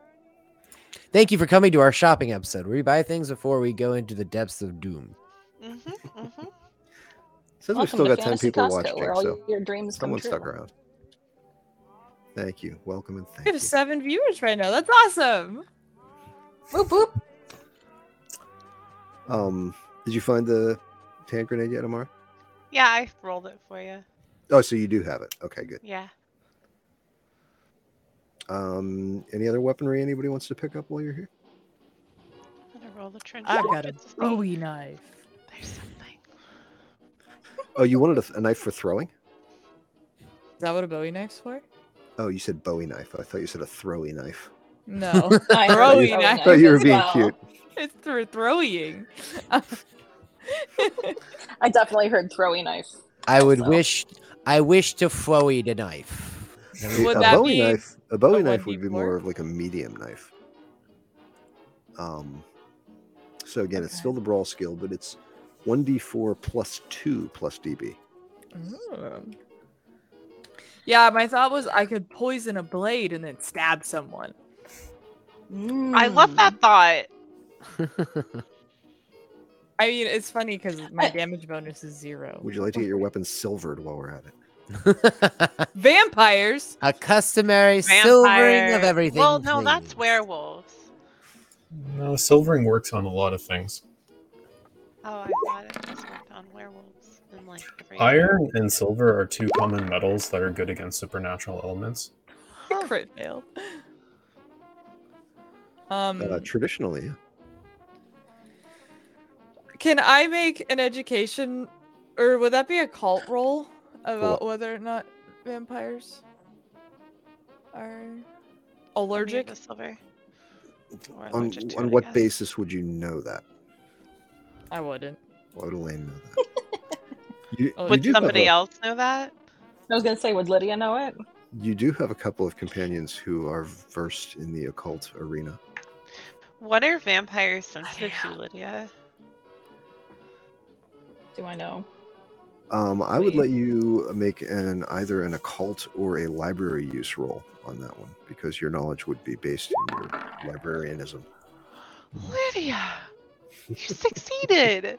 S4: Thank you for coming to our shopping episode where we buy things before we go into the depths of doom.
S1: Mhm, mhm.
S2: Says we've
S3: Welcome
S2: still
S3: to
S2: got ten
S3: Fantasy
S2: people
S3: Costco,
S2: watching,
S3: where all
S2: so
S3: your dreams come
S2: someone
S3: true.
S2: stuck around. Thank you. Welcome and thank
S5: We
S2: you.
S5: have seven viewers right now. That's awesome.
S3: Boop boop.
S2: Um, did you find the hand grenade yet, Amara?
S1: Yeah, I rolled it for you.
S2: Oh, so you do have it. Okay, good.
S1: Yeah.
S2: Um, any other weaponry anybody wants to pick up while you're here?
S1: I'm gonna roll the trench.
S5: I've
S1: coat
S5: got a
S1: just to see if
S5: Bowie knife.
S1: There's something.
S2: Oh, you wanted a, a knife for throwing?
S5: Is that what a Bowie knife's for?
S2: Oh, you said Bowie knife. I thought you said a throwy knife.
S5: No,
S3: I
S5: Throwing
S3: heard throwing
S5: knife.
S2: Oh, you were
S3: as
S2: being
S3: well.
S2: cute.
S5: it's for throwing.
S3: I definitely heard throwing knife.
S4: I would
S3: Also.
S4: wish I wish to flowy the knife.
S2: See,
S5: Would
S2: a
S5: that
S2: Bowie
S5: be
S2: knife. A Bowie
S5: a
S2: knife would be
S5: 1d4?
S2: more of like a medium knife. Um. So again, it's
S5: Okay.
S2: still the brawl skill, but it's one d four plus two plus db.
S5: Mm. Yeah, my thought was I could poison a blade and then stab someone.
S1: I love
S3: hmm.
S1: that thought.
S5: I mean, it's funny because
S3: I-
S5: my damage bonus is
S1: Oh,
S5: zero.
S2: Would you like to get your weapons silvered while we're at it?
S5: Vampires?
S4: a customary silvering of
S1: Vampire.
S4: everything.
S1: Well, no, that's
S4: please.
S1: werewolves.
S6: No, silvering works on a lot of things.
S1: Oh, I thought it just worked on werewolves and like every
S6: Iron and silver are two common metals that are good against supernatural elements.
S5: Crit fail. Um,
S2: Uh, traditionally, yeah.
S5: can I make an education, or would that be a cult roll about whether or not vampires are
S1: immune
S5: allergic?
S1: to silver. Or
S2: on,
S1: allergic to
S2: on
S1: it, Oh, I
S2: what
S1: guess.
S2: basis would you know that?
S5: I wouldn't.
S2: Why would Elaine know that? You, you
S5: Oh, Would
S1: Would
S2: do have
S1: somebody
S2: a-
S1: else know that?
S3: I was gonna say, would Lydia know it?
S2: You do have a couple of companions who are versed in the occult arena.
S1: What are vampires sensitive to,
S5: yeah.
S1: Lydia?
S3: Do I know?
S2: Um, I would
S5: Wait.
S2: let you make an either an occult or a library use role on that one because your knowledge would be based in your librarianism.
S1: Lydia, you succeeded.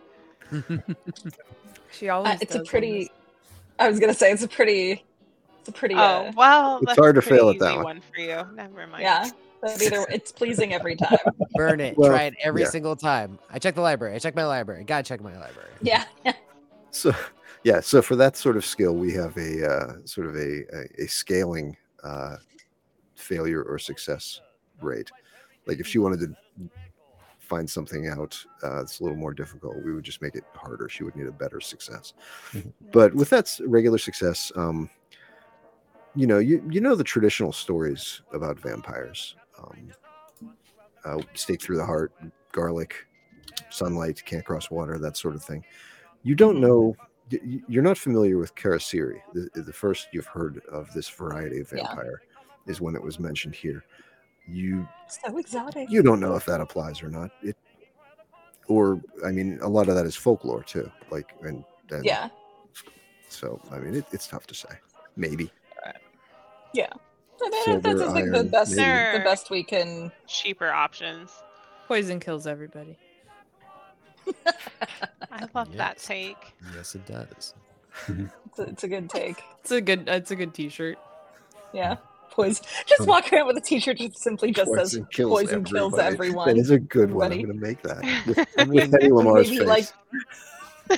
S5: She
S3: Uh,
S5: always.
S3: it's
S5: does
S3: a
S5: on
S3: pretty.
S5: this.
S3: I was gonna say it's a pretty. It's a pretty.
S1: Oh
S3: Uh,
S1: well,
S2: It's
S1: that's a
S2: hard to
S1: pretty
S2: fail at that
S1: easy
S2: one.
S1: for you. Never mind.
S3: yeah. But either it's pleasing every time.
S4: Burn it.
S2: Well,
S4: Try it every
S2: yeah.
S4: single time. I check the library. I check my library. Gotta check my library.
S3: Yeah.
S2: So, yeah. So for that sort of skill, we have a uh, sort of a a, a scaling uh, failure or success rate. Like if she wanted to find something out uh, that's a little more difficult, we would just make it harder. She would need a better success.
S6: Mhm.
S2: But with that s- regular success, um, you know, you you know the traditional stories about vampires. Um, uh, stake through the heart, garlic, sunlight, can't cross water, that sort of thing. You don't know. y- y- You're not familiar with Karasiri, the, the first you've heard of this variety of
S3: Yeah.
S2: vampire. is one that was mentioned here. You
S3: So exotic.
S2: you don't know if that applies or not. It or I mean, a lot of that is folklore too. Like and, and
S3: Yeah.
S2: So I mean, it, it's tough to say. Maybe
S3: No, that- uh, That's just like the
S2: Silver
S3: best,
S1: iron,
S3: the
S1: maybe.
S3: best we can.
S1: Cheaper options.
S5: Poison kills everybody.
S1: I love that
S4: Yes.
S1: take.
S4: Yes, it does.
S3: It's a, it's a good take.
S5: It's a good. It's a good T-shirt.
S3: Yeah. Poison. Just walk around with a T-shirt that simply just says
S2: kills
S3: poison kills everyone.
S2: That is a good one. I'm going
S3: Everybody.
S2: to make that with, with Penny Lamar's
S3: Maybe,
S2: face.
S3: like-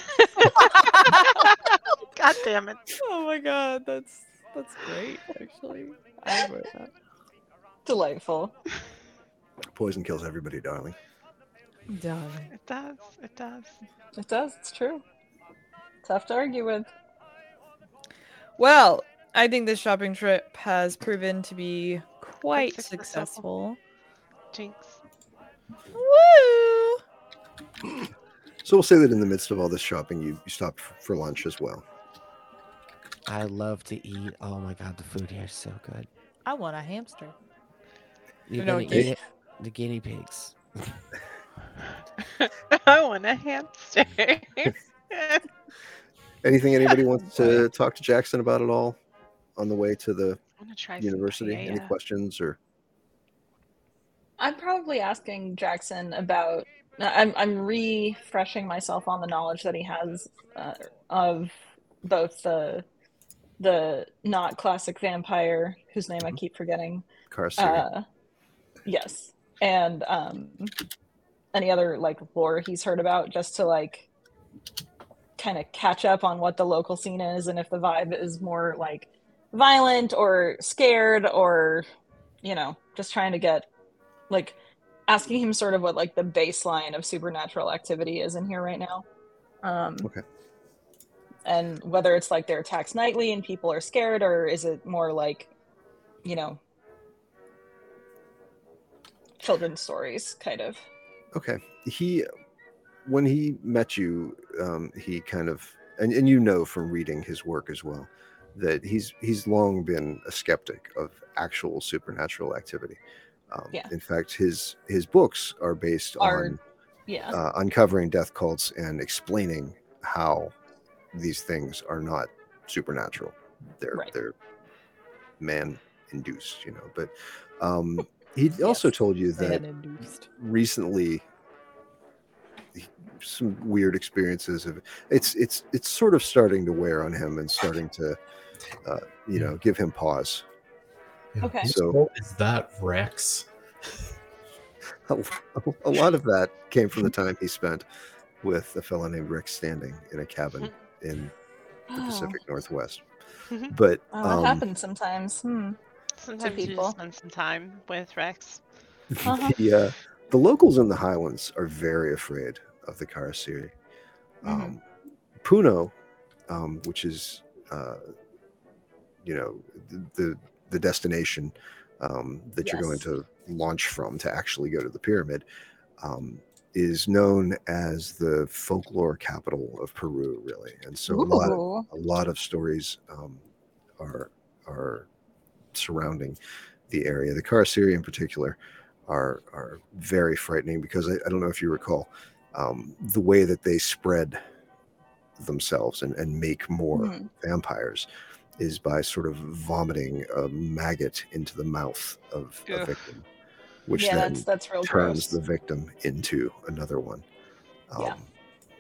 S1: God damn it.
S5: Oh my god, that's that's great. Actually, I wrote that.
S3: delightful.
S2: poison kills everybody, darling.
S5: Done.
S1: It does. It does.
S3: It does. It's true. Tough to argue with.
S5: Well, I think this shopping trip has proven to be quite
S1: successful.
S5: successful.
S1: Jinx.
S5: Woo!
S2: So we'll say that in the midst of all this shopping, you, you stopped f- for lunch as well.
S4: I love to eat. Oh my god, the food here is so good.
S5: I want a hamster.
S4: You're
S5: No,
S4: gonna
S5: it-
S4: eat it, the guinea pigs.
S1: I want a hamster.
S2: Anything anybody wants to talk to Jackson about at all on the way to the
S1: I want to try some
S2: university? Any
S1: paella.
S2: questions or
S3: I'm probably asking Jackson about. I'm I'm refreshing myself on the knowledge that he has uh, of both the the not classic vampire whose name I keep forgetting.
S2: car seat?
S3: Uh, yes, and um, any other like lore he's heard about, just to like kind of catch up on what the local scene is and if the vibe is more like violent or scared or you know just trying to get like asking him sort of what like the baseline of supernatural activity is in here right now um
S2: Okay.
S3: and whether it's like they're attacked nightly and people are scared or is it more like you know children's stories kind of
S2: Okay. He, when he met you, um, he kind of, and, and you know from reading his work as well, that he's he's long been a skeptic of actual supernatural activity. Um,
S3: Yeah.
S2: In fact, his his books are based
S3: Are-
S2: on
S3: yeah
S2: uh, uncovering death cults and explaining how these things are not supernatural. They're
S3: Right.
S2: they're man induced, you know. But um, he also
S3: Oh, Yes.
S2: told you that
S5: And induced.
S2: recently some weird experiences of it's it's it's sort of starting to wear on him and starting to uh, you know give him pause
S6: Yeah.
S3: Okay.
S6: Whose
S2: So-
S6: fault is that Rex?
S2: a, a lot of that came from the time he spent with a fellow named Rick Standing in a cabin in the
S3: Oh.
S2: Pacific Northwest
S1: Mhm.
S2: but
S3: Oh, that
S2: um,
S3: happens sometimes. Hmm.
S1: Sometimes you
S3: people.
S1: just spend some time with Rex.
S3: Uh-huh.
S2: the, uh, the locals in the highlands are very afraid of the Karasiri.
S3: Mm-hmm.
S2: Um, Puno, um, which is, uh, you know, the the, the destination um, that you're going
S3: Yes.
S2: to launch from to actually go to the pyramid, um, is known as the folklore capital of Peru, really. And so a lot of,
S3: Ooh.
S2: a lot of stories um, are are surrounding the area. The Karasiri, in particular, are are very frightening because I, I don't know if you recall um, the way that they spread themselves and, and make more
S3: Hmm.
S2: vampires is by sort of vomiting a maggot into the mouth of a
S1: Ugh.
S2: victim, which
S3: yeah,
S2: then
S3: that's that's real
S2: turns
S3: gross.
S2: the victim into another one. Um,
S3: Yeah.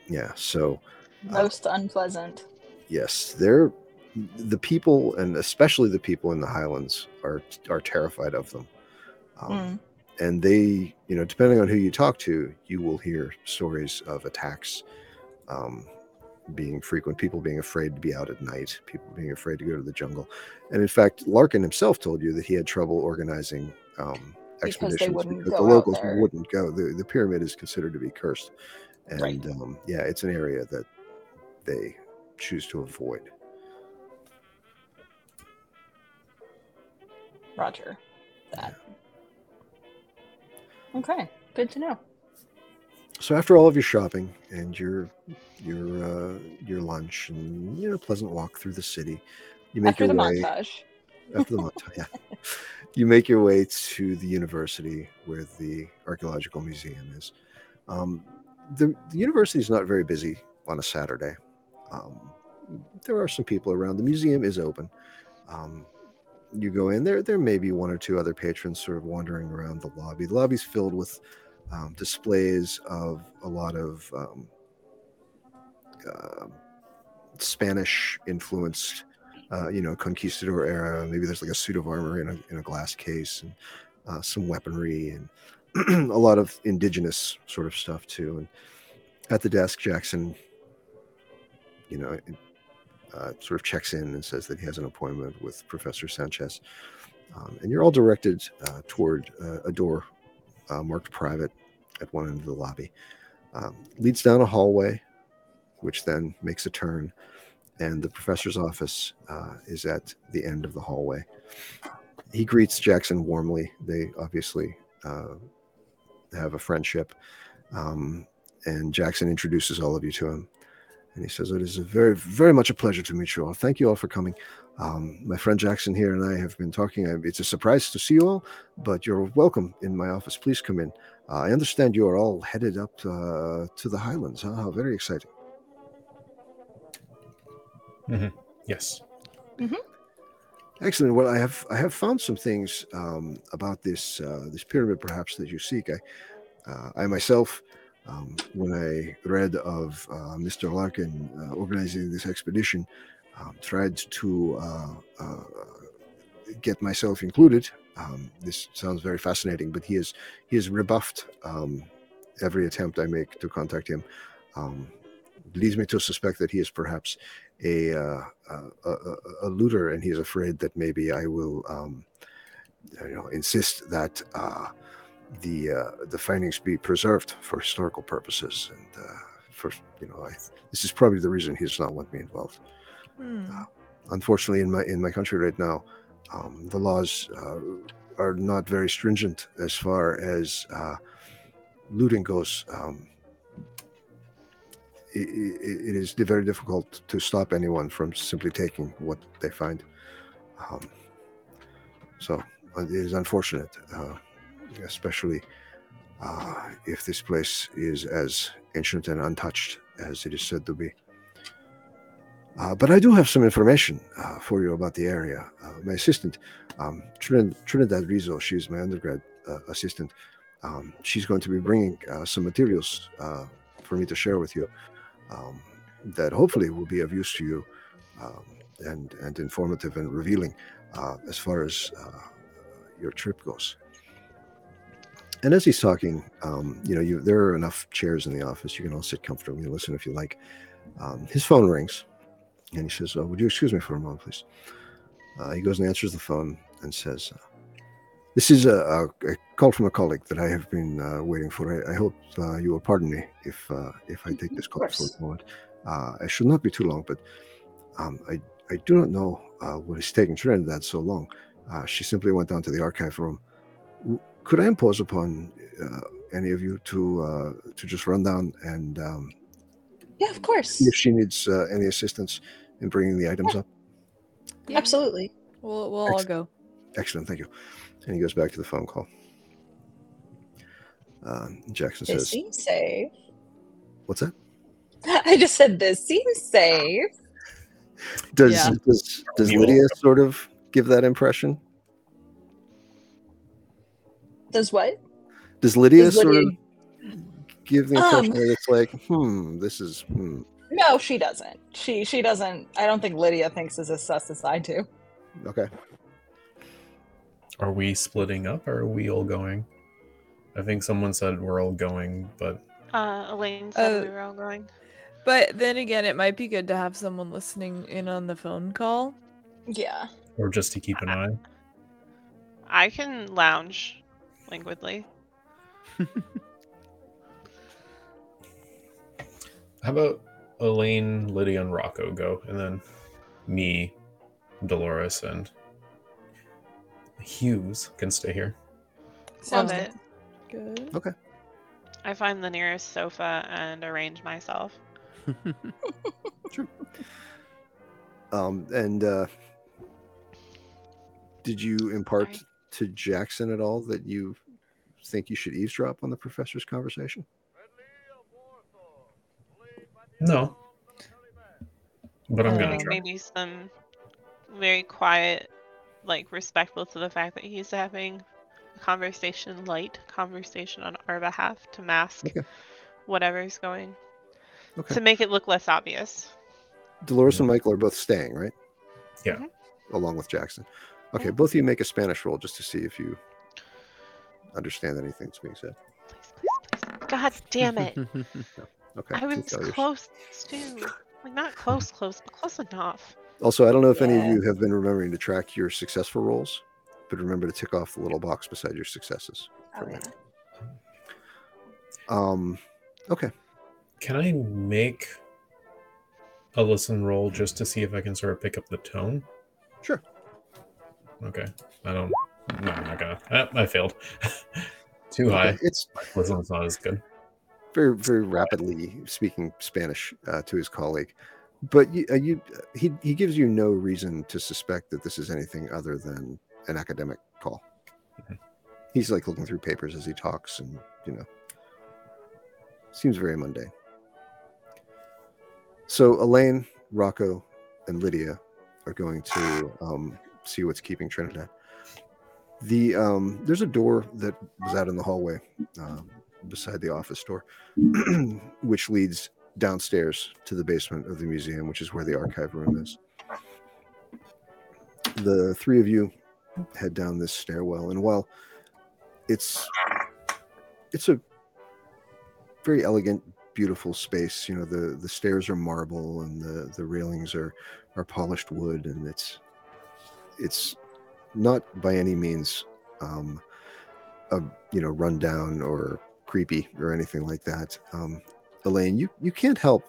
S2: yeah, so
S3: Most unpleasant.
S2: yes they're the people and especially the people in the highlands are are terrified of them um,
S3: Mm.
S2: and they you know depending on who you talk to you will hear stories of attacks um, being frequent people being afraid to be out at night people being afraid to go to the jungle and in fact larkin himself told you that he had trouble organizing um,
S3: Because they
S2: expeditions
S3: wouldn't
S2: because
S3: go
S2: the
S3: out
S2: locals
S3: there.
S2: wouldn't go the, the pyramid is considered to be cursed and
S3: Right.
S2: um, yeah it's an area that they choose to avoid
S3: Roger. That. Okay. Good to know.
S2: So after all of your shopping and your your uh, your lunch and you know pleasant walk through the city, you make
S3: After
S2: your
S3: the
S2: way
S3: montage.
S2: after the montage. Yeah, you make your way to the university where the archaeological museum is. Um, the, the university is not very busy on a Saturday. Um, there are some people around. The museum is open. Um, you go in there. There may be one or two other patrons sort of wandering around the lobby. The lobby's filled with um, displays of a lot of um, uh, Spanish influenced, uh, you know, conquistador era. Maybe there's like a suit of armor in a, in a glass case and uh, some weaponry and a lot of indigenous sort of stuff too. And at the desk, Jackson, you know, uh, sort of checks in and says that he has an appointment with Professor Sanchez. Um, and you're all directed uh, toward uh, a door uh, marked private at one end of the lobby. Um, leads down a hallway, which then makes a turn, and the professor's office uh, is at the end of the hallway. He greets Jackson warmly. They obviously uh, have a friendship. Um, and Jackson introduces all of you to him. And he says, It is a very, very much a pleasure to meet you all. Thank you all for coming. Um, my friend Jackson here and I have been talking. I- It's a surprise to see you all, but you're welcome in my office. Please come in. Uh, I understand you are all headed up uh, to the Highlands. Huh? How Very exciting.
S6: Yes.
S2: Excellent. Well, I have I have found some things um, about this uh, this pyramid, perhaps that you seek. I uh, I myself, um, when I read of uh, Mr. Larkin uh, organizing this expedition, um, tried to uh, uh, get myself included. Um, this sounds very fascinating, but he is he has rebuffed um, every attempt I make to contact him. Um, leads me to suspect that he is perhaps a, uh, a, a, a- a looter, and he's afraid that maybe I will, um, you know, insist that uh, the uh, the findings be preserved for historical purposes. And uh, for you know, I, this is probably the reason he does not want me involved.
S5: Hmm.
S2: Unfortunately, in my in my country right now, um, the laws uh, are not very stringent as far as uh, looting goes. Um, i i it is very difficult to stop anyone from simply taking what they find. Um, so uh, it is unfortunate, uh, especially uh, if this place is as ancient and untouched as it is said to be. Uh, but I do have some information uh, for you about the area. Uh, my assistant, um, Trin- Trinidad Rizzo, she's my undergrad uh, assistant. Um, she's going to be bringing uh, some materials uh, for me to share with you um, that hopefully will be of use to you um, and, and informative and revealing uh, as far as uh, your trip goes. And as he's talking, um, you know, you, there are enough chairs in the office. You can all sit comfortably and listen if you like. Um, his phone rings. And he says, uh, Would you excuse me for a moment, please? Uh, he goes and answers the phone and says, uh, This is a, a, a call from a colleague that I have been uh, waiting for. I, I hope uh, you will pardon me if uh, if I take this
S3: Mm-hmm, Of
S2: call for
S3: course.
S2: a moment. Uh, I should not be too long, but um, I, I do not know uh, what is taking Trinidad so long. Uh, she simply went down to the archive room. W- Could I impose upon uh, any of you to uh, to just run down and um,
S3: Yeah, of course.
S2: see if she needs uh, any assistance in bringing the items up?
S3: Absolutely.
S5: We'll, we'll all
S2: Ex-
S5: go.
S2: Excellent, thank you. And he goes back to the phone call. Um, Jackson
S3: This
S2: says,
S3: seems safe.
S2: "What's that?
S3: I just said this seems safe.
S2: Does
S5: Yeah.
S2: does, does
S6: You're
S2: Lydia sort of give that impression?
S3: Does what?
S2: Does Lydia
S3: Does
S2: sort
S3: Lydia-
S2: of give the
S3: Um.
S2: impression that it's like, hmm, this is hmm,
S3: No, she doesn't. She she doesn't. I don't think Lydia thinks as sus as I do.
S2: okay?
S6: Are we splitting up or are we all going? I think someone said we're all going, but
S1: Uh, Elaine said
S5: Uh,
S1: we were all going.
S5: But then again, it might be good to have someone listening in on the phone call.
S3: Yeah.
S6: or just to keep an eye.
S1: I can lounge languidly.
S6: How about Elaine, Lydia, and Rocco go, and then me, Dolores, and Hughes can stay here.
S3: Sounds
S1: Love
S3: good.
S1: it.
S5: Good.
S1: I find the nearest sofa and arrange myself.
S2: Um, and uh, did you impart
S1: Sorry.
S2: to Jackson at all that you think you should eavesdrop on the professor's conversation?
S6: No. But I'm gonna
S1: Doing
S6: try.
S1: maybe some very quiet, like respectful to the fact that he's having a conversation, light conversation on our behalf to mask
S2: Okay.
S1: whatever's going
S2: Okay.
S1: to make it look less obvious.
S2: Dolores and Michael are both staying, right?
S6: Yeah.
S1: Mhm.
S2: Along with Jackson. Okay, both of you make a Spanish roll just to see if you understand anything that's being said.
S1: Please, please, please. God damn it.
S2: Okay.
S1: I
S2: two
S1: was
S2: failures.
S1: close too. Like not close, close, but close enough.
S2: Also, I don't know if any of
S3: Yeah.
S2: you have been remembering to track your successful rolls, but remember to tick off the little box beside your successes.
S3: Oh,
S2: For a
S3: yeah.
S2: minute. Um, okay.
S6: Can I make a listen roll just to see if I can sort of pick up the tone?
S2: Sure.
S6: Okay. I don't. No, I'm not gonna. ah, I failed. Too high.
S2: Okay, It's
S6: Listen's not as good.
S2: very very rapidly speaking Spanish uh, to his colleague, but you, uh, you he he gives you no reason to suspect that this is anything other than an academic call.
S6: Mhm.
S2: He's like looking through papers as he talks, and you know, seems very mundane. So Elaine, Rocco, and Lydia are going to um, see what's keeping Trinidad. The um, there's a door that was out in the hallway um, beside the office door, which leads downstairs to the basement of the museum, which is where the archive room is. The three of you head down this stairwell, and while it's it's a very elegant, beautiful space, you know the the stairs are marble and the the railings are are polished wood, and it's it's not by any means um, a you know rundown or creepy or anything like that. Um, Elaine, you, you can't help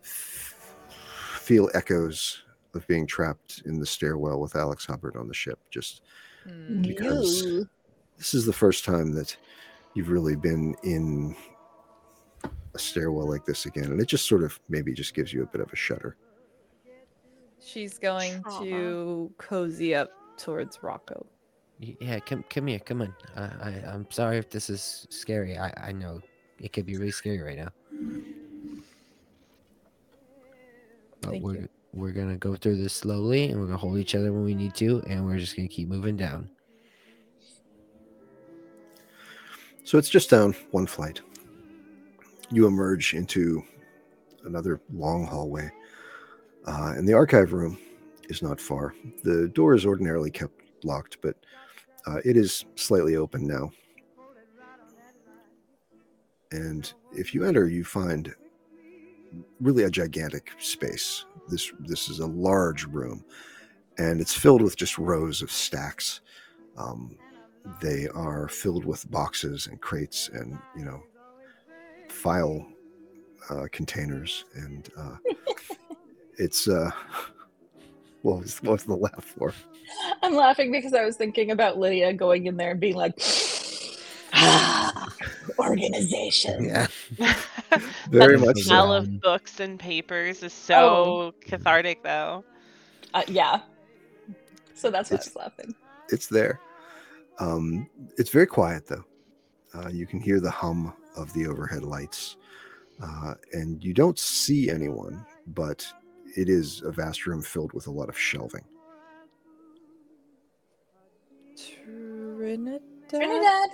S2: feel echoes of being trapped in the stairwell with Alex Hubbard on the ship. Just
S5: Hmm.
S2: Because-
S3: You.
S2: this is the first time that you've really been in a stairwell like this again, and it just sort of maybe just gives you a bit of a shudder.
S5: She's going
S1: Trauma.
S5: to cozy up towards Rocco.
S4: yeah, come come here, come on. I, I I'm sorry if this is scary. I I know it could be really scary right now. But
S5: Thank
S4: we're
S5: you.
S4: we're gonna go through this slowly, and we're gonna hold each other when we need to, and we're just gonna keep moving down.
S2: So it's just down one flight. You emerge into another long hallway, uh, and the archive room is not far. The door is ordinarily kept locked, but uh, it is slightly open now. And if you enter, you find really a gigantic space. This this is a large room, and it's filled with just rows of stacks. Um, they are filled with boxes and crates and you know file uh, containers and uh, it's uh what was, what was the laugh for
S3: I'm laughing because I was thinking about Lydia going in there and being like, ah, organization.
S4: Yeah.
S2: very
S4: That
S2: much
S4: is
S2: so.
S4: loud.
S1: Smell
S4: Um,
S1: of books and papers is so cathartic though.
S3: Uh, yeah. So that's why I
S2: It's-
S3: was laughing.
S2: it's there um it's very quiet though uh, you can hear the hum of the overhead lights uh, and you don't see anyone but it is a vast room filled with a lot of shelving
S5: Trinidad.
S3: Trinidad.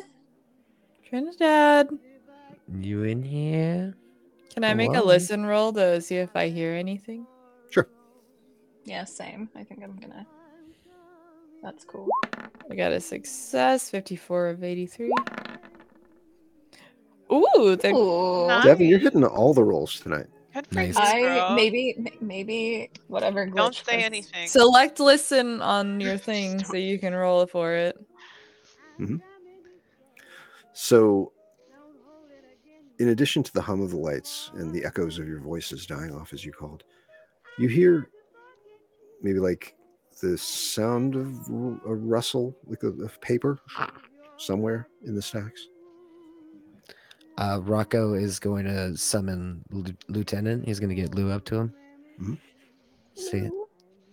S5: Trinidad.
S4: You in here?
S5: Can I make a
S4: Hello?
S5: listen roll to see if I hear anything?
S3: Yeah, same. I think I'm gonna. That's cool.
S5: I got a success, 54 of 83. Ooh, the
S3: Ooh.
S1: Nice.
S2: devin you're hitting all the rolls tonight
S1: Good for
S4: Nice.
S1: you,
S3: I
S1: girl.
S3: maybe m- maybe whatever. Glitch
S1: don't say
S3: was-
S1: anything.
S5: select listen on your thing so you can roll for it.
S2: So, in addition to the hum of the lights and the echoes of your voices dying off as you called, you hear maybe like the sound of ru- a rustle, like of, of paper somewhere in the stacks.
S4: Uh, Rocco is going to summon Lu- Lieutenant. He's going to get Lou up to him.
S2: Mhm.
S4: Say,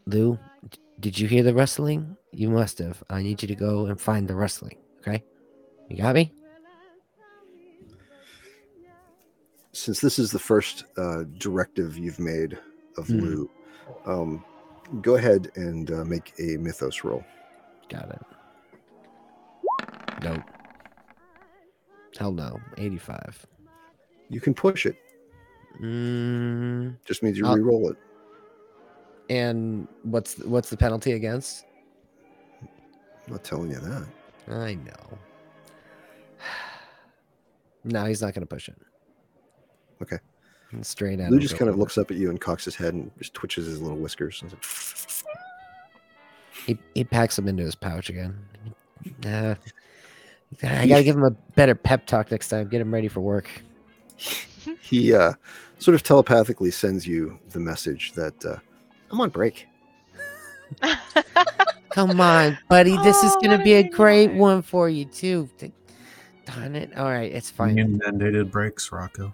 S4: Lou, d- Did you hear the rustling? You must have. I need you to go and find the rustling. Okay? You got me?
S2: since this is the first uh, directive you've made of
S4: Mhm.
S2: Lou, um, go ahead and uh, make a mythos roll.
S4: Got it. Nope. Hell no. 85.
S2: You can push it.
S4: Mm,
S2: Just means you
S4: Uh,
S2: re-roll it.
S4: and what's what's the penalty against?
S2: I'm not telling you that.
S4: I know. no, he's not going to push it.
S2: Okay.
S4: Straight at
S2: Lou
S4: him,
S2: just
S4: go
S2: kind of
S4: for it.
S2: looks up at you and cocks his head and just twitches his little whiskers. And is like,
S4: He, he packs him into his pouch again. Uh, I gotta give him a better pep talk next time. Get him ready for work.
S2: he uh, sort of telepathically sends you the message that uh, I'm on break.
S4: Come on, buddy. This is
S1: Oh,
S4: gonna
S1: what
S4: be
S1: a
S4: a
S1: good
S4: great
S1: guy.
S4: one for you too. D- Darn it! All right, it's fine.
S6: Union mandated breaks, Rocco.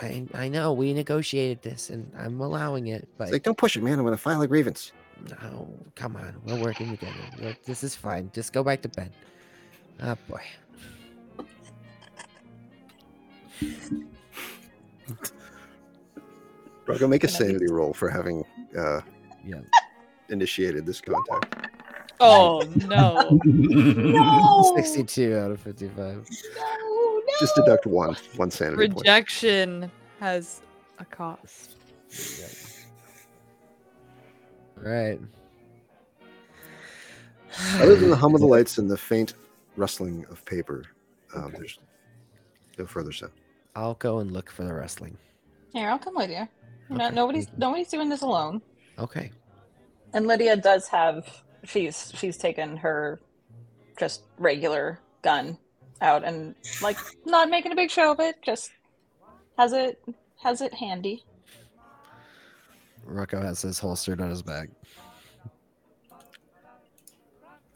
S4: I, I know we negotiated this, and I'm allowing it. But
S2: It's like, don't push it, man. I'm gonna file a grievance.
S4: no, come on, we're working together. Look, This is fine. Just go back to bed. Oh boy.
S2: Go make a
S3: Gonna be-
S2: sanity roll for having uh,
S4: Yeah.
S2: initiated this contact.
S5: Oh no.
S3: No.
S4: 62 out of 55.
S3: No. No.
S2: Just deduct one, one sanity point.
S5: Rejection has a cost.
S4: All right.
S2: Other than the hum of the lights and the faint rustling of paper, um,
S4: Okay.
S2: there's no further sound.
S4: I'll go and look for the wrestling.
S3: Here, I'll come with you. No,
S4: Okay.
S3: nobody's nobody's doing this alone.
S4: Okay.
S3: And Lydia does have she's she's taken her just regular gun out and like not making a big show of it, just has it has it handy.
S4: Rocco has his holstered on his back.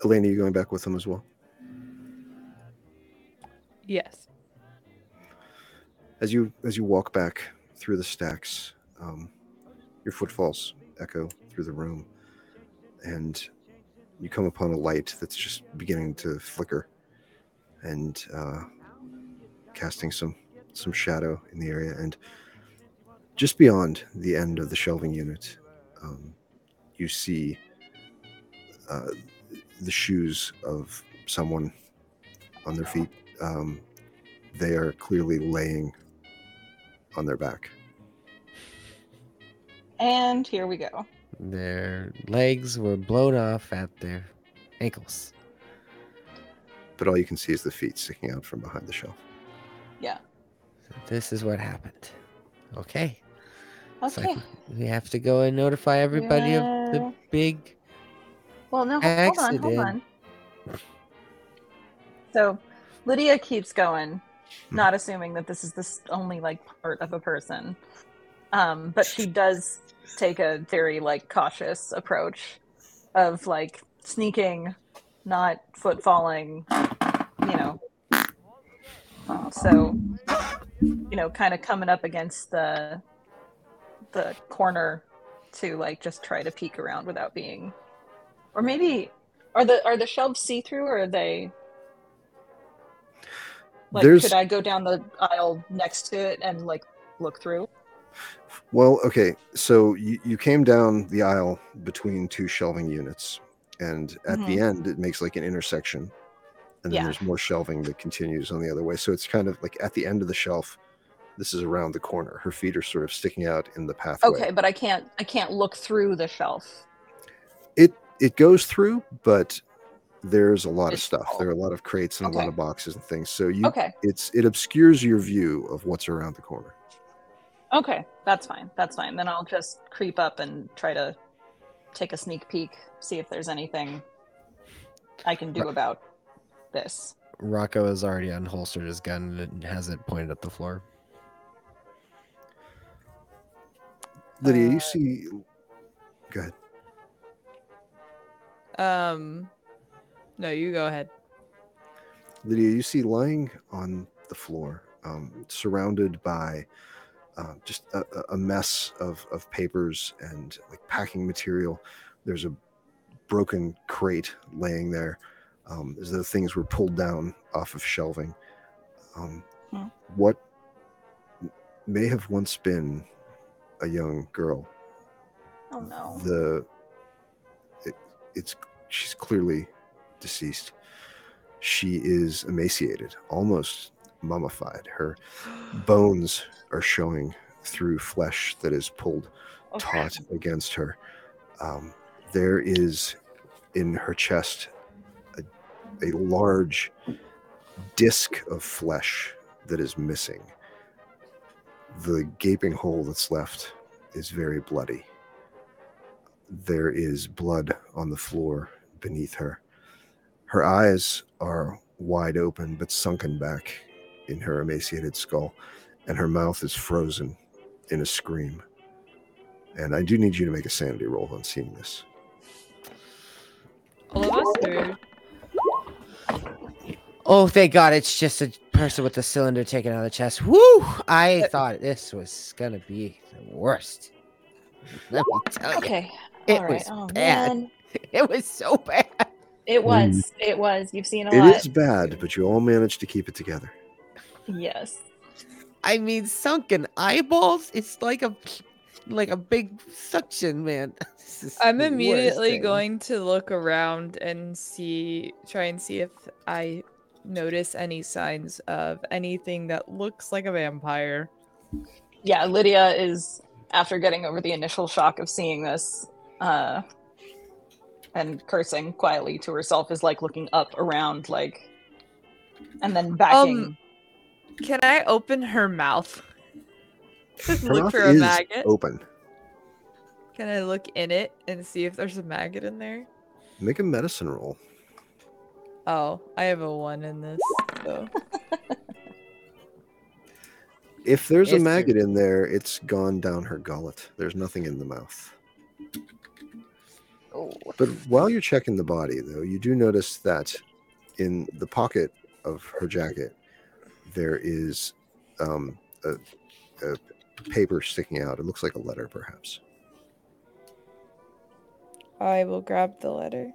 S2: Elena, you going back with them as well?
S5: Yes.
S2: As you as you walk back through the stacks, um, your footfalls echo through the room, and you come upon a light that's just beginning to flicker, and uh, casting some some shadow in the area. And just beyond the end of the shelving unit, um, you see uh, the shoes of someone on their feet. Um, they are clearly laying on their back.
S3: And here we go.
S4: Their legs were blown off at their ankles.
S2: but all you can see is the feet sticking out from behind the shelf.
S4: This is what happened. Okay. It's like
S3: Okay.
S4: we have to go and notify everybody of the
S3: Yeah.
S4: big.
S3: Well, no, ho- hold on, hold
S4: Accident.
S3: on. So, Lydia keeps going, not assuming that this is the s- only like part of a person. Um, but she does take a very like cautious approach of like sneaking, not footfalling, you know. uh, So, you know, kind of coming up against the the corner to like just try to peek around without being or maybe are the are the shelves see through or are they like
S2: There's-
S3: could I go down the aisle next to it and like look through?
S2: Well, okay, so you, you came down the aisle between two shelving units, and at the end, it makes like an intersection, and then
S3: Mm-hmm. Yeah.
S2: there's more shelving that continues on the other way. So it's kind of like at the end of the shelf, this is around the corner. Her feet are sort of sticking out in the pathway.
S3: Okay, but I can't I can't look through the shelf.
S2: It it goes through, but there's a lot of
S3: It's
S2: stuff.
S3: all-
S2: There are a lot of crates and a lot
S3: Okay.
S2: of boxes and things. So you
S3: Okay.
S2: it's it obscures your view of what's around the corner.
S3: Okay, that's fine. That's fine. Then I'll just creep up and try to take a sneak peek, see if there's anything I can do about this.
S4: Rocco has already unholstered his gun and has it pointed at the floor.
S2: Lydia,
S5: Uh,
S2: you see. Go ahead.
S5: Um no, you go ahead.
S2: Lydia, you see lying on the floor, um, surrounded by uh, just a, a- a mess of, of papers and like packing material. There's a broken crate laying there um, as though things were pulled down off of shelving. Um,
S3: Hmm.
S2: What may have once been a young girl,
S3: Oh no.
S2: the it, it's she's clearly deceased. She is emaciated, almost mummified. Her bones are showing through flesh that is pulled
S3: Oh, crap.
S2: taut against her. Um, there is in her chest a, a large disc of flesh that is missing. The gaping hole that's left is very bloody. There is blood on the floor beneath her. Her eyes are wide open but sunken back in her emaciated skull, and her mouth is frozen in a scream. And I do need you to make a sanity roll on seeing this.
S5: All of us or
S7: Oh, thank God! It's just a person with a cylinder taken out of the chest. Woo!
S5: Uh,
S7: I thought this was gonna be the worst. Let me tell you,
S3: Okay.
S7: It
S3: All right.
S7: was
S3: Oh
S7: bad.
S3: man.
S7: it was so bad.
S3: It was. It was. You've seen a
S2: It
S3: lot.
S2: is bad, but you all managed to keep it together.
S3: Yes.
S7: I mean, sunken eyeballs. It's like a like a big suction, man. This is
S5: I'm
S7: the worst
S5: immediately
S7: thing.
S5: going to look around and see, try and see if I notice any signs of anything that looks like a vampire.
S3: Yeah, Lydia is after getting over the initial shock of seeing this, uh and cursing quietly to herself is like looking up around like and then backing
S5: Um, Can I open her mouth?
S2: Her
S5: look
S2: mouth
S5: for a
S2: is
S5: maggot.
S2: Open.
S5: Can I look in it and see if there's a maggot in there?
S2: Make a medicine roll.
S5: Oh, I have a one in this. So.
S2: If there's
S7: Yes,
S2: a
S7: sir.
S2: maggot in there, it's gone down her gullet. There's nothing in the mouth.
S3: Oh.
S2: But while you're checking the body, though, you do notice that in the pocket of her jacket, there is um, a, a paper sticking out. It looks like a letter, perhaps.
S5: I will grab the letter.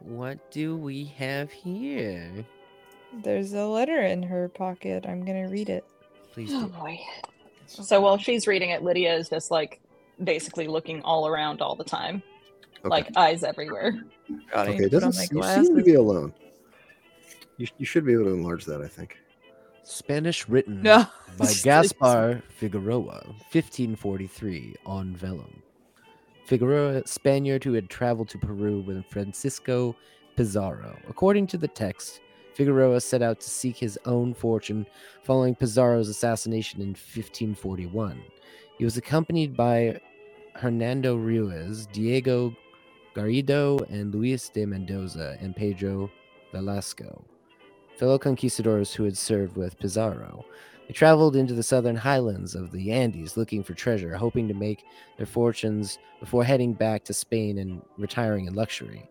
S7: What do we have here?
S5: There's a letter in her pocket. I'm gonna read it.
S7: Please
S3: Oh
S7: do.
S3: boy. So while she's reading it, Lydia is just like basically looking all around all the time,
S2: Okay.
S3: like eyes everywhere.
S5: God, I need
S2: okay,
S5: to
S2: it
S5: put on
S2: doesn't.
S5: my
S2: You seem to
S5: glasses.
S2: be alone. You, you should be able to enlarge that, I think.
S4: Spanish written
S5: No.
S4: by
S5: Just like-
S4: Gaspar Figueroa, 1543, on vellum. Figueroa, Spaniard who had traveled to Peru with Francisco Pizarro. According to the text, Figueroa set out to seek his own fortune following Pizarro's assassination in 1541. He was accompanied by Hernando Ruiz, Diego Garrido, and Luis de Mendoza, and Pedro Velasco, fellow conquistadors who had served with Pizarro. They traveled into the southern highlands of the Andes looking for treasure, hoping to make their fortunes before heading back to Spain and retiring in luxury.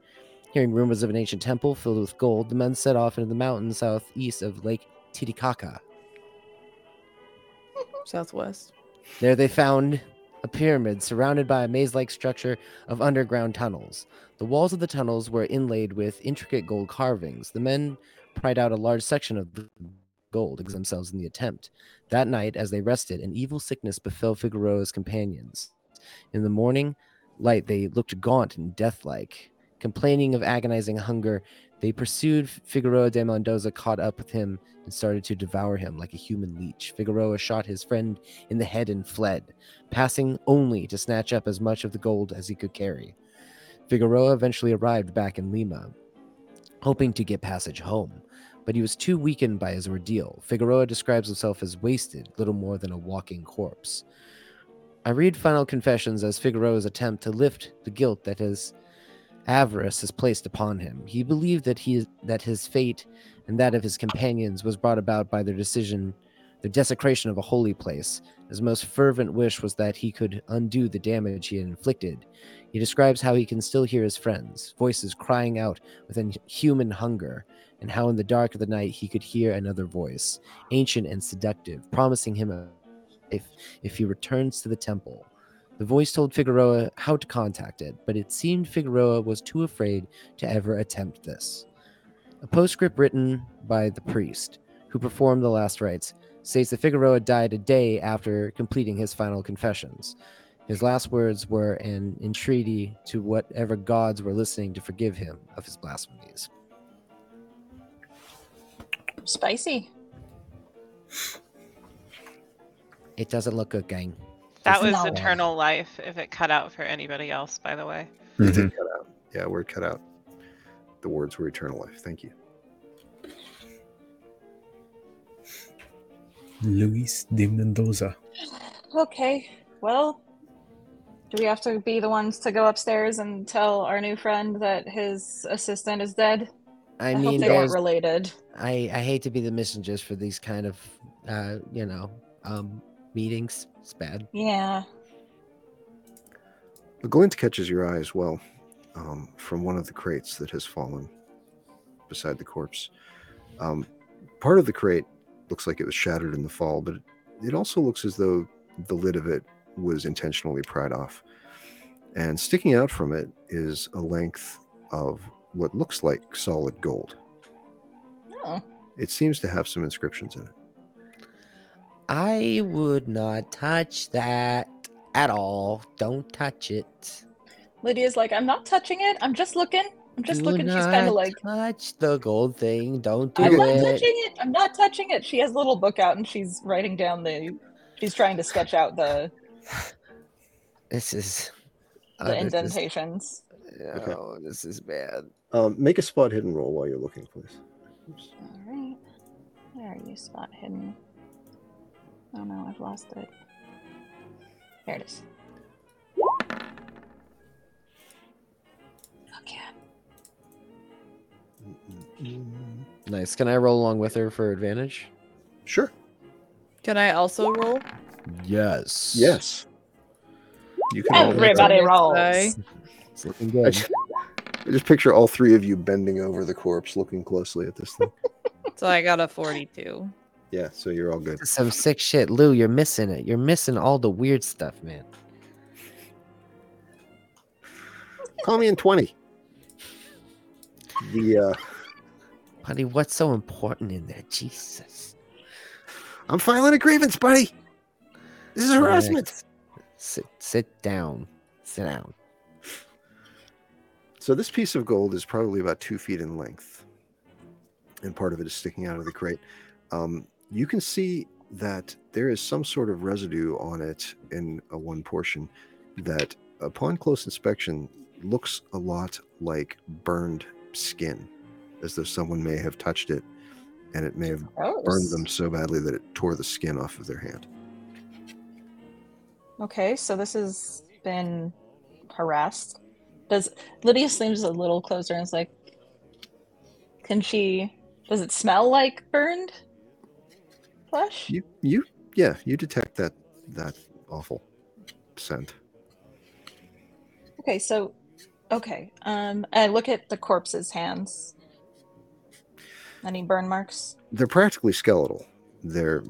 S4: Hearing rumors of an ancient temple filled with gold, the men set off into the mountains southeast of Lake Titicaca.
S5: Southwest.
S4: There they found a pyramid surrounded by a maze like structure of underground tunnels. The walls of the tunnels were inlaid with intricate gold carvings. The men pried out a large section of the gold ex- themselves in the attempt. That night, as they rested, an evil sickness befell Figueroa's companions. In the morning light, they looked gaunt and deathlike. Complaining of agonizing hunger, they pursued Figueroa de Mendoza, caught up with him, and started to devour him like a human leech. Figueroa shot his friend in the head and fled, passing only to snatch up as much of the gold as he could carry. Figueroa eventually arrived back in Lima, hoping to get passage home, but he was too weakened by his ordeal. Figueroa describes himself as wasted, little more than a walking corpse. I read Final Confessions as Figueroa's attempt to lift the guilt that his avarice has placed upon him. He believed that he that his fate and that of his companions was brought about by their decision, the desecration of a holy place, his most fervent wish was that he could undo the damage he had inflicted. He describes how he can still hear his friends, voices crying out with an human hunger, and how in the dark of the night he could hear another voice, ancient and seductive, promising him a if if he returns to the temple. The voice told Figueroa how to contact it, but it seemed Figueroa was too afraid to ever attempt this. A postscript written by the priest, who performed the last rites, states that Figueroa died a day after completing his final confessions. His last words were an entreaty to whatever gods were listening to forgive him of his blasphemies.
S3: Spicy.
S4: It doesn't look good, gang.
S1: That
S4: It's
S1: was
S3: not-
S1: eternal life if it cut out for anybody else, by the way.
S2: It
S6: Mm-hmm.
S2: did cut out. Yeah, word cut out. The words were eternal life. Thank you.
S6: Luis de Mendoza.
S3: Okay. Well, do we have to be the ones to go upstairs and tell our new friend that his assistant is dead?
S4: I,
S3: I,
S4: mean,
S3: hope they weren't
S4: there's,
S3: related.
S4: I, I hate to be the messengers for these kind of, uh, you know, um, meetings. It's bad.
S3: Yeah.
S2: The glint catches your eye as well um, from one of the crates that has fallen beside the corpse. Um, part of the crate looks like it was shattered in the fall, but it also looks as though the lid of it was intentionally pried off. And sticking out from it is a length of what looks like solid gold.
S3: Oh.
S2: It seems to have some inscriptions in it.
S7: I would not touch that at all. Don't touch it.
S3: Lydia's like, I'm not touching it. I'm just looking. I'm just
S7: Do
S3: looking. She's
S7: not
S3: kind of like,
S7: touch the gold thing. Don't do
S3: I'm not
S7: it.
S3: touching it. I'm not touching it. She has a little book out and she's writing down the. She's trying to sketch out the,
S7: This is
S3: the
S7: oh, this is-
S3: indentations.
S2: Okay.
S7: oh, this is bad.
S2: Um, make a spot hidden roll while you're looking, please. Oops.
S3: All right. Where are you, spot hidden? Oh no, I've lost it. There it is. Okay.
S4: Nice. Can I roll along with her for advantage?
S2: Sure.
S5: Can I also roll?
S4: Yes.
S2: Yes. You can all-
S3: Everybody rolls.
S5: Say.
S4: It's looking
S2: I
S4: good.
S2: just, I just picture all three of you bending over the corpse, looking closely at this thing.
S5: So I got a 42.
S2: Yeah, so you're all good.
S7: This is Some sick shit, Lou. You're missing it. You're missing all the weird stuff, man.
S2: Call me in twenty. The uh,
S7: Buddy, what's so important in there? Jesus.
S2: I'm filing a grievance, buddy. This is harassment.
S7: Relax. Sit, sit down. Sit down.
S2: So this piece of gold is probably about two feet in length, and part of it is sticking out of the crate. Um, you can see that there is some sort of residue on it in a one portion that, upon close inspection, looks a lot like burned skin, as though someone may have touched it, and it may have burned
S3: Gross.
S2: them so badly that it tore the skin off of their hand.
S3: Okay, so this has been harassed. Does Lydia seems a little closer and is like, can she? Does it smell like burned flesh?
S2: You, you, yeah, you detect that that awful scent.
S3: Okay, so okay. Um, I look at the corpse's hands. Any burn marks?
S2: they're practically skeletal. They're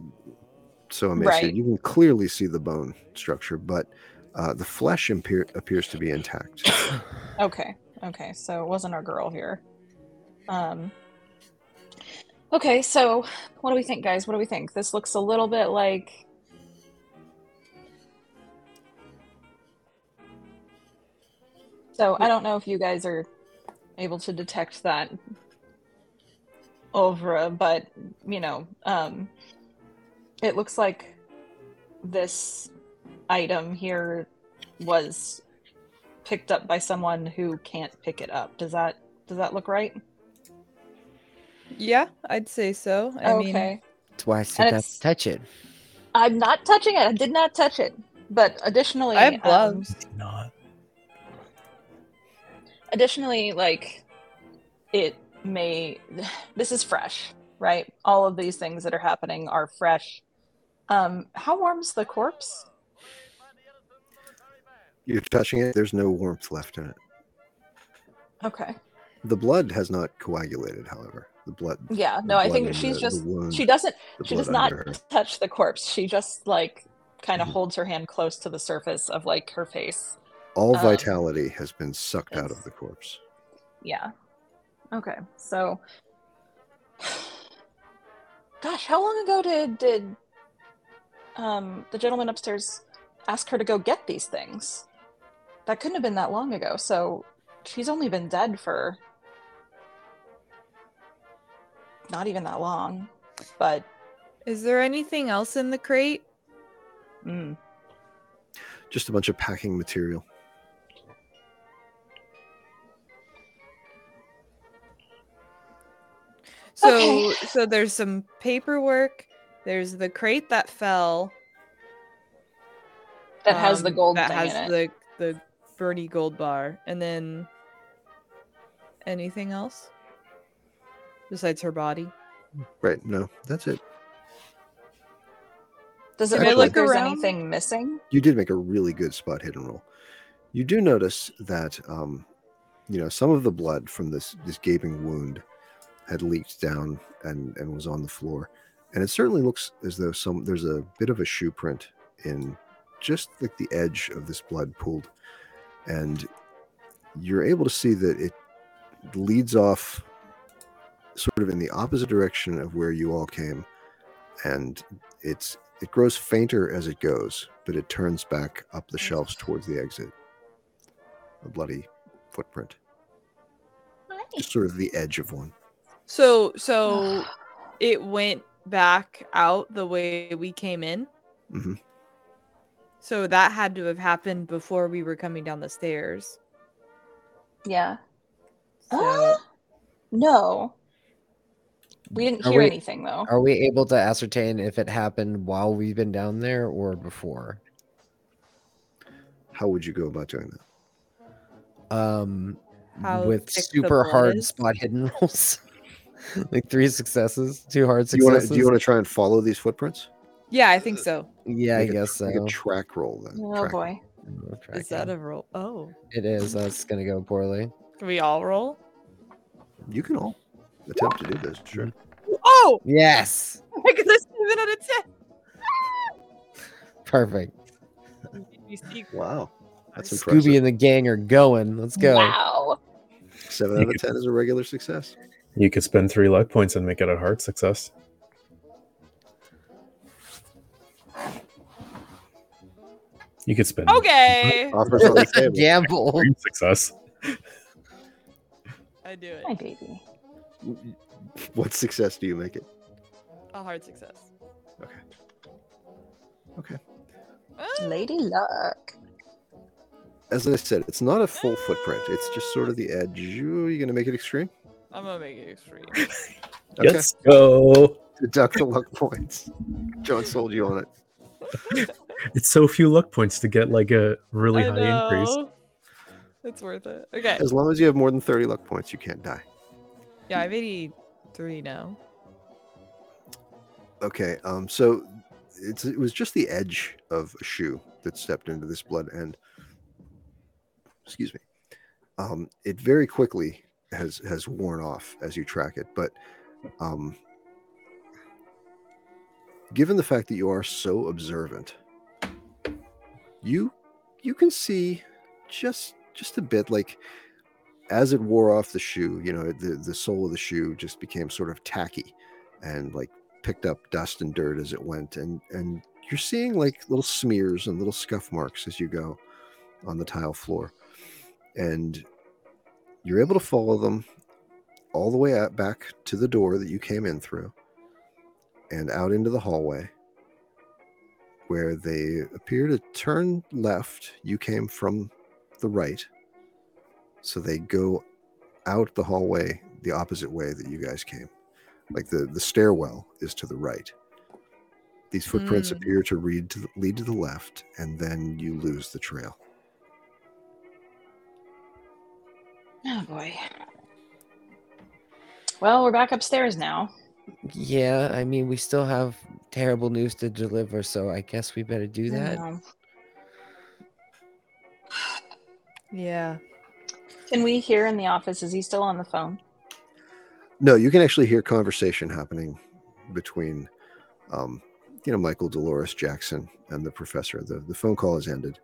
S2: so emaciated.
S3: Right.
S2: You can clearly see the bone structure, but uh, the flesh appear- appears to be intact.
S3: Okay, okay. So it wasn't our girl here. Um. Okay, so what do we think, guys? What do we think? This looks a little bit like So I don't know if you guys are able to detect that over, but you know, um, it looks like this item here was picked up by someone who can't pick it up. Does that does that look right?
S5: Yeah, I'd say so. I
S3: okay.
S5: mean,
S7: That's why I said not
S3: it's-
S7: to touch it.
S3: I'm not touching it. I did not touch it. But additionally,
S5: I have
S3: um,
S5: gloves.
S6: Not.
S3: additionally like it may this is fresh right all of these things that are happening are fresh um how warm's the corpse
S2: You're touching it, there's no warmth left in it.
S3: okay
S2: The blood has not coagulated, however. The blood.
S3: yeah
S2: the
S3: no i
S2: blood
S3: think
S2: in
S3: she's
S2: the-
S3: just
S2: the wound,
S3: she doesn't
S2: the
S3: she
S2: blood
S3: does not
S2: under her.
S3: touch the corpse she just like kind
S2: Mm-hmm.
S3: of holds her hand close to the surface of like her face.
S2: All
S3: Um,
S2: vitality has been sucked out of
S3: it's-
S2: the corpse.
S3: Yeah. Okay. So gosh, how long ago did did um the gentleman upstairs ask her to go get these things? That couldn't have been that long ago. So she's only been dead for not even that long. But
S5: Is there anything else in the crate?
S3: mm,
S2: Just a bunch of packing material.
S5: So
S3: Okay.
S5: so there's some paperwork. There's the crate that fell
S3: that has the
S5: um,
S3: gold
S5: That
S3: thing
S5: has
S3: in it.
S5: the the Bernie gold bar, and then anything else besides her body.
S2: Right, no, that's it.
S3: Does it
S2: Can I
S3: look like
S5: look
S3: there's
S5: around?
S3: anything missing?
S2: You did make a really good spot hidden roll. You do notice that, um, you know, some of the blood from this this gaping wound had leaked down and and was on the floor, and it certainly looks as though some there's a bit of a shoe print in just like the edge of this blood pooled, and you're able to see that it leads off sort of in the opposite direction of where you all came, and it's it grows fainter as it goes, but it turns back up the shelves towards the exit. A bloody footprint. Just sort of the edge of one.
S5: So so it went back out the way we came in.
S2: Mhm.
S5: So that had to have happened before we were coming down the stairs.
S3: Yeah.
S5: So
S3: Uh, no. We didn't
S4: Are
S3: hear
S4: we-
S3: anything though.
S4: Are we able to ascertain if it happened while we've been down there or before?
S2: How would you go about doing that?
S4: Um,
S5: How
S4: with
S5: thick the
S4: super
S5: blood
S4: hard
S5: is?
S4: spot hidden rolls, like three successes, two hard
S2: Do you, want
S4: successes.
S2: to, do you want to try and follow these footprints?
S5: yeah, I think so.
S4: yeah, I
S2: Make a
S4: guess
S2: tr-
S4: so.
S2: make a track roll then.
S3: Oh
S2: Track roll.
S3: boy.
S5: Is that a roll? Oh,
S4: It is. That's gonna go poorly.
S5: can we all roll?
S2: You can all attempt to do this. Mm-hmm. Sure.
S5: Oh,
S4: Yes,
S5: because I seven out of ten.
S4: perfect.
S5: You see-
S2: Wow. That's impressive.
S4: Scooby and the gang are going. Let's go.
S3: Wow.
S2: Seven out of ten is a regular success.
S6: You could spend three luck points and make it a hard success. You could spend
S5: Okay,
S2: Offers on the
S4: That's a
S2: table.
S4: gamble.
S6: three success.
S5: I do
S3: My
S5: it.
S3: baby.
S2: What success do you make it?
S5: A hard success.
S2: Okay. Okay.
S5: Ah,
S3: Lady luck.
S2: As I said, it's not a full footprint. It's just sort of the edge. Ooh, you gonna make it extreme?
S5: I'm gonna make it extreme.
S6: Let's go.
S2: deduct the luck points. John sold you on it.
S6: It's so few luck points to get like a really
S5: I
S6: high increase.
S5: know. It's worth it. Okay.
S2: As long as you have more than 30 luck points, you can't die.
S5: Yeah, I'm 83 now.
S2: Okay, um, so it's it was just the edge of a shoe that stepped into this blood end. Excuse me. Um, it very quickly has has worn off as you track it, but um, given the fact that you are so observant, you you can see just just a bit like as it wore off the shoe, you know, the the sole of the shoe just became sort of tacky and like picked up dust and dirt as it went and and you're seeing like little smears and little scuff marks as you go on the tile floor and you're able to follow them all the way out back to the door that you came in through and out into the hallway where they appear to turn left you came from the right so they go out the hallway the opposite way that you guys came like the the stairwell is to the right these footprints
S5: Mm.
S2: appear to read to the, lead to the left and then you lose the trail
S3: Oh boy. Well, we're back upstairs now.
S4: Yeah, I mean, we still have terrible news to deliver, so I guess we better do that.
S3: Um,
S5: Yeah.
S3: Can we hear in the office? Is he still on the phone?
S2: no you can actually hear conversation happening between um you know, Michael Dolores Jackson and the professor. The, the phone call has ended,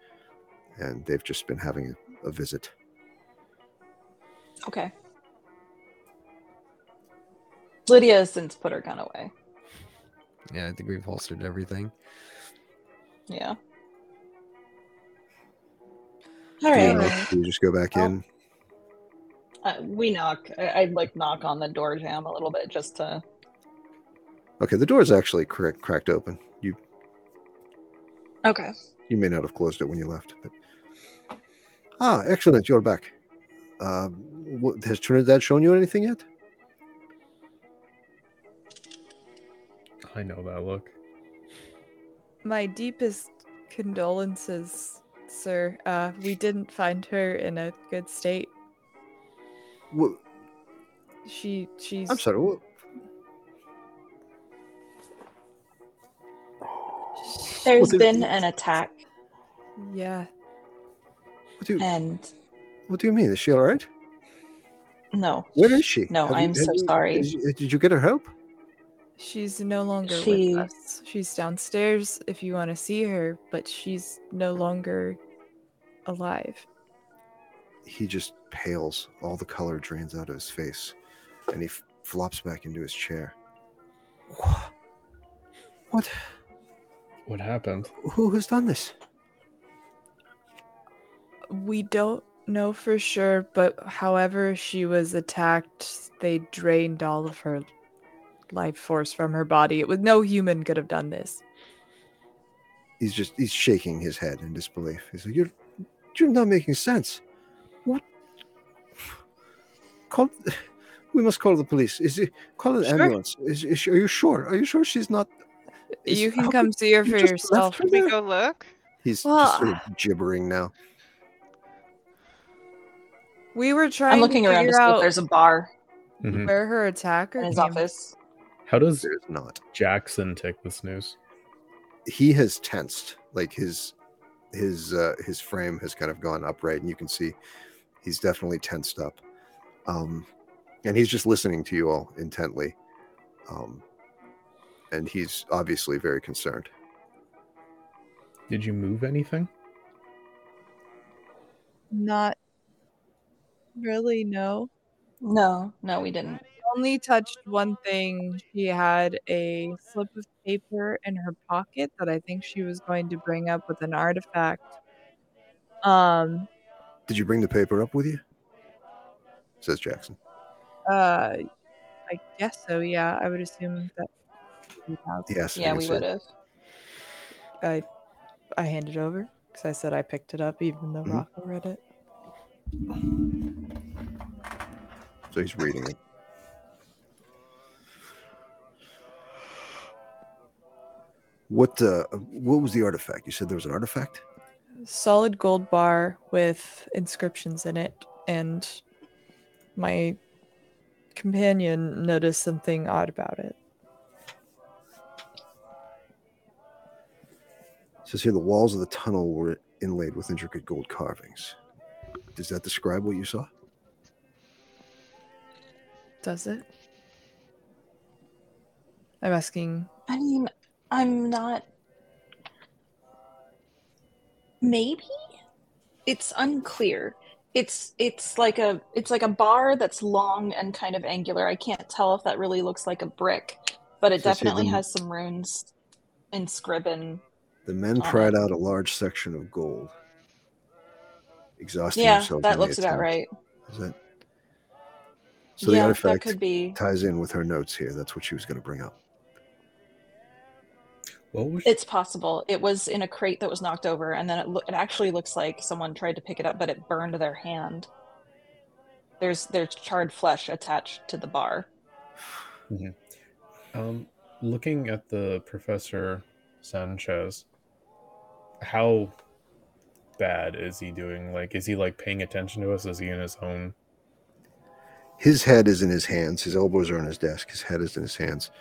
S2: and they've just been having a, a visit.
S3: Okay. Lydia has since put her gun away.
S4: Yeah, I think we've holstered everything.
S3: Yeah.
S2: Do
S3: All
S2: you,
S3: right.
S2: knock- do you just go back
S3: Oh.
S2: in?
S3: Uh, we knock. I, I like knock on the door jam a little bit just to.
S2: Okay, the door is actually cra- cracked open. You
S3: Okay.
S2: you may not have closed it when you left, but ah, excellent, you're back. Uh, what, has Trinidad shown you anything yet?
S6: I know that look.
S5: My deepest condolences, sir. Uh, we didn't find her in a good state.
S2: Wha-
S5: She she's
S2: I'm sorry. What,
S3: There's
S2: Well,
S3: been
S2: there-
S3: an attack,
S5: yeah.
S2: what do you
S3: and
S2: What do you mean? Is she all right?
S3: no,
S2: Where is she?
S3: No,
S2: Have
S3: I'm so
S2: have
S3: sorry.
S2: Did you, did you get her help?
S5: She's no longer
S3: She-
S5: with us. She's downstairs if you want to see her, but she's no longer alive.
S2: He just pales. All the color drains out of his face, and he f- flops back into his chair. Wha- What?
S6: What happened?
S2: Who has done this?
S5: We don't know for sure, but however she was attacked, they drained all of her life force from her body. It was no human could have done this.
S2: He's just he's shaking his head in disbelief. He's like, "You're you're not making sense. What? Call. We must call the police. Is it call an
S5: Sure.
S2: ambulance? Is, is she- are you sure? Are you sure she's not? Is-
S5: you
S2: how
S5: can
S2: could
S5: come see her
S2: you
S5: for
S2: just left
S5: yourself.
S2: her
S1: Can we
S2: there?
S1: go look?
S2: He's
S5: Well,
S2: just sort of gibbering now.
S5: We were trying
S3: I'm looking
S5: to
S3: around to
S5: figure
S3: see if
S5: out
S3: there's a bar
S2: Mm-hmm.
S6: Mhm.
S5: where her attacker
S3: in his
S5: came-
S3: office.
S6: How does
S2: There's not.
S6: Jackson take this news?
S2: he has tensed like his his uh his frame has kind of gone upright and you can see he's definitely tensed up um and he's just listening to you all intently um and he's obviously very concerned
S6: Did you move anything?
S5: Not really, no.
S3: No, no, we didn't.
S5: Only touched one thing. She had a slip of paper in her pocket that I think she was going to bring up with an artifact. Um,
S2: did you bring the paper up with you says jackson
S5: Uh, I guess so. Yeah, I would assume that.
S2: yes and
S3: Yeah,
S2: he
S3: we
S2: said,
S3: would have.
S5: I I handed over because I said I picked it up, even though
S2: Mhm.
S5: Rocco read it.
S2: so he's reading it what uh what was the artifact you said there was an artifact
S5: Solid gold bar with inscriptions in it, and my companion noticed something odd about it.
S2: It says here the walls of the tunnel were inlaid with intricate gold carvings. Does that describe what you saw?
S5: Does it? I'm asking.
S3: I mean, I'm not. Maybe it's unclear. It's it's like a it's like a bar that's long and kind of angular. I can't tell if that really looks like a brick, but it
S2: Says here
S3: definitely
S2: the-
S3: has some runes inscribed.
S2: The men
S3: Uh-uh.
S2: pried out a large section of gold, exhausting
S3: Yeah,
S2: themselves. in
S3: that
S2: the
S3: looks about
S2: attempt.
S3: right.
S2: Is that? So the
S3: yeah, that
S2: artifact
S3: could be.
S2: ties in with her notes here. That's what she was going to bring up.
S6: What was
S3: It's possible. It was in a crate that was knocked over, and then it, loo- it actually looks like someone tried to pick it up, but it burned their hand. There's there's charred flesh attached to the bar.
S6: um looking at the professor Sanchez? How bad is he doing? Like, is he like paying attention to us? Is he in his own?
S2: His head is in his hands. His elbows are on his desk. His head is in his hands.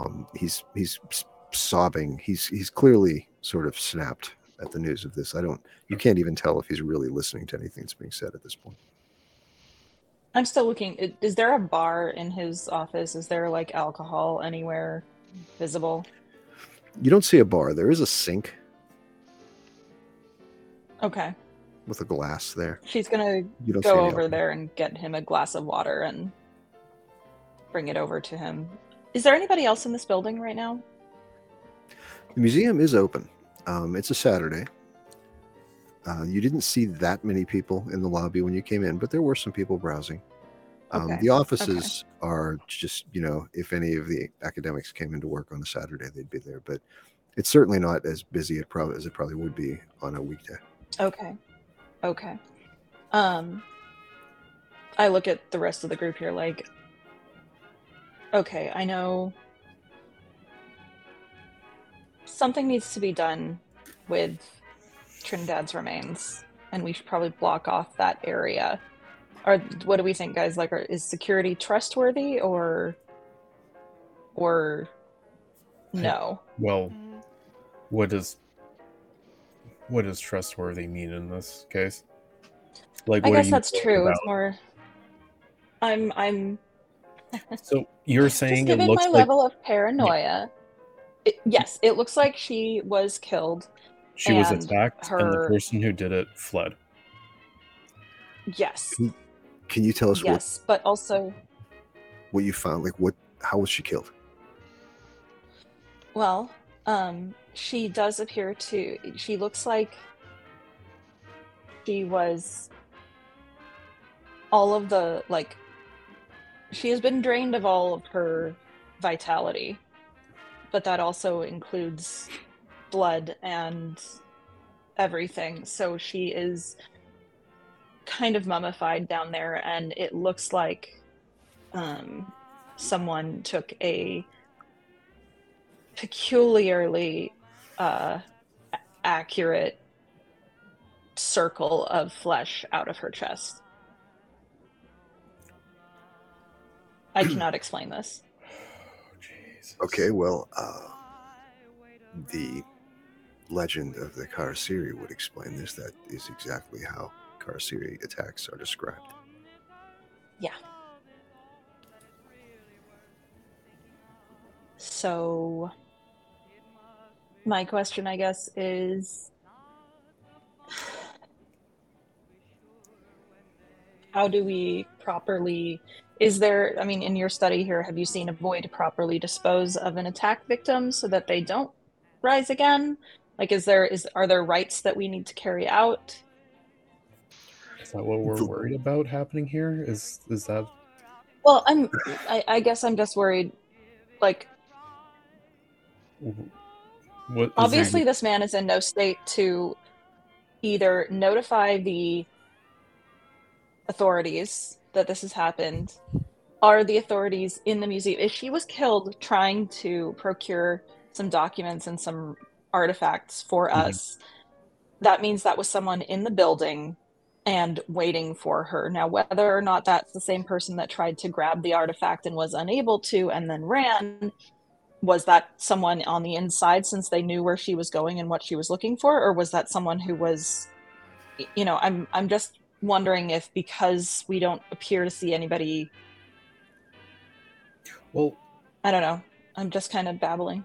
S2: Um, he's he's s- sobbing. He's he's clearly sort of snapped at the news of this. I don't. You can't even tell if he's really listening to anything that's being said at this point.
S3: I'm still looking. i- Is there a bar in his office? Is there like alcohol anywhere visible?
S2: You don't see a bar. There is a sink
S3: Okay.
S2: with a glass there.
S3: She's gonna
S2: You don't see
S3: go
S2: any
S3: over
S2: alcohol.
S3: there and get him a glass of water and bring it over to him. Is there anybody else in this building right now?
S2: The museum is open. Um, it's a Saturday. Uh, you didn't see that many people in the lobby when you came in, but there were some people browsing. Um,
S3: Okay,
S2: The offices are just, you know, if any of the academics came into work on a Saturday, they'd be there. But it's certainly not as busy it prob- as it probably would be on a weekday.
S3: Okay. Okay. Um I look at the rest of the group here like Okay, I know something needs to be done with Trinidad's remains and we should probably block off that area. Or what do we think guys like are, is security trustworthy or or no?
S6: Well,
S1: Mm,
S6: what does what does trustworthy mean in this case? Like,
S3: I
S6: what are
S3: guess
S6: you
S3: that's
S6: worried
S3: true.
S6: about?
S3: It's more I'm I'm
S6: So you're
S3: Just
S6: saying it
S3: given
S6: looks
S3: my
S6: like
S3: level of paranoia, it, yes, it looks like she was killed.
S6: she was
S3: and
S6: attacked, and the
S3: her-
S6: person who did it fled.
S3: Yes,
S2: Can Can you tell us what,
S3: yes, but also,
S2: what you found? Like, what? How was she killed?
S3: well, um, she does appear to. She looks like she was all of the like. She has been drained of all of her vitality, but that also includes blood and everything. So she is kind of mummified down there, and it looks like um, someone took a peculiarly uh, a- accurate circle of flesh out of her chest. I cannot explain this.
S6: Jesus.
S2: Okay, well, uh, the legend of the Karasiri would explain this. That is exactly how Karasiri attacks are described.
S3: So, my question, I guess, is how do we properly? Is there, I mean, in your study here, have you seen a void properly dispose of an attack victim so that they don't rise again? Like, is there, is, are there rights that we need to carry out?
S6: Is that what we're worried about happening here? Is is that
S3: Well, I'm, I, I guess I'm just worried. Like,
S6: what? is
S3: obviously
S6: it-
S3: this man is in no state to either notify the authorities that this has happened are the authorities in the museum if she was killed trying to procure some documents and some artifacts for
S6: Mhm.
S3: us that means that was someone in the building and waiting for her now whether or not that's the same person that tried to grab the artifact and was unable to and then ran was that someone on the inside since they knew where she was going and what she was looking for or was that someone who was y- you know i'm i'm just wondering if because we don't appear to see anybody
S6: well,
S3: i don't know i'm just kind of babbling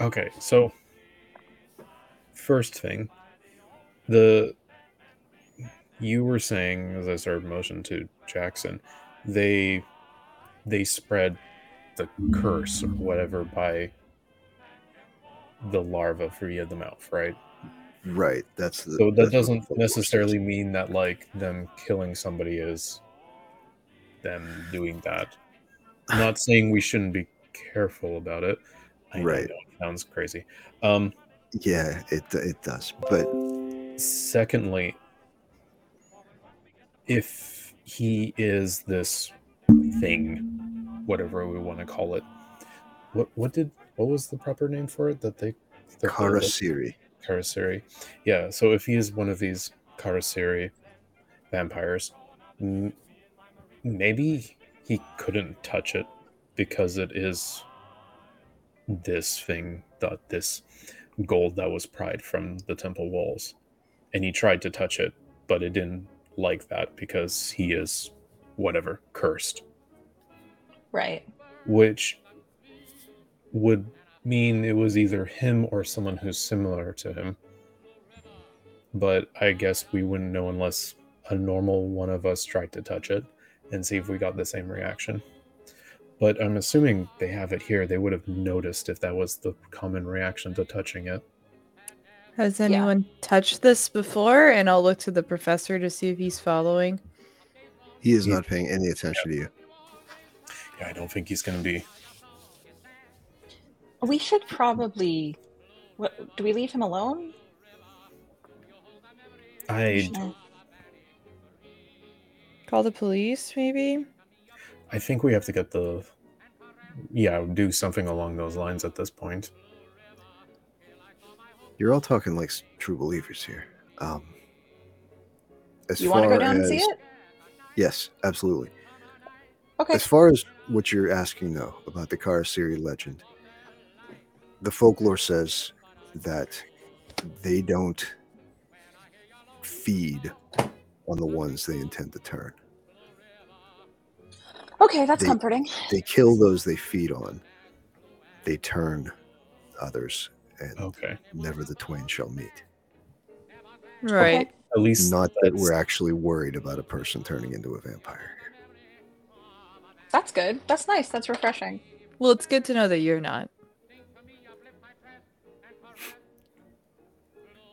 S6: Okay, so first thing, the you were saying as I started motion to Jackson, they they spread the curse or whatever by the larva via the mouth, right?
S2: Right. That's the.
S6: So
S2: that's
S6: that
S2: what
S6: doesn't
S2: the lore says.
S6: necessarily mean that like them killing somebody is them doing that. I'm not saying we shouldn't be careful about it. I know,
S2: Right.
S6: sounds crazy. Um
S2: Yeah, it it does. But
S6: Secondly, if he is this thing, whatever we want to call it, what what did what was the proper name for it that they the
S2: Karasiri,
S6: Karasiri. Yeah, so if he is one of these Karasiri vampires, m- maybe he couldn't touch it because it is this thing that this gold that was pried from the temple walls. And he tried to touch it, but it didn't like that because he is whatever cursed
S3: right
S6: which would mean it was either him or someone who's similar to him. But I guess we wouldn't know unless a normal one of us tried to touch it and see if we got the same reaction. But I'm assuming they have it here. They would have noticed if that was the common reaction to touching it.
S5: Has anyone touched this before? And I'll look to the professor to see if he's following.
S2: He is
S6: Yeah.
S2: not paying any attention to you.
S6: Yeah, I don't think he's going to be.
S3: We should probably. What, do we leave him alone?
S6: I
S3: Should I-
S5: Call the police, maybe?
S6: I think we have to get the yeah, do something along those lines at this point.
S2: You're all talking like s- true believers here. Um, as
S3: You want to go
S2: far
S3: down and see
S2: as-
S3: it?
S2: Yes, absolutely.
S3: Okay.
S2: As far as what you're asking, though, about the Karasiri legend, the folklore says that they don't feed on the ones they intend to turn.
S3: Okay, that's
S2: the-
S3: comforting.
S2: They kill those they feed on, they turn others, and
S6: Okay.
S2: never the twain shall meet.
S5: Right.
S6: At least
S2: Not that
S6: that's-
S2: we're actually worried about a person turning into a vampire.
S3: That's good. That's nice. That's refreshing.
S5: Well, it's good to know that you're not.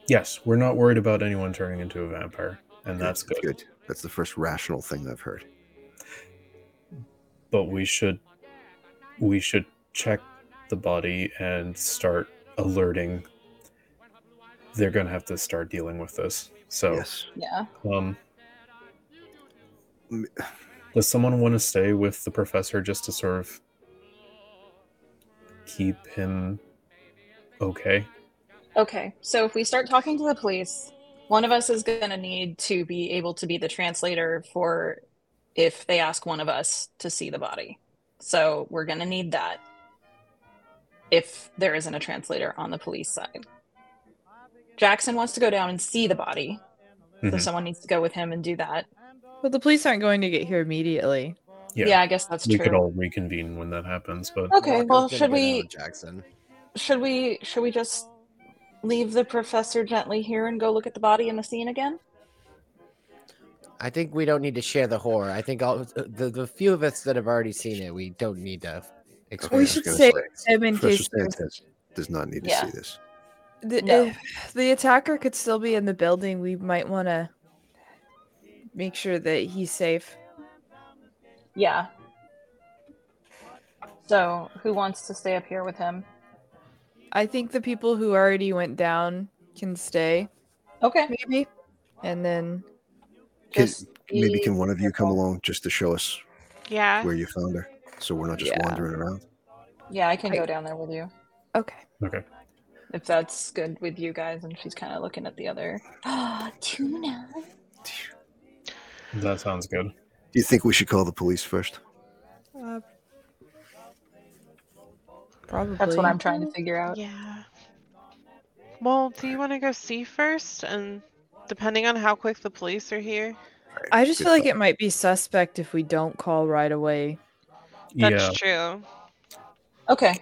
S6: Yes, we're not worried about anyone turning into a vampire, and that's good.
S2: good. That's the first rational thing I've heard.
S6: But we should we should check the body and start alerting. They're gonna have to start dealing with this. So
S2: Yes.
S3: Yeah.
S6: um
S2: M-
S6: does someone want to stay with the professor just to sort of keep him okay?
S3: Okay. So if we start talking to the police, one of us is going to need to be able to be the translator for if they ask one of us to see the body. So we're going to need that if there isn't a translator on the police side. Jackson wants to go down and see the body. So
S6: Mhm.
S3: someone needs to go with him and do that.
S5: But the police aren't going to get here immediately.
S6: Yeah.
S3: Yeah, I guess that's
S6: we
S3: true.
S6: could all reconvene when that happens, but
S3: okay,
S4: Walker's
S3: well,
S4: gonna
S3: should
S4: go down
S3: we
S4: with Jackson.
S3: should we should we just leave the professor gently here and go look at the body in the scene again?
S7: I think we don't need to share the horror. I think all the, the few of us that have already seen it, we don't need to.
S2: Okay, I
S5: we
S2: was
S5: should
S2: gonna
S5: say
S2: say,
S5: him in
S2: Professor
S5: case
S2: Santos does not need to
S3: Yeah.
S2: see this.
S5: the,
S3: No.
S5: if the attacker could still be in the building. We might want to make sure that he's safe.
S3: Yeah. So who wants to stay up here with him?
S5: I think the people who already went down can stay,
S3: Okay.
S5: maybe. And then
S2: Can,
S3: just
S2: maybe
S3: be
S2: can one of you come
S3: careful.
S2: along just to show us
S1: Yeah.
S2: where you found her, so we're not just
S5: Yeah.
S2: wandering around?
S3: Yeah, I can
S5: I-
S3: go down there with you
S5: okay.
S3: Oh.
S6: okay.
S3: if that's good with you guys. And she's kind of looking at the other. Ah, tuna.
S6: That sounds good.
S2: Do you think we should call the police first?
S5: Uh, probably.
S3: That's what I'm trying to figure out.
S1: Yeah. Well, do you want to go see first? And depending on how quick the police are here,
S5: I just
S2: Good
S5: feel like
S2: thought.
S5: it might be suspect if we don't call right away.
S6: yeah.
S1: that's true.
S3: Okay.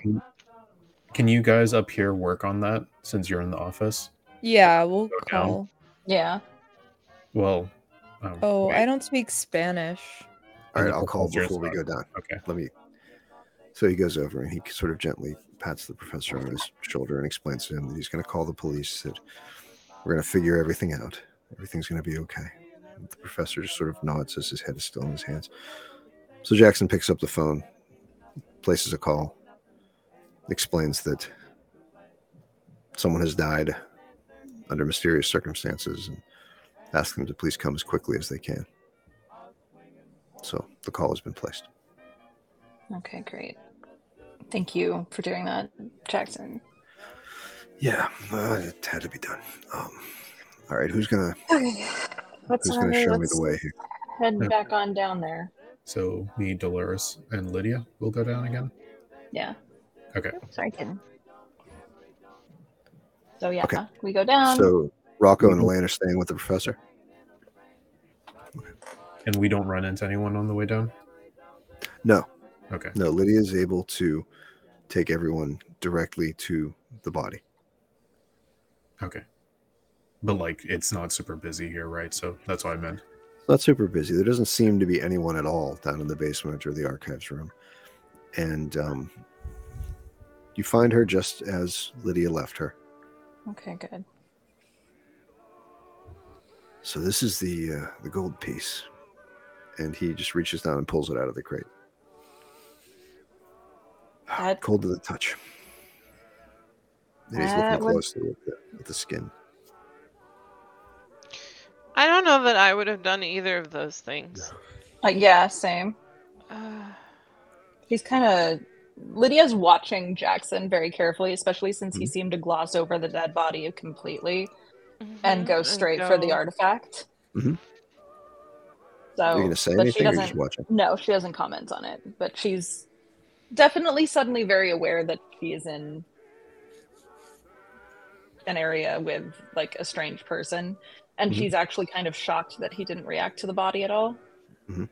S6: Can you guys up here work on that since you're in the office?
S5: Yeah, we'll
S6: Go down.
S5: call.
S3: Yeah.
S6: Well, um,
S5: Oh,
S6: wait.
S5: I don't speak Spanish.
S2: All
S6: And
S2: right,
S6: the
S2: I'll call
S6: professor's
S2: before we
S6: not-
S2: go down.
S6: okay.
S2: Let me. So he goes over and he sort of gently pats the professor on his shoulder and explains to him that he's going to call the police. That we're going to figure everything out. Everything's going to be okay. The professor just sort of nods as his head is still in his hands. So Jackson picks up the phone, places a call, explains that someone has died under mysterious circumstances, and asks them to please come as quickly as they can. So the call has been placed.
S3: Okay. Great. Thank you for doing that, Jackson.
S2: Yeah, uh, it had to be done. Um, all right, who's gonna
S3: Okay. Let's,
S2: who's gonna
S3: uh,
S2: show me
S3: let's
S2: the way here?
S3: head back on down there.
S6: So me, Dolores, and Lydia will go down again.
S3: Yeah.
S6: Okay.
S3: Sorry, kidding. So yeah,
S2: Okay.
S3: we go down.
S2: so Rocco and Elaine are staying with the professor.
S6: And we don't run into anyone on the way down.
S2: No,
S6: Okay.
S2: no, Lydia is able to take everyone directly to the body.
S6: Okay. But like it's not super busy here, right? So that's what I meant.
S2: It's not super busy. There doesn't seem to be anyone at all down in the basement or the archives room. And um, you find her just as Lydia left her.
S3: Okay, good.
S2: So this is the uh, the gold piece, and he just reaches down and pulls it out of the crate.
S3: That-
S2: Cold to the touch. And he's
S3: That
S2: looking
S3: was-
S2: closely at the, at the skin.
S1: I don't know that I would have done either of those things.
S3: Uh, yeah, same.
S1: Uh,
S3: He's kind of. Lydia's watching Jackson very carefully, especially since he
S2: Mhm.
S3: seemed to gloss over the dead body completely and go
S1: mhm,
S3: straight for the
S1: go-
S3: artifact.
S2: Mhm.
S3: So
S2: Are you gonna say
S3: Oh, but she
S2: anything? Or you just
S3: doesn't-
S2: watching?
S3: No, she doesn't comment on it, but she's definitely suddenly very aware that she is in an area with like a strange person, and
S2: Mhm.
S3: she's actually kind of shocked that he didn't react to the body at all.
S2: Mhm.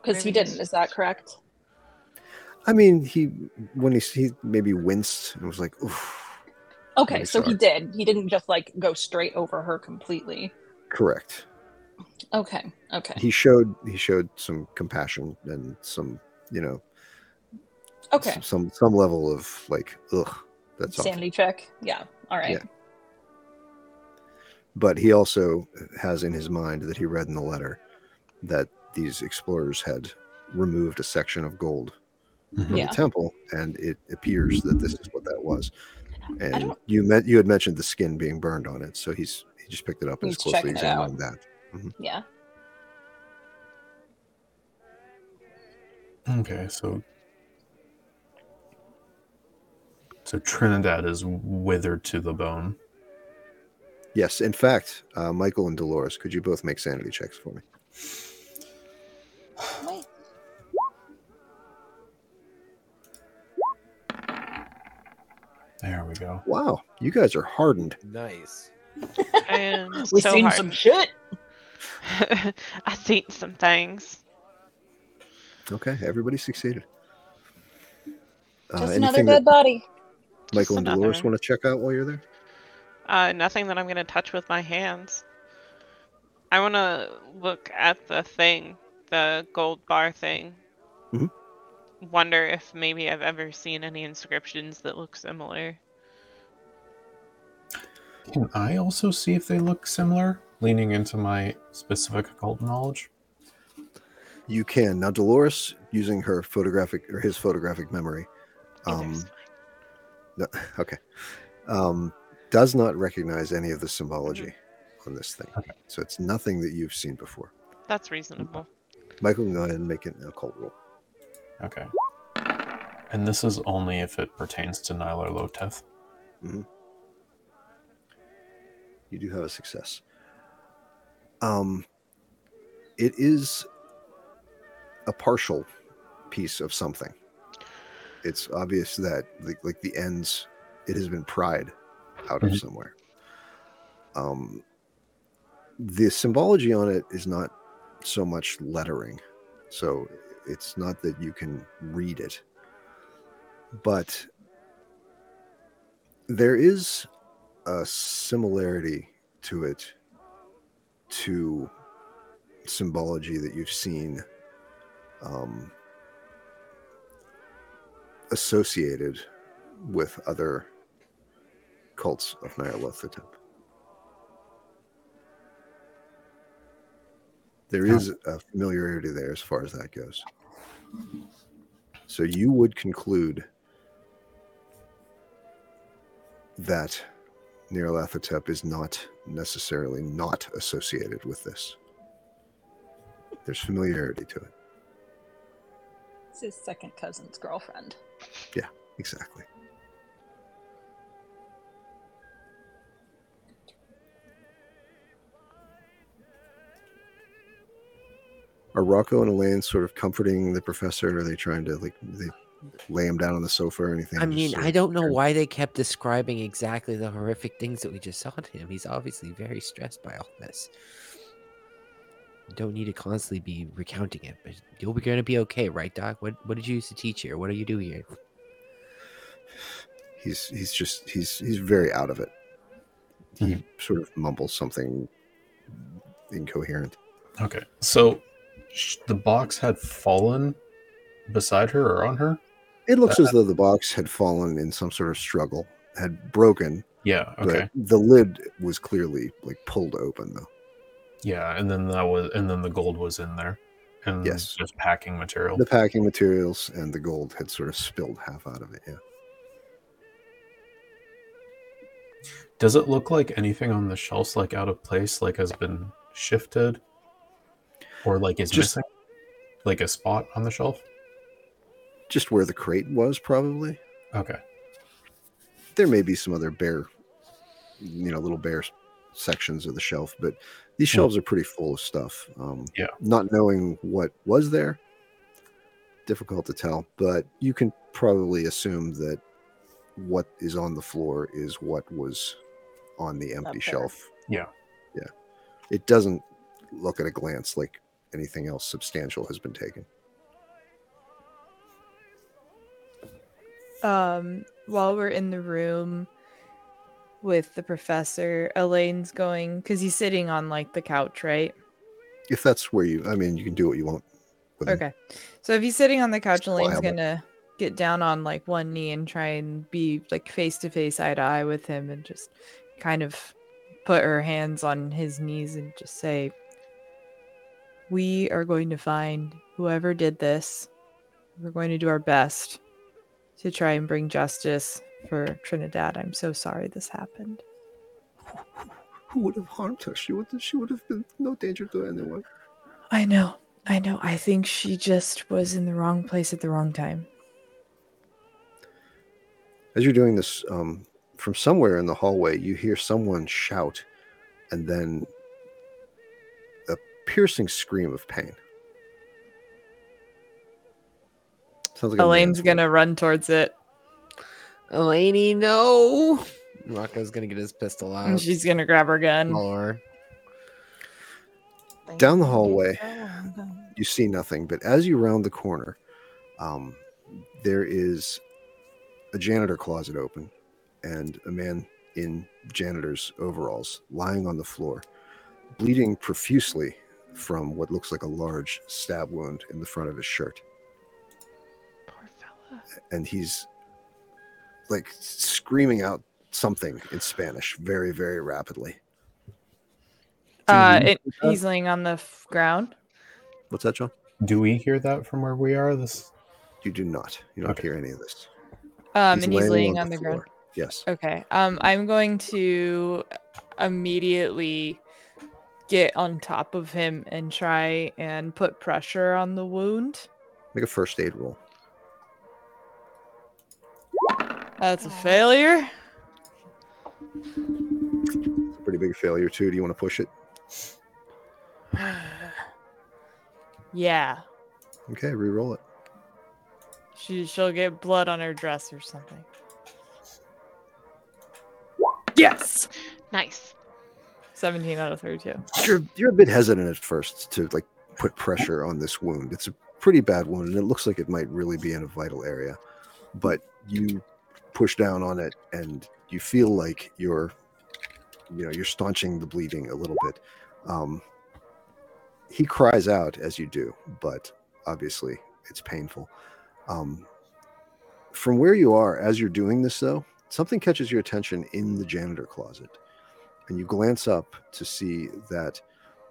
S3: Because he
S1: Maybe he's-
S3: didn't, is that correct?
S2: I mean, he when he he maybe winced and was like, "Oof."
S3: Okay,
S2: Maybe
S3: so he
S2: shocked.
S3: did. He didn't just like go straight over her completely.
S2: Correct.
S3: Okay, okay,
S2: He showed he showed some compassion and some you know
S3: okay.
S2: s- some some level of like ugh that's awful.
S3: Sanity check. Yeah, all right.
S2: Yeah. but he also has in his mind that he read in the letter that these explorers had removed a section of gold from
S3: Yeah.
S2: the temple, and it appears that this is what that was. And
S3: don't-
S2: you met you had mentioned the skin being burned on it, so he's he just picked it up and
S3: He's
S2: is closely
S3: checking it
S2: examining that.
S3: yeah.
S6: Okay, so so Trinidad is withered to the bone.
S2: Yes, in fact, uh, Michael and Dolores, could you both make sanity checks for me?
S6: There we go.
S2: Wow, you guys are hardened.
S4: Nice.
S1: I am
S3: We've
S1: so
S3: seen
S1: hard.
S3: some shit.
S1: I've seen some things.
S2: Okay, everybody succeeded. Uh,
S3: Just another
S2: anything that
S3: dead body.
S2: Michael
S1: Just
S2: and Dolores
S1: another.
S2: want to check out while you're there?
S1: Uh, nothing that I'm gonna touch with my hands. I wanna look at the thing, the gold bar thing.
S2: Mhm.
S1: Wonder if maybe I've ever seen any inscriptions that look similar.
S6: Can I also see if they look similar? Leaning into my specific occult knowledge.
S2: You can now. Dolores, using her photographic or his photographic memory, um,
S1: Either's
S2: no- okay, um, does not recognize any of the symbology on this thing.
S6: Okay.
S2: So it's nothing that you've seen before.
S1: fine. That's reasonable.
S2: Michael, can go ahead and make it an occult roll.
S6: Okay. And this is only if it pertains to Nylar Loteth.
S2: You do have a success. Um, it is a partial piece of something. It's obvious that like, like the ends, it has been pried out of
S6: Mhm.
S2: somewhere. Um, the symbology on it is not so much lettering, so it's not that you can read it, but there is a similarity to it to symbology that you've seen um, associated with other cults of Nyarlathotep. There
S6: Huh.
S2: is a familiarity there as far as that goes. So you would conclude that Nyarlathotep is not necessarily not associated with this. There's familiarity to it.
S3: It's his second cousin's girlfriend.
S2: Exactly. Are Rocco and Elaine sort of comforting the professor? Are they trying to like they lay him down on the sofa or anything?
S7: I
S2: Just
S7: mean,
S2: sort
S7: I
S2: of-
S7: don't know why they kept describing exactly the horrific things that we just saw to him. He's obviously very stressed by all this. Don't need to constantly be recounting it, but you'll be gonna be okay, right, Doc? What what did you used to teach here? What do you do here?
S2: He's he's just he's he's very out of it. He sort of mumbles something incoherent.
S6: Okay, so sh- the box had fallen beside her or on her.
S2: It looks as though the box had fallen in some sort of struggle, had broken,
S6: Yeah. Okay.
S2: but the lid was clearly like pulled open though.
S6: Yeah, and then that was, and then the gold was in there, and
S2: Yes.
S6: just packing material.
S2: The packing materials and the gold had sort of spilled half out of it. Yeah.
S6: Does it look like anything on the shelves like out of place, like has been shifted, or like is
S2: Just-
S6: missing, like a spot on the shelf?
S2: Just where the crate was probably.
S6: Okay.
S2: there may be some other bare, you know, little bare sections of the shelf, but these shelves are pretty full of stuff. Um,
S6: Hmm. Yeah.
S2: Not knowing what was there, difficult to tell, but you can probably assume that what is on the floor is what was on the empty
S3: there.
S2: shelf.
S6: Yeah.
S2: Yeah. It doesn't look at a glance like anything else substantial has been taken.
S5: um while we're in the room with the professor elaine's going because he's sitting on like the couch right
S2: If that's where you, I mean, you can do what you want. with him.
S5: okay so if he's sitting on the couch
S2: It's
S5: elaine's
S2: pliable.
S5: gonna get down on like one knee and try and be like face to face eye to eye with him and just kind of put her hands on his knees and just say we are going to find whoever did this we're going to do our best to try and bring justice for trinidad i'm so sorry this happened
S2: Who would have harmed her? She would. She would have been no danger to anyone.
S5: I know. I know. I think she just was in the wrong place at the wrong time.
S2: As you're doing this, um, from somewhere in the hallway, you hear someone shout, and then a piercing scream of pain. Sounds like a
S5: Elaine's
S2: man's
S5: gonna run towards it.
S7: Elaney, no. Rocco's gonna get his pistol
S5: and
S7: out.
S5: she's gonna grab her gun.
S7: Or
S2: voice. down the hallway. You see nothing, but as you round the corner, um, there is a janitor closet open, and a man in janitor's overalls lying on the floor, bleeding profusely from what looks like a large stab wound in the front of his shirt.
S1: Poor fella.
S2: and he's like screaming out something in Spanish very, very rapidly.
S5: Uh, it, he's laying on the f- ground.
S2: What's that, John?
S6: Do we hear that from where we are? This.
S2: You do not. You don't
S6: Okay.
S2: hear any of this.
S5: Um, and he's laying on the ground.
S2: floor. Yes.
S5: Okay. Um, I'm going to immediately get on top of him and try and put pressure on the wound.
S2: Make a first aid roll.
S5: That's a failure.
S2: It's a pretty big failure too. Do you want to push it?
S5: yeah.
S2: Okay, re-roll it.
S5: She she'll get blood on her dress or something.
S1: Yes. Nice.
S5: 17 out of 32.
S2: You're you're a bit hesitant at first to like put pressure on this wound. It's a pretty bad wound, and it looks like it might really be in a vital area. But you push down on it, and you feel like you're, you know, you're staunching the bleeding a little bit. Um, he cries out as you do, but obviously it's painful. Um, from where you are, as you're doing this, though, something catches your attention in the janitor closet, and you glance up to see that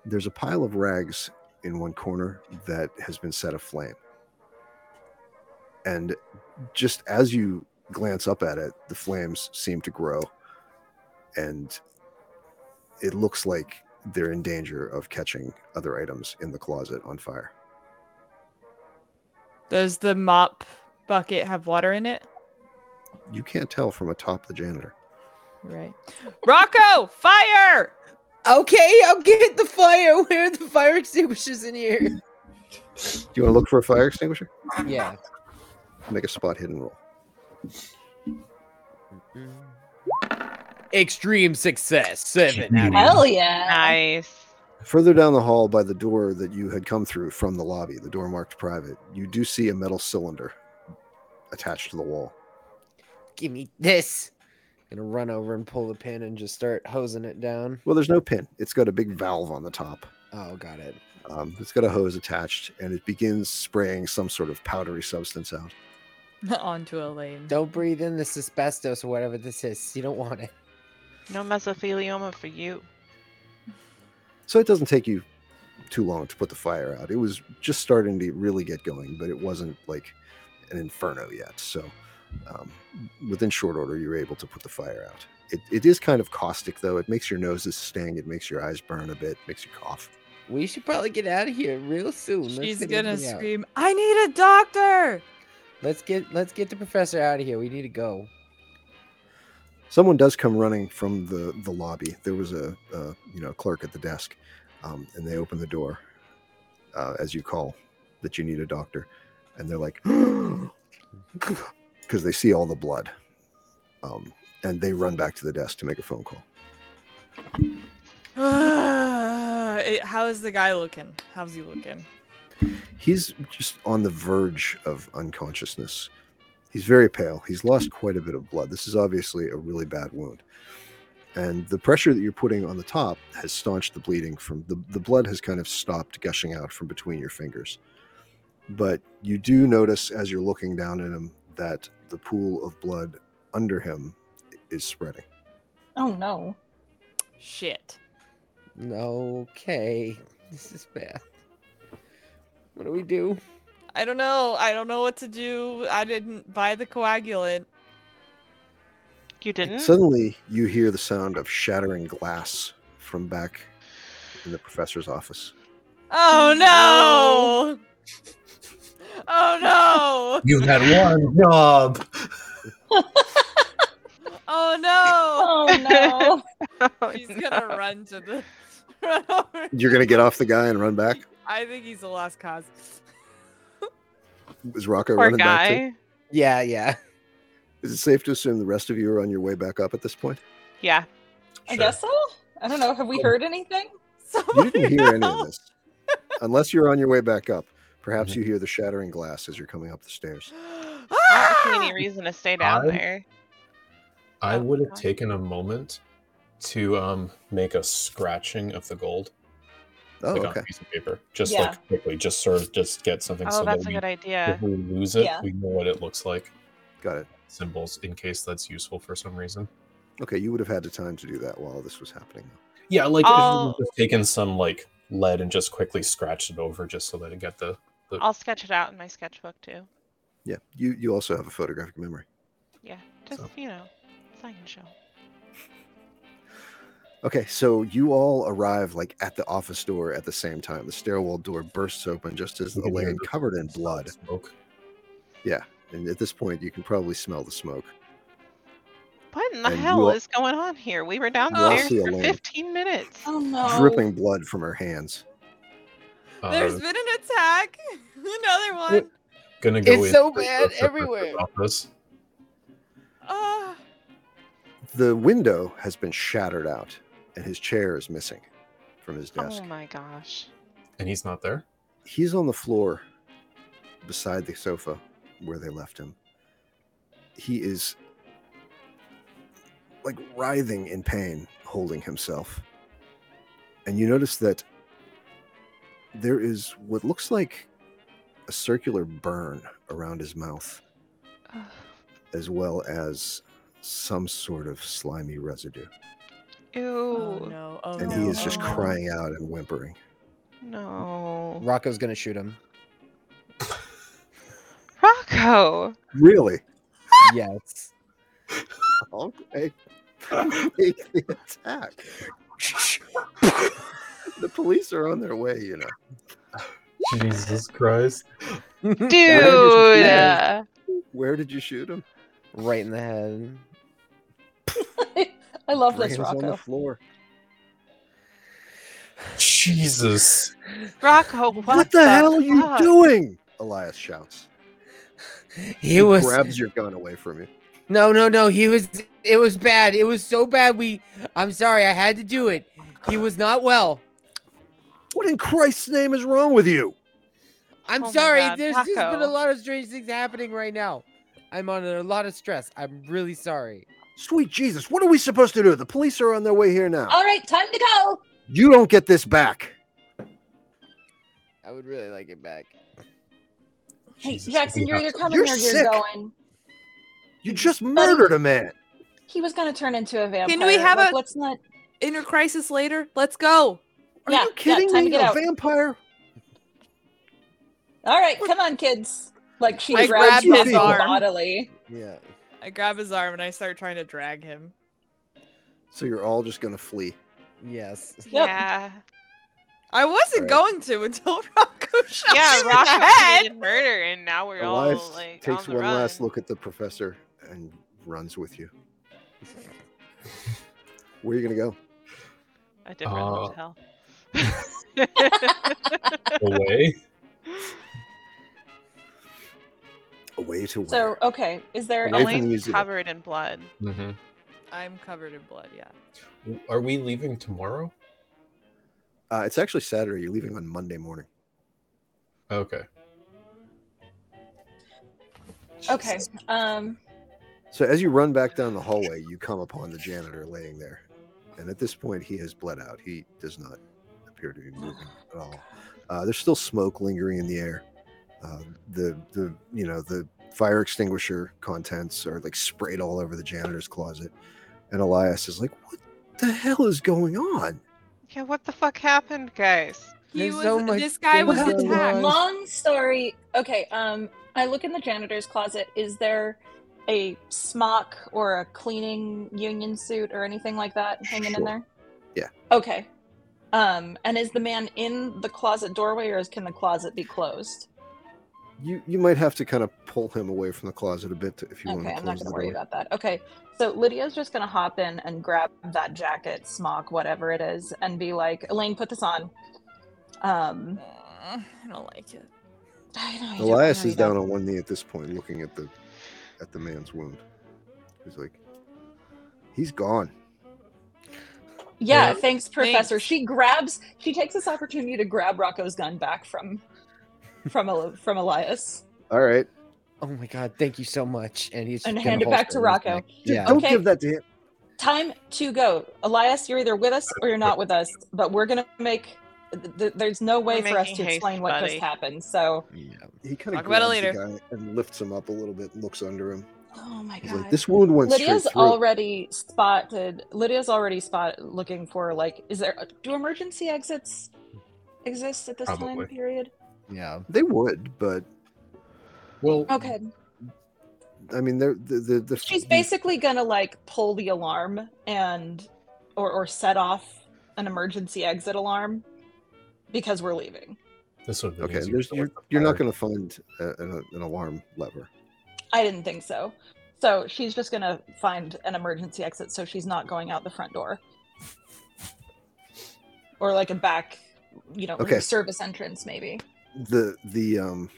S2: there's a pile of rags in one corner that has been set aflame. And just as you glance up at it, the flames seem to grow, and it looks like they're in danger of catching other items in the closet on fire.
S5: Does the mop bucket have water in it?
S2: You can't tell from atop the janitor.
S5: Right. Rocco, fire!
S7: okay, I'll get the fire. Where are the fire extinguishers in here?
S2: Do you want to look for a fire extinguisher?
S7: Yeah.
S2: Make a spot hidden roll.
S7: Extreme success. Seven. out of-
S3: Hell yeah.
S1: Nice.
S2: Further down the hall by the door that you had come through from the lobby, the door marked private, you do see a metal cylinder attached to the wall.
S7: Give me this. Gonna run over and pull the pin and just start hosing it down.
S2: Well, there's no pin. It's got a big valve on the top.
S7: Oh, got it.
S2: Um, it's got a hose attached, and it begins spraying some sort of powdery substance out.
S5: onto Elaine.
S7: Don't breathe in this asbestos or whatever this is. You don't want it.
S1: No mesothelioma for you.
S2: So it doesn't take you too long to put the fire out. It was just starting to really get going, but it wasn't like an inferno yet. So um, within short order, you were able to put the fire out. It, it is kind of caustic, though. It makes your noses sting. It makes your eyes burn a bit. Makes you cough.
S7: We should probably get out of here real soon. Let's
S5: She's
S7: get
S5: gonna
S7: everything out.
S5: scream, I need a doctor!
S7: Let's get let's get the professor out of here. We need to go.
S2: Someone does come running from the, the lobby. There was a, a you know clerk at the desk, um, and they open the door uh, as you call that you need a doctor, and they're like, because they see all the blood, um, and they run back to the desk to make a phone call.
S5: It- how is the guy looking? How's he looking?
S2: He's just on the verge of unconsciousness. He's very pale. He's lost quite a bit of blood. This is obviously a really bad wound. And the pressure that you're putting on the top has staunched the bleeding from the, the blood has kind of stopped gushing out from between your fingers. But you do notice as you're looking down at him that the pool of blood under him is spreading.
S3: Oh no.
S5: Shit.
S7: No, okay. This is bad. What do we do?
S5: I don't know. I don't know what to do. I didn't buy the coagulant.
S1: You didn't?
S2: Suddenly you hear the sound of shattering glass from back in the professor's office.
S5: Oh no! Oh
S6: You had one job.
S5: no! Oh no!
S3: Oh
S1: Oh,
S5: She's
S1: no.
S5: gonna run to the. run over-
S2: You're going to get off the guy and run back?
S5: I think he's the last cause.
S2: Is Rocco
S1: Poor
S2: running back? too?
S1: guy.
S7: Yeah, yeah.
S2: Is it safe to assume the rest of you are on your way back up at this point?
S1: Yeah.
S3: I guess so. I don't know. Have we heard anything?
S2: You
S5: Somebody
S2: didn't hear any
S5: help!
S2: of this. Unless you're on your way back up. Perhaps
S6: Mm-hmm.
S2: you hear the shattering glass as you're coming up the stairs.
S1: Not actually any
S5: Ah!
S1: reason to stay down
S6: I-
S1: there.
S6: I
S1: Oh,
S6: would have
S1: God.
S6: taken a moment to um make a scratching of the gold
S2: Oh,
S6: like on
S2: okay.
S6: a piece of paper, just
S3: Yeah.
S6: like quickly, just sort of just get something
S1: Oh,
S6: so that
S1: that's a
S6: we,
S1: good idea.
S6: if we lose it,
S3: Yeah.
S6: we know what it looks like.
S2: Got it.
S6: Symbols in case that's useful for some reason.
S2: Okay, you would have had the time to do that while this was happening.
S6: Yeah, like if we
S1: I'll-
S6: would've just taken some like lead and just quickly scratched it over just so that it got the
S1: I'll sketch it out in my sketchbook too.
S2: Yeah, you, you also have a photographic memory.
S1: Yeah. Just,
S6: So-
S1: you know, sign and show.
S2: Okay, so you all arrive like at the office door at the same time. The stairwell door bursts open just as
S6: You can hear
S2: Elaine,
S6: the-
S2: covered in blood.
S6: smoke.
S2: And at this point, you can probably smell the smoke.
S1: What in the
S2: And you
S1: hell
S2: all-
S1: is going on here? We were
S2: all
S1: downstairs
S2: see a
S1: for
S2: lamp.
S1: 15 minutes.
S3: Oh no.
S2: Dripping blood from her hands.
S6: Uh,
S5: There's
S2: Um,
S5: been an attack. Another one.
S6: gonna go
S7: It's
S6: in
S7: so
S6: to the
S7: bad
S6: professor's
S7: everywhere.
S6: office.
S5: Ah.
S2: The window has been shattered out, and his chair is missing from his desk.
S1: Oh my gosh.
S6: and he's not there.
S2: He's on the floor beside the sofa where they left him. He is like writhing in pain, holding himself. And you notice that there is what looks like a circular burn around his mouth,
S1: Ugh.
S2: as well as some sort of slimy residue.
S1: Ew.
S5: Oh no. Oh
S2: And
S5: no.
S2: he is just
S5: oh, no.
S2: crying out and whimpering.
S1: no.
S7: Rocco's gonna shoot him.
S1: Rocco!
S2: Really?
S7: Yes.
S2: Okay. Make the attack. the police are on their way, you know.
S6: Jesus Christ!
S1: Dude!
S7: Yes.
S1: uh,
S2: Where did you shoot him?
S7: Right in the head.
S3: I love this
S2: Brains on the
S3: Rocco.
S2: floor.
S6: Jesus!
S1: Rocco, what,
S2: What the hell are you
S1: fuck?
S2: doing? Elias shouts.
S7: He was
S2: grabs your gun away from you.
S7: No, no, no. He was. It was bad. It was so bad. We. I'm sorry. I had to do it. He was not well.
S2: What in Christ's name is wrong with you?
S7: I'm
S1: Oh my
S7: sorry.
S1: God,
S7: There's just been a
S1: Rocco.
S7: lot of strange things happening right now. I'm under a lot of stress. I'm really sorry.
S2: Sweet Jesus, what are we supposed to do? The police are on their way here now.
S3: All right, time to go.
S2: You don't get this back.
S7: I would really like it back.
S3: Hey,
S6: Jesus,
S3: Jackson,
S6: we
S3: you're
S6: have-
S3: either coming
S2: You're
S3: or you're
S2: sick.
S3: going.
S2: You just
S3: Um,
S2: murdered a man.
S3: He was going to turn into a vampire.
S5: we have
S3: Like,
S5: a-
S3: Let's not.
S5: Inner crisis later. Let's go.
S2: Are
S3: Yeah,
S2: you
S3: yeah,
S2: kidding
S3: time
S2: me?
S3: to get
S2: A
S3: out.
S2: vampire?
S3: All right, come on, kids. Like she
S5: I
S3: grabs
S5: grabbed
S3: him
S2: his arm.
S3: bodily.
S7: Yeah.
S5: I grab his arm and I start trying to drag him.
S2: So you're all just gonna flee.
S7: Yes.
S3: Yep.
S1: Yeah.
S5: I wasn't
S2: Right.
S5: going to until Rocco shot
S1: Yeah,
S5: him in
S1: Rocco
S5: the head.
S1: committed murder, and now we're
S2: Elias
S1: all like
S2: takes
S1: on the
S2: one
S1: run.
S2: last look at the professor and runs with you. Where are you gonna go?
S1: A different
S6: Uh,
S1: hotel.
S6: Away?
S2: Away to where?
S3: So okay, is there?
S2: Away from the
S1: Elaine's
S2: museum.
S1: covered in blood.
S6: Mhm.
S5: I'm covered in blood. Yeah.
S6: W- Are we leaving tomorrow?
S2: uh, it's actually Saturday. You're leaving on Monday morning.
S6: Okay.
S3: Okay. Um.
S2: So as you run back down the hallway, you come upon the janitor laying there, and at this point he has bled out. He does not appear to be moving at all. Uh, there's still smoke lingering in the air. Uh, the the you know the fire extinguisher contents are like sprayed all over the janitor's closet, and Elias is like, "What the hell is going on?"
S1: Yeah, what the fuck happened, guys?
S5: He
S7: There's
S5: was.
S7: so much
S5: this guy
S7: things
S5: was
S7: going
S5: attacked.
S7: on.
S3: Long story. Okay. Um. I look in the janitor's closet. Is there a smock or a cleaning union suit or anything like that hanging in
S2: Sure.
S3: there?
S2: Yeah.
S3: Okay. Um. And is the man in the closet doorway, or is, can the closet be closed?
S2: You you might have to kind of pull him away from the closet a bit to, if you
S3: Okay,
S2: want to
S3: I'm not
S2: close
S3: going
S2: the
S3: to worry
S2: door.
S3: about that. Okay, so Lydia's just going to hop in and grab that jacket, smock, whatever it is, and be like, "Elaine, put this on." Um,
S5: Aw, I don't like it.
S3: I know you don't
S2: Elias
S3: know
S2: is
S3: you don't.
S2: down on one knee at this point, looking at the at the man's wound. He's like, he's gone.
S3: Yeah,
S6: Yeah.
S3: thanks, Professor.
S5: Thanks.
S3: She grabs. She takes this opportunity to grab Rocco's gun back from from El- from Elias
S2: All right,
S7: Oh my god, thank you so much. And he's just
S3: and
S7: gonna
S3: hand it back to
S7: holster his
S3: Rocco.
S7: back. Yeah.
S2: don't
S3: Okay.
S2: give that to him.
S3: Time to go, Elias. You're either with us or you're not with us. But we're gonna make. Th- th- there's no way
S1: We're
S3: for us
S1: making
S3: to
S1: haste,
S3: explain what just
S1: buddy.
S3: happened. So,
S7: Yeah.
S2: He kind of
S5: Talk about
S2: grabs
S5: it
S2: the guy and lifts him up a little bit, and looks under him.
S3: oh my
S2: He's
S3: god.
S2: like, this wound went
S3: Lydia's
S2: straight through.
S3: already spotted. Lydia's already spot looking for like, is there do emergency exits exist at this
S6: Probably.
S3: time period?
S7: Yeah.
S2: They would, but
S6: Well,
S3: Okay,
S2: I mean, they're the the, the
S3: she's
S2: the-
S3: basically gonna like pull the alarm and or or set off an emergency exit alarm because we're leaving.
S6: this would be
S2: Okay, there's, you're, you're not going to find uh an, an alarm lever.
S3: I didn't think so. So she's just gonna find an emergency exit, so she's not going out the front door, or like a back, you know,
S2: Okay.
S3: service entrance maybe.
S2: the the um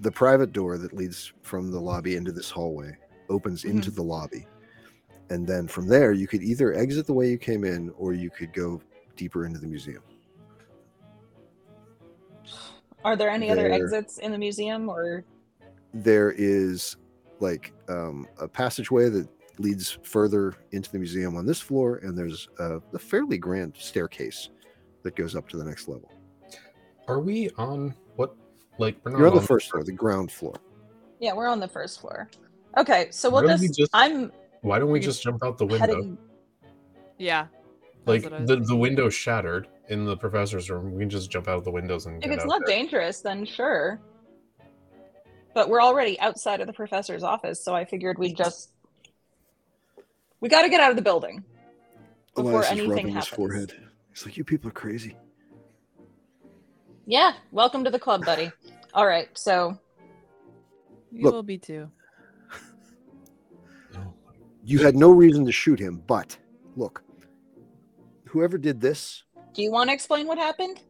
S2: the private door that leads from the lobby into this hallway opens
S3: Mm-hmm.
S2: into the lobby and then from there you could either exit the way you came in or you could go deeper into the museum
S3: Are there any other
S2: There-
S3: exits in the museum or
S2: there is like um, a passageway that leads further into the museum on this floor and there's a, a fairly grand staircase that goes up to the next level
S6: Are we on what? Like we're not
S2: you're on the first floor the ground floor
S3: Yeah, we're on the first floor. Okay, so we'll
S6: Why don't we
S3: just,
S6: just
S3: I'm
S6: Why don't we
S5: You-
S6: just jump out the window?
S3: heading
S5: Yeah.
S6: like
S5: what I was
S6: the, the window shattered in the professor's room. We can just jump out of the windows and
S3: if
S6: get
S3: it's
S6: out
S3: not
S6: there.
S3: dangerous, then sure. But we're already outside of the professor's office, so I figured we'd just we gotta get out of the building. Before
S2: Elias is
S3: anything
S2: rubbing his
S3: happens.
S2: forehead he's like you people are crazy
S3: Yeah, welcome to the club, buddy. All right, so
S5: You
S2: Look.
S5: will be too.
S6: No.
S2: You had no reason to shoot him, but look, whoever did this,
S3: do you want to explain what happened?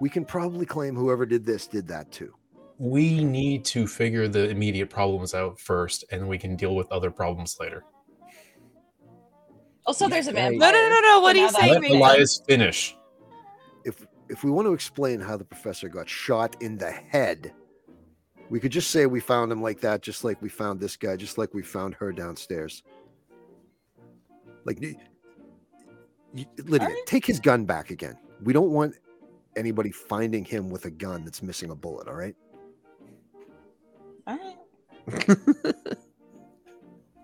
S2: we can probably claim whoever did this did that too.
S6: We need to figure the immediate problems out first, and we can deal with other problems later.
S3: Also, Oh, there's a
S7: Right.
S3: vampire.
S5: No, no, no, no. What
S3: So
S5: are
S3: now
S5: you
S3: that-
S5: saying?
S6: Let
S3: Let
S5: Nathan?
S6: Elias finish.
S2: If if we want to explain how the professor got shot in the head, We could just say we found him like that, just like we found this guy, just like we found her downstairs. Like, y- y- Lydia,
S3: Alright.
S2: take his gun back again. We don't want anybody finding him with a gun that's missing a bullet. All right,
S3: All right.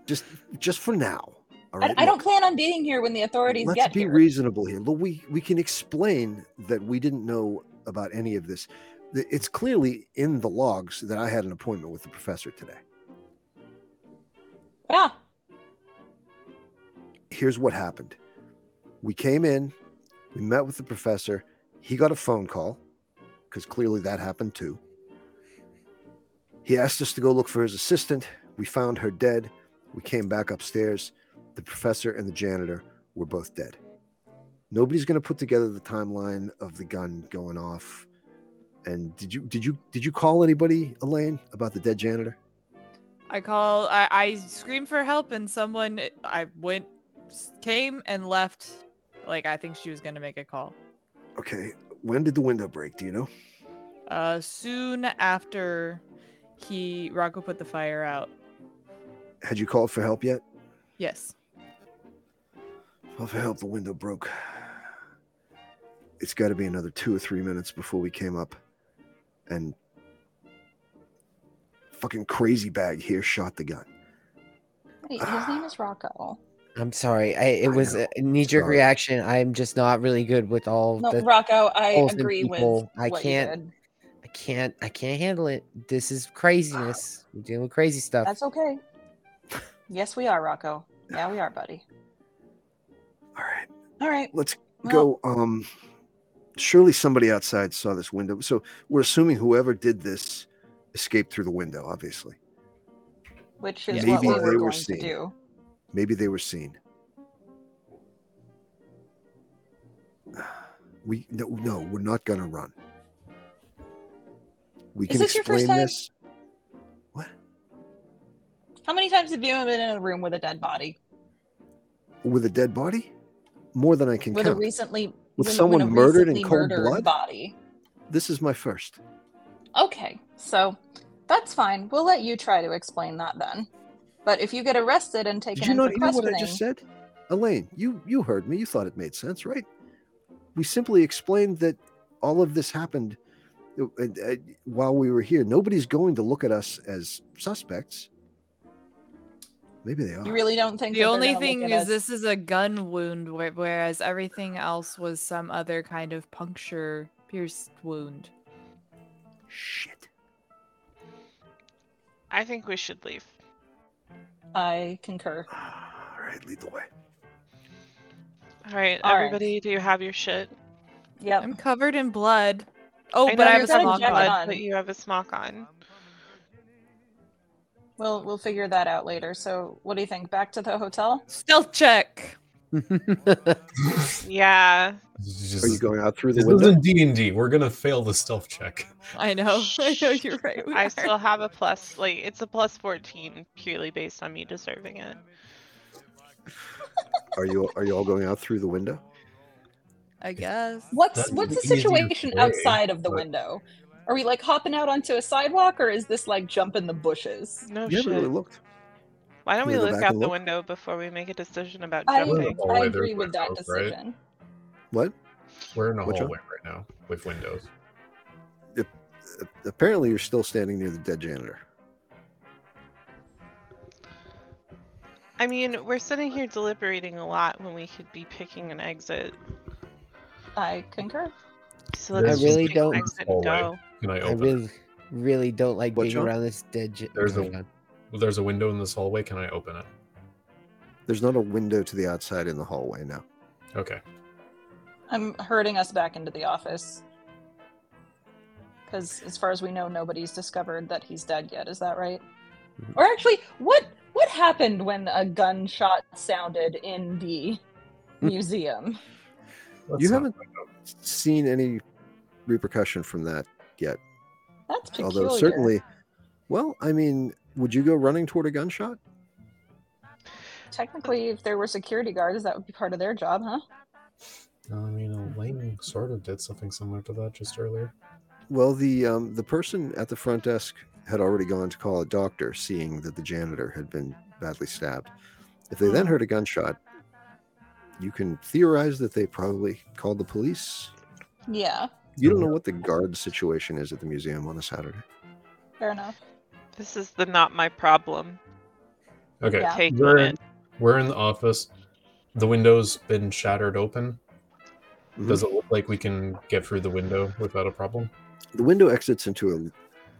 S2: just just for now. All
S3: I,
S2: right,
S3: I
S2: Look,
S3: don't plan on being here when the authorities
S2: Let's
S3: get
S2: be
S3: here.
S2: reasonable here. Look, we we can explain that we didn't know about any of this. Th- It's clearly in the logs that I had an appointment with the professor today.
S3: yeah.
S2: here's what happened. We came in, we met with the professor. He got a phone call because clearly that happened too. He asked us to go look for his assistant. We found her dead. We came back upstairs. The professor and the janitor were both dead. Nobody's going to put together the timeline of the gun going off. And did you did you did you call anybody, Elaine, about the dead janitor?
S5: I call. I, I scream for help, and someone. I went, came, and left. Like I think she was gonna make a call.
S2: Okay. When did the window break? Do you know?
S5: Uh, soon after, he Rocco put the fire out.
S2: Had you called for help yet?
S5: Yes.
S2: Well, Oh, for help, the window broke. It's got to be another two or three minutes before we came up. And fucking crazy bag here shot the gun.
S3: Wait, his name is Rocco.
S7: I'm sorry. I it
S2: I
S7: was
S2: know.
S7: a knee jerk
S2: Sorry.
S7: reaction. I'm just not really good with all
S3: No,
S7: the
S3: Rocco, I
S7: Olsen
S3: agree with.
S7: people, I
S3: what
S7: can't-
S3: You did.
S7: I can't I can't handle it. This is craziness. We're dealing with crazy stuff.
S3: That's okay. Yes, we are, Rocco. Yeah, we are, buddy.
S2: All right,
S3: All right.
S2: let's go.
S3: Well,
S2: Um, surely somebody outside saw this window. So we're assuming whoever did this escaped through the window, obviously.
S3: Which is
S2: Yeah.
S3: what we
S2: Maybe they
S3: were
S2: were
S3: going to
S2: seen.
S3: do.
S2: Maybe they were seen. We no, no we're not gonna run. We
S3: Is
S2: can
S3: this your first
S2: explain
S3: time?
S2: this.
S3: How many times have you been in a room with a dead body?
S2: with a dead body more than i can
S3: With a
S2: count
S3: recently
S2: with
S3: when-
S2: someone
S3: when a
S2: murdered in
S3: recently
S2: cold
S3: murdered
S2: blood
S3: body.
S2: this is my first
S3: Okay, so that's fine. We'll let you try to explain that then. But if you get arrested and taken
S2: did you
S3: in
S2: not
S3: for
S2: hear what
S3: questioning,
S2: i just said elaine you you heard me you thought it made sense right we simply explained that all of this happened uh, uh, uh, while we were here nobody's going to look at us as suspects maybe they are
S3: you really don't think
S5: The
S3: that they're
S5: only
S3: gonna look
S5: thing
S3: at
S5: is,
S3: us-
S5: this is a gun wound, whe- whereas everything else was some other kind of puncture, pierced wound.
S2: shit
S1: I think we should leave.
S3: I concur.
S2: all right lead the way
S1: All right,
S3: All right.
S1: everybody, do you have your shit?
S3: Yep.
S5: I'm covered in blood. Oh,
S1: know
S5: but I
S1: you're
S5: have a
S3: got a
S5: smock
S3: jacket
S5: on.
S3: on.
S1: But you have a smock on.
S3: We'll we'll figure that out later. So what do you think? Back to the hotel?
S5: Stealth check.
S1: Yeah.
S2: are you going out through the
S6: This
S2: window
S6: isn't D and D. We're gonna fail the stealth check.
S5: I know. I know you're right. we
S1: I
S5: are.
S1: still have a plus. Like it's a plus fourteen purely based on me deserving it.
S2: are you are you all going out through the window
S5: I guess.
S3: What's
S6: That'd
S3: what's
S6: be
S3: the
S6: easier
S3: situation
S6: for me,
S3: outside of the
S6: but-
S3: window? Are we like hopping out onto a sidewalk or is this like jump in the bushes?
S1: No
S2: you
S1: shit.
S2: haven't really looked
S1: Why don't
S2: Can
S1: we
S2: we go
S1: look
S2: back
S1: out
S2: and
S1: the
S2: look?
S1: window before we make a decision about
S3: I,
S6: We're in
S1: jumping?
S6: the
S3: I
S6: hallway, there's
S3: agree with that
S6: windows, right?
S3: decision.
S2: what
S6: We're in a
S2: Which
S6: hallway right now with windows.
S2: A- apparently you're still standing near the dead janitor
S1: I mean, we're sitting here deliberating a lot when we could be picking an exit.
S3: I concur.
S1: So
S6: I
S1: let's just
S7: really
S1: pick an
S7: don't-
S1: exit and
S6: Hallway.
S1: go.
S6: Can I
S7: I
S6: open?
S7: really really don't like
S2: What,
S7: being
S2: John?
S7: around this dead j-
S6: There's
S7: oh,
S6: a-
S7: God.
S6: Well, there's a window in this hallway. Can I open it?
S2: There's not a window to the outside in the hallway now.
S6: Okay.
S3: I'm herding us back into the office. Because as far as we know, nobody's discovered that he's dead yet. Is that right?
S6: Mm-hmm.
S7: Mhm.
S3: Or actually, what what happened when a gunshot sounded in the museum?
S6: Let's
S2: You
S6: not
S2: haven't-
S6: find out.
S2: Seen any repercussion from that?
S3: That's peculiar.
S2: Although certainly, well, I mean, would you go running toward a gunshot?
S3: technically, if there were security guards, that would be part of their job, huh?
S6: I mean, uh, Elaine sort of did something similar to that just earlier.
S2: Well, the um, the person at the front desk had already gone to call a doctor, seeing that the janitor had been badly stabbed. If they then heard a gunshot, you can theorize that they probably called the police.
S3: Yeah,
S2: You don't know what the guard situation is at the museum on a Saturday.
S3: fair enough.
S1: This is the not my problem
S6: Okay.
S3: Yeah.
S1: take on
S6: We're
S1: it.
S6: in, we're in the office. The window's been shattered open.
S2: Mhm.
S6: Does it look like we can get through the window without a problem?
S2: The window exits into a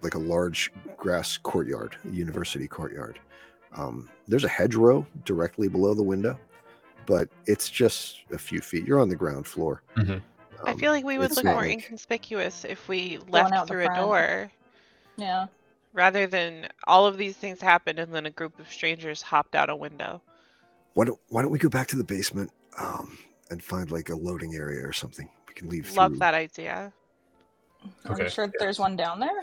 S2: like a large grass courtyard, a university courtyard. Um, there's a hedgerow directly below the window, but it's just a few feet. You're on the ground floor.
S6: Mhm.
S1: I
S2: Um,
S1: feel like we would
S2: it's
S1: look
S2: not
S1: more
S2: like-
S1: inconspicuous if we
S3: out
S1: left
S3: the
S1: through a
S3: front.
S1: door
S3: Yeah,
S1: rather than all of these things happened and then a group of strangers hopped out a window.
S2: why don't Why don't we go back to the basement um, and find like a loading area or something? We can leave.
S1: Love
S2: through-
S1: that idea.
S6: Okay.
S3: I'm sure that there's one down there.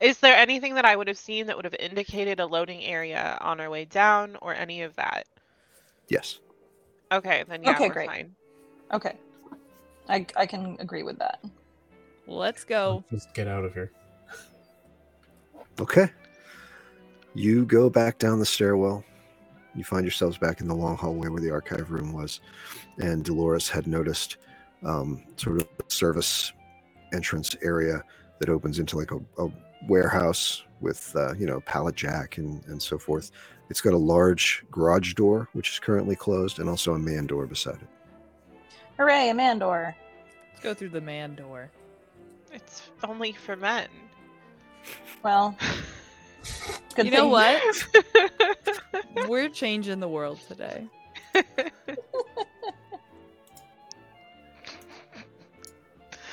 S1: Is there anything that I would have seen that would have indicated a loading area on our way down or any of that?
S2: Yes.
S1: Okay, then yeah,
S3: Okay,
S1: we're
S3: great.
S1: fine.
S3: Okay, I I can agree with that.
S5: Let's go.
S6: Just get out of here.
S2: Okay. You go back down the stairwell. You find yourselves back in the long hallway where the archive room was, and Dolores had noticed um, sort of a service entrance area that opens into like a, a warehouse with uh, you know pallet jack and and so forth. It's got a large garage door which is currently closed, and also a man door beside it.
S3: Hooray, Amandor!
S5: Let's go through the man door.
S1: It's only for men.
S3: Well, good
S5: You know
S3: thing-
S5: what? We're changing the world today.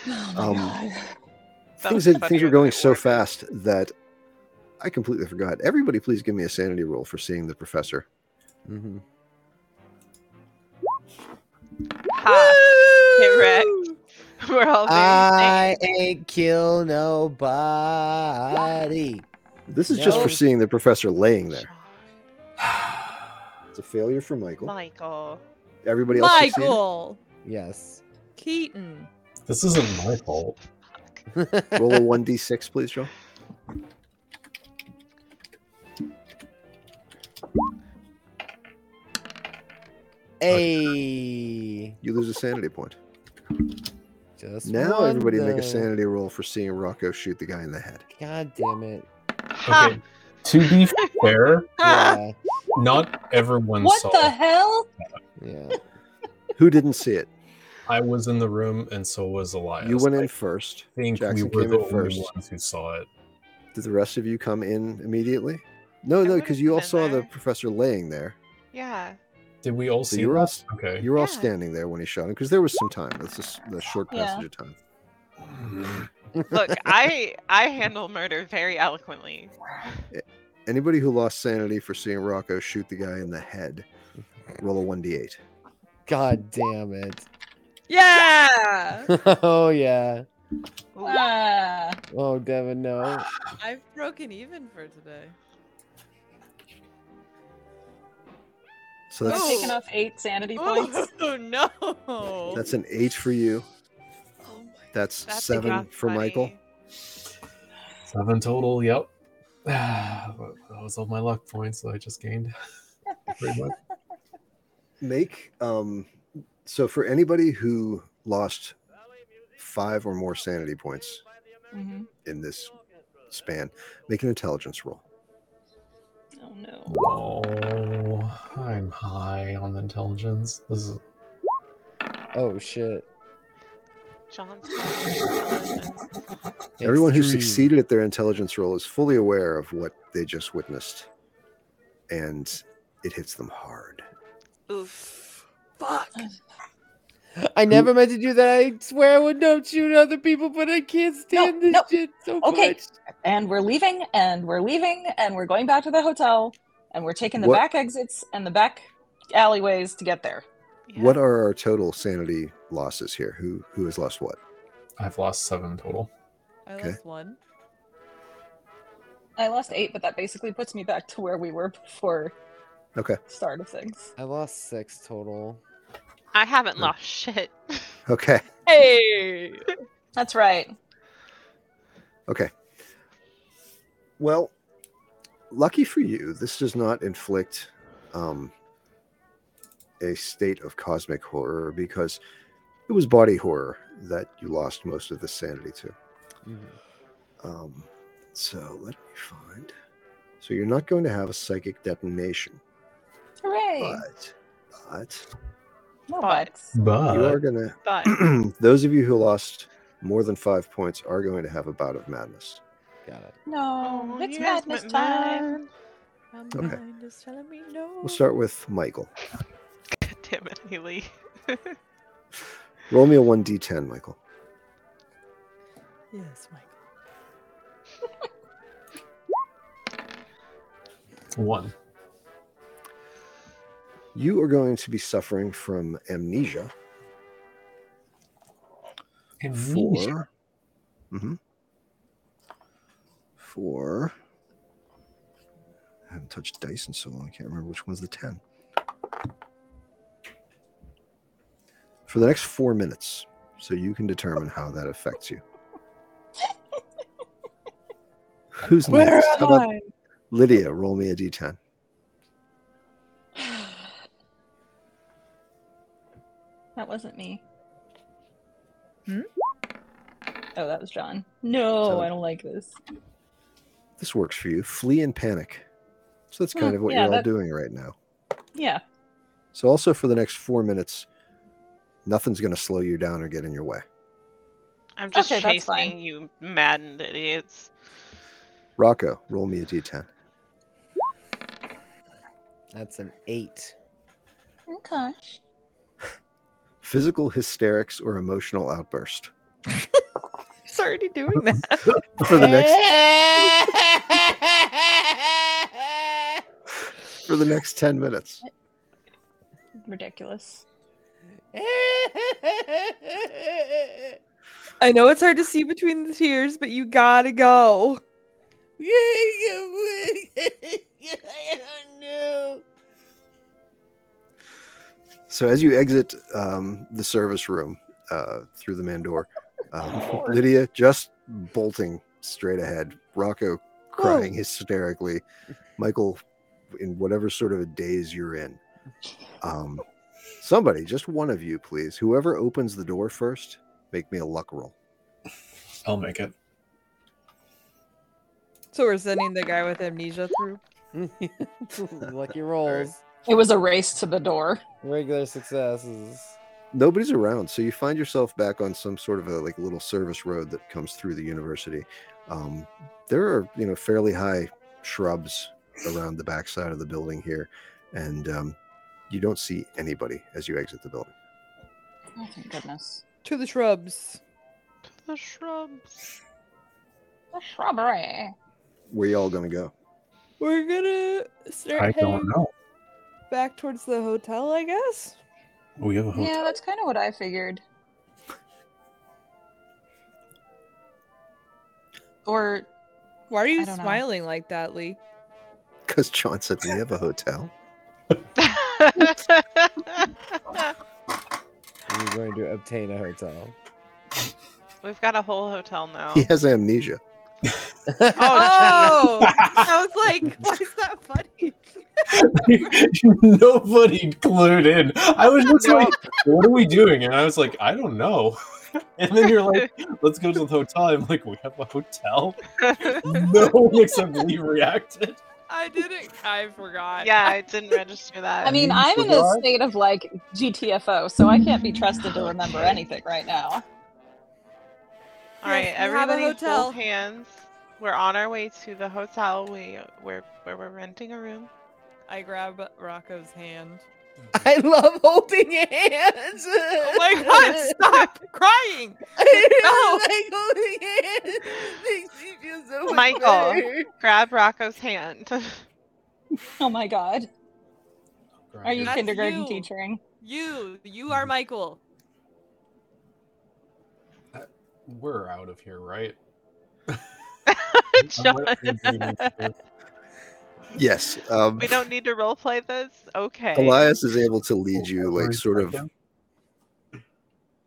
S3: Oh my
S2: Um,
S3: God.
S1: That
S2: things
S1: was
S2: that,
S1: funny
S2: things were
S1: with
S2: going
S1: the
S2: so
S1: order.
S2: fast that I completely forgot. Everybody, please give me a sanity roll for seeing the professor.
S4: Mm-hmm.
S1: Ha! Get wrecked. We're all doing the same.
S7: I ain't kill nobody.
S2: This is just
S7: No.
S2: for seeing the professor laying there.
S1: John,
S2: It's a failure for Michael.
S1: Michael.
S2: Everybody else, succeeded?
S5: Michael
S7: Yes.
S5: Keaton.
S6: This isn't my fault.
S1: Fuck.
S2: roll a one d six, please, Joel.
S7: Hey.
S2: You lose a sanity point.
S7: Just
S2: now
S7: one,
S2: everybody make a
S7: though.
S2: sanity roll for seeing Rocco shoot the guy in the head.
S7: God damn it.
S1: Ha!
S6: Okay. To be fair,
S1: Ha!
S7: Yeah.
S6: not everyone
S3: What
S6: saw.
S3: the hell?
S7: Yeah.
S2: Who didn't see it?
S6: I was in the room, and so was Elias.
S2: You went
S6: I
S2: in first.
S6: think we
S2: Jackson
S6: were
S2: came
S6: the
S2: in
S6: only
S2: first.
S6: ones who saw it.
S2: Did the rest of you come in immediately? No,
S1: I
S2: no,
S1: would've
S2: because you all
S1: been
S2: saw the
S1: there.
S2: professor laying there.
S1: Yeah.
S6: Did we all
S2: So
S6: see?
S2: you were all
S6: that?
S2: s-
S6: okay.
S2: You were all
S1: Yeah.
S2: standing there when he shot him because there was some time. That's just the short
S3: Yeah.
S2: passage of time.
S1: Look, I I handle murder very eloquently.
S2: Anybody who lost sanity for seeing Rocco shoot the guy in the head, roll a one d eight.
S7: God damn it.
S5: Yeah!
S7: oh yeah.
S1: Ooh,
S3: Ah,
S7: Oh Devin, no.
S5: I've broken even for today.
S2: So
S3: I've
S2: that's
S1: Oh.
S3: taken off eight sanity points.
S5: Oh no!
S2: That's an eight for you.
S5: Oh my-
S2: That's,
S1: that's
S2: seven
S1: not
S2: for Michael.
S1: funny.
S6: Seven total. Yep. that was all my luck points that I just gained. Pretty much.
S2: Make um so for anybody who lost five or more sanity points
S3: Mhm.
S2: in this span, make an intelligence roll.
S3: Oh no.
S6: Oh, I'm high on intelligence. This is
S7: Oh shit.
S1: John's intelligence.
S2: Everyone who
S7: Extreme.
S2: succeeded at their intelligence roll is fully aware of what they just witnessed. And it hits them hard.
S1: Oof.
S5: Fuck!
S7: I never meant to do that. I swear I would not shoot other people, but I can't stand this
S3: no.
S7: shit so
S3: Okay.
S7: much.
S3: And we're leaving, and we're leaving, and we're going back to the hotel, and we're taking the
S2: What-
S3: back exits and the back alleyways to get there.
S1: Yeah.
S2: What are our total sanity losses here? Who who has lost what?
S6: I've lost seven total.
S5: I
S2: Okay.
S5: lost one.
S3: I lost eight, but that basically puts me back to where we were before
S2: Okay.
S3: start of things.
S7: I lost six total.
S1: I haven't lost shit.
S2: Okay.
S5: Hey!
S3: That's right.
S2: Okay. Well, lucky for you, this does not inflict um, a state of cosmic horror because it was body horror that you lost most of the sanity to. Um, so let me find. So you're not going to have a psychic detonation,
S3: Hooray!
S2: but but
S3: No
S1: But-
S3: bugs.
S2: you are
S6: But
S2: gonna.
S1: But
S2: those of you who lost more than five points are going to have a bout of madness.
S4: Got it.
S3: No,
S1: Oh,
S3: it's
S1: you guys
S3: madness
S1: went
S3: time.
S1: mad.
S5: My
S2: Okay.
S5: mind is telling me no.
S2: We'll start with Michael.
S1: God damn it, Haley.
S2: Roll me a one d10, Michael.
S5: Yes, Michael.
S6: one.
S2: You are going to be suffering from amnesia for Mhm. for I haven't touched dice in so long, I can't remember which one's the 10. For the next four minutes, so you can determine how that affects you. Who's
S5: Where
S2: next?
S5: am
S2: How about
S5: I?
S2: Lydia? Roll me a d10.
S3: That wasn't me.
S5: Hmm?
S3: Oh, that was John. No,
S2: So-
S3: I don't like this.
S2: This works for you. Flee in panic. So that's kind
S3: Hmm,
S2: of what
S3: yeah,
S2: you're all
S3: that-
S2: doing right now.
S3: Yeah.
S2: So also for the next four minutes, nothing's going to slow you down or get in your way.
S1: I'm just
S3: Okay, that's fine.
S1: chasing you maddened idiots.
S2: Rocco, roll me a d10.
S4: That's an eight.
S3: Okay.
S2: Physical hysterics or emotional outburst
S5: He's already doing that.
S2: for the next for the next ten minutes.
S3: Ridiculous.
S5: I know it's hard to see between the tears, but you gotta go.
S2: So as you exit um, the service room uh, through the man door, um, Lydia just bolting straight ahead. Rocco crying hysterically. Michael in whatever sort of a daze you're in. Um, somebody, just one of you, please. Whoever opens the door first, make me a luck roll.
S6: I'll make it.
S5: So we're sending the guy with amnesia through.
S4: Lucky rolls.
S3: It was a race to the door.
S4: Regular successes.
S2: nobody's around so you find yourself back on some sort of a like little service road that comes through the university um, there are you know fairly high shrubs around the backside of the building here and um, you don't see anybody as you exit the building
S3: Oh, thank goodness.
S5: To the shrubs.
S1: The shrubs.
S3: The shrubbery.
S2: where y'all gonna go
S5: We're gonna start
S6: I
S5: heading
S6: don't know.
S5: back towards the hotel, I guess.
S6: We Oh, have a hotel.
S3: Yeah, that's kind of what I figured. Or
S5: Why are you
S3: I don't know.
S5: smiling like that, Lee?
S2: because john said we have a hotel
S4: You're going to obtain a hotel.
S1: We've got a whole hotel now.
S2: he has amnesia
S5: Oh, I was like, why is that funny?
S6: Nobody clued in. I was just
S1: No.
S6: like, what are we doing? And I was like, I don't know. And then you're like, let's go to the hotel. I'm like, we have a hotel? No one except Lee reacted.
S5: I didn't. I forgot.
S1: yeah, I didn't register that.
S3: I mean,
S6: you
S3: I'm in a
S6: forgot?
S3: state of like GTFO, so I can't be trusted to remember anything right now.
S1: All right,
S5: Yes, we have a
S1: everybody
S5: hotel.
S1: hold hands. We're on our way to the hotel. We we're where we're renting a room.
S5: I grab Rocco's hand.
S7: I love holding hands.
S5: Oh my god! Stop crying.
S7: I like holding hands. It makes me feel so much
S1: Michael.
S7: better.
S1: Grab Rocco's hand.
S3: Oh my god. Are you
S5: That's
S3: kindergarten
S5: you.
S3: teaching?
S5: You, you are Michael.
S6: We're out of here, right?
S1: John,
S2: yes um,
S1: we don't need to roleplay this. Okay.
S2: elias is able to
S6: Oh,
S2: lead you like sort of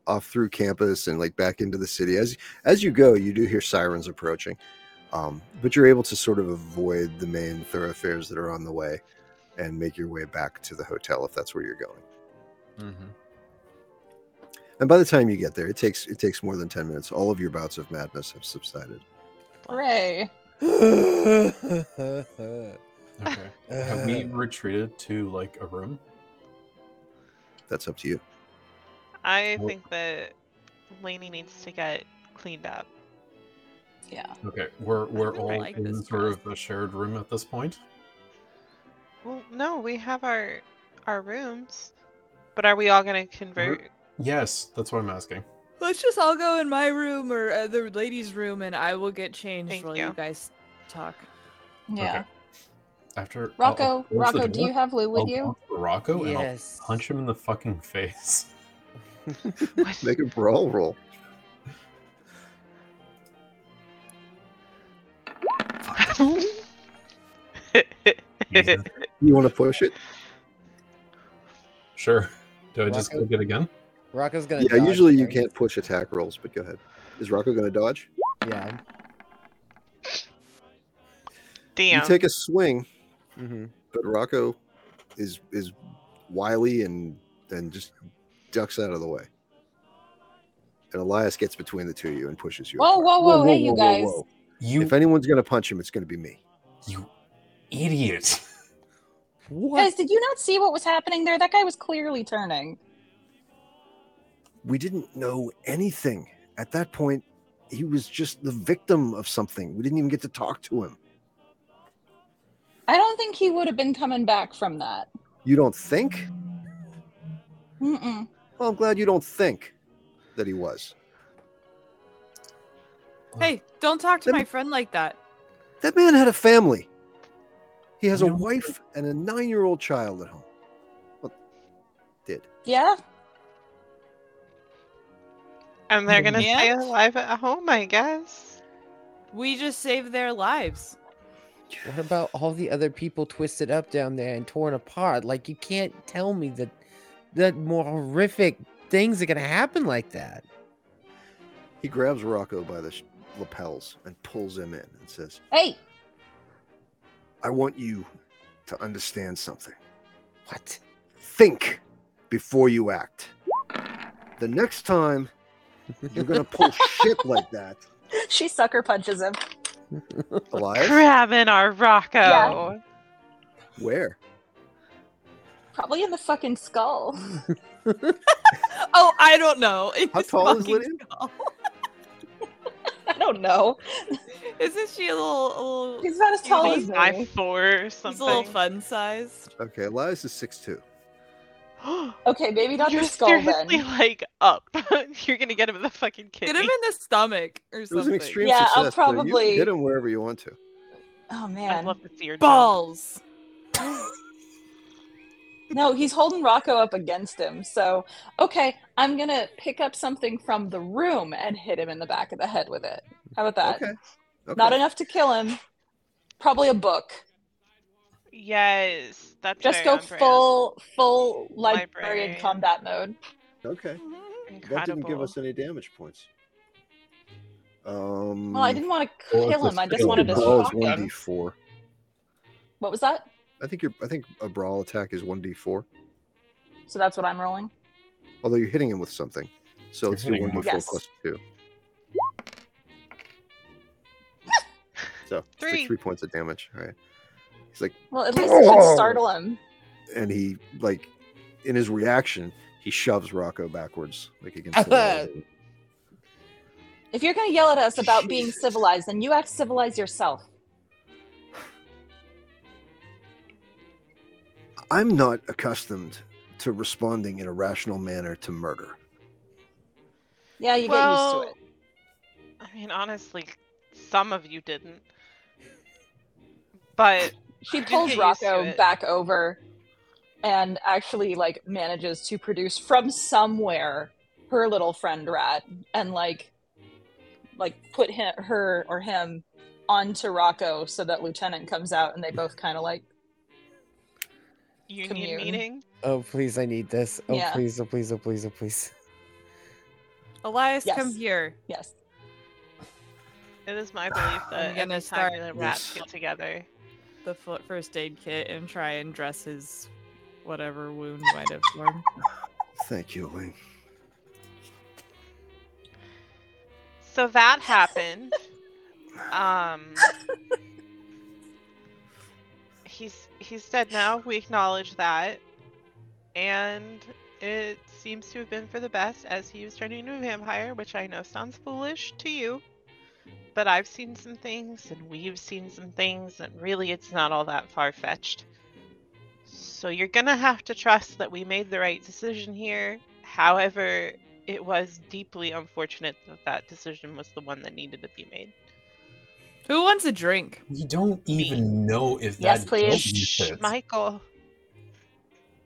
S2: off through campus and like back into the city as as you go you do hear sirens approaching Um, but you're able to sort of avoid the main thoroughfares that are on the way and make your way back to the hotel if that's where you're going.
S6: Mm-hmm.
S2: And by the time you get there, it takes it takes more than ten minutes. All of your bouts of madness have subsided.
S3: Hooray.
S6: Okay. Have
S2: Uh,
S6: we retreated to like a room?
S2: That's up to you.
S1: I
S6: Well-
S1: think that Lainey needs to get cleaned up.
S3: Yeah.
S6: Okay, we're we're
S8: really
S6: all
S8: like
S6: in
S8: this
S6: sort
S8: dress.
S6: of a shared room at this point.
S1: Well, no, we have our our rooms, but are we all gonna convert?
S6: Yes, that's what I'm asking.
S5: Let's just all go in my room or uh, the ladies' room, and I will get changed
S1: Thank
S5: while
S1: you.
S5: you guys talk.
S3: Yeah.
S6: Okay. After I'll-
S3: Rocco,
S6: I'll close the
S3: Rocco, do
S6: door,
S3: you have Lou with
S6: I'll
S3: you?
S6: walk to Rocco and I'll
S7: yes.
S6: punch him in the fucking face.
S1: What?
S2: Make a brawl roll.
S6: Jesus.
S2: You want to push it?
S6: sure. Do I just
S7: Rocco?
S6: click it again?
S7: Rocco's gonna.
S2: Yeah.
S7: dodge
S2: Usually you
S7: first.
S2: can't push attack rolls, but go ahead. Is Rocco going to dodge?
S7: Yeah.
S1: Damn.
S2: You take a swing,
S7: Mm-hmm.
S2: but Rocco is is wily and and just ducks out of the way. And Elias gets between the two of you and pushes you.
S3: Whoa,
S2: apart.
S3: whoa, whoa, hey, you guys.
S6: You
S2: If anyone's going to punch him, it's going to be me.
S6: you idiot.
S3: Guys, did you not see what was happening there? That guy was clearly turning.
S2: we didn't know anything at that point he was just the victim of something we didn't even get to talk to him
S3: I don't think he would have been coming back from that.
S2: you don't think
S3: Mm-mm.
S2: well i'm glad you don't think that he was Oh.
S5: Hey, don't talk to
S2: Let me-
S5: my friend like that.
S2: that man had a family he has a
S6: No.
S2: wife and a nine-year-old child at home well, did
S3: Yeah.
S1: and they're gonna
S5: Yeah.
S1: stay alive at home, I guess.
S5: We just saved their lives.
S7: What about all the other people twisted up down there and torn apart? Like you can't tell me that that more horrific things are gonna happen like that.
S2: he grabs rocco by the sh- lapels and pulls him in and says
S3: Hey,
S2: i want you to understand something
S7: What?
S2: think before you act the next time you're gonna pull shit like that
S3: she sucker punches him.
S2: Elias?
S1: Grabbing our Rocco.
S3: Yeah.
S2: Where?
S3: Probably in the fucking skull.
S5: Oh, I don't know. It
S2: How
S5: was
S2: tall is
S5: fucking
S2: Lydia?
S5: tall.
S3: I don't know.
S5: Isn't she a little, a little
S3: He's not as tall
S1: Like
S3: as
S1: five
S3: me.
S1: four or
S5: He's a little
S1: something.
S5: fun sized.
S2: Okay, Elias is six two.
S3: Okay, maybe not
S1: You're
S3: the skull then.
S1: seriously like up. You're gonna get him in the fucking
S5: Get
S1: kidney.
S5: him in the stomach or
S2: It was an
S5: something.
S2: extreme
S3: Yeah, I'll
S2: success. so you can
S3: probably-
S2: hit him wherever you want to.
S3: Oh
S1: I'd
S3: man.
S1: love to see your jump.
S5: Balls.
S3: No, he's holding Rocco up against him. So, okay, I'm gonna pick up something from the room and hit him in the back of the head with it. How about that?
S2: Okay. okay.
S3: Uh, Not enough to kill him. Probably a book.
S1: Yes, that's very
S3: Just go
S1: on brand.
S3: full, full librarian
S1: Librarian.
S3: combat mode.
S2: okay.
S1: Incredible.
S2: That didn't give us any damage points. Um
S3: Well, I didn't want to
S6: Well,
S3: kill
S6: it's
S3: him. I
S6: a
S3: just
S6: skill.
S3: wanted to
S2: brawl is
S3: shock
S2: one D
S3: him.
S2: four.
S3: What was that?
S2: I think your I think a brawl attack is one D four.
S3: So that's what I'm rolling.
S2: Although you're hitting him with something. So
S6: You're
S2: let's do
S6: hitting
S2: one
S6: him
S2: D
S6: with-
S2: four
S3: Yes.
S2: plus two. So it's like
S1: Three.
S2: three points of damage. All right. He's like
S3: Well, at least it should startle him.
S2: and he like in his reaction he shoves Rocco backwards like against the wall.
S3: If you're gonna yell at us about being civilized, then you act civilized yourself.
S2: I'm not accustomed to responding in a rational manner to murder.
S3: Yeah, you get
S1: well,
S3: used to it.
S1: I mean, honestly, some of you didn't. But
S3: She
S1: you did
S3: pulls
S1: get used to
S3: Rocco
S1: it.
S3: back over and actually like manages to produce from somewhere her little friend rat and like like put him, her or him onto Rocco so that Lieutenant comes out and they both kind of like
S1: union
S3: Commune.
S1: meeting.
S7: Oh please, I need this. Oh
S3: Yeah.
S7: please, oh please, oh please, oh please.
S5: Elias, come
S3: Yes.
S5: here.
S3: yes.
S1: It is my belief that
S5: gonna
S1: every
S5: start
S1: time the rats
S2: this.
S1: get together,
S5: the fo- first aid kit and try and dress his whatever wound might have formed.
S2: Thank you, Elaine.
S1: so that happened. um, he's he's dead now. We acknowledge that, and it seems to have been for the best, as he was turning into a vampire, which I know sounds foolish to you. But I've seen some things, and we've seen some things, and really it's not all that far fetched. So you're gonna have to trust that we made the right decision here. However, it was deeply unfortunate that that decision was the one that needed to be made.
S5: Who wants a drink?
S6: You don't even know if
S3: Yes,
S6: that
S3: please.
S6: guilt you
S1: Shh,
S6: fit.
S1: Michael.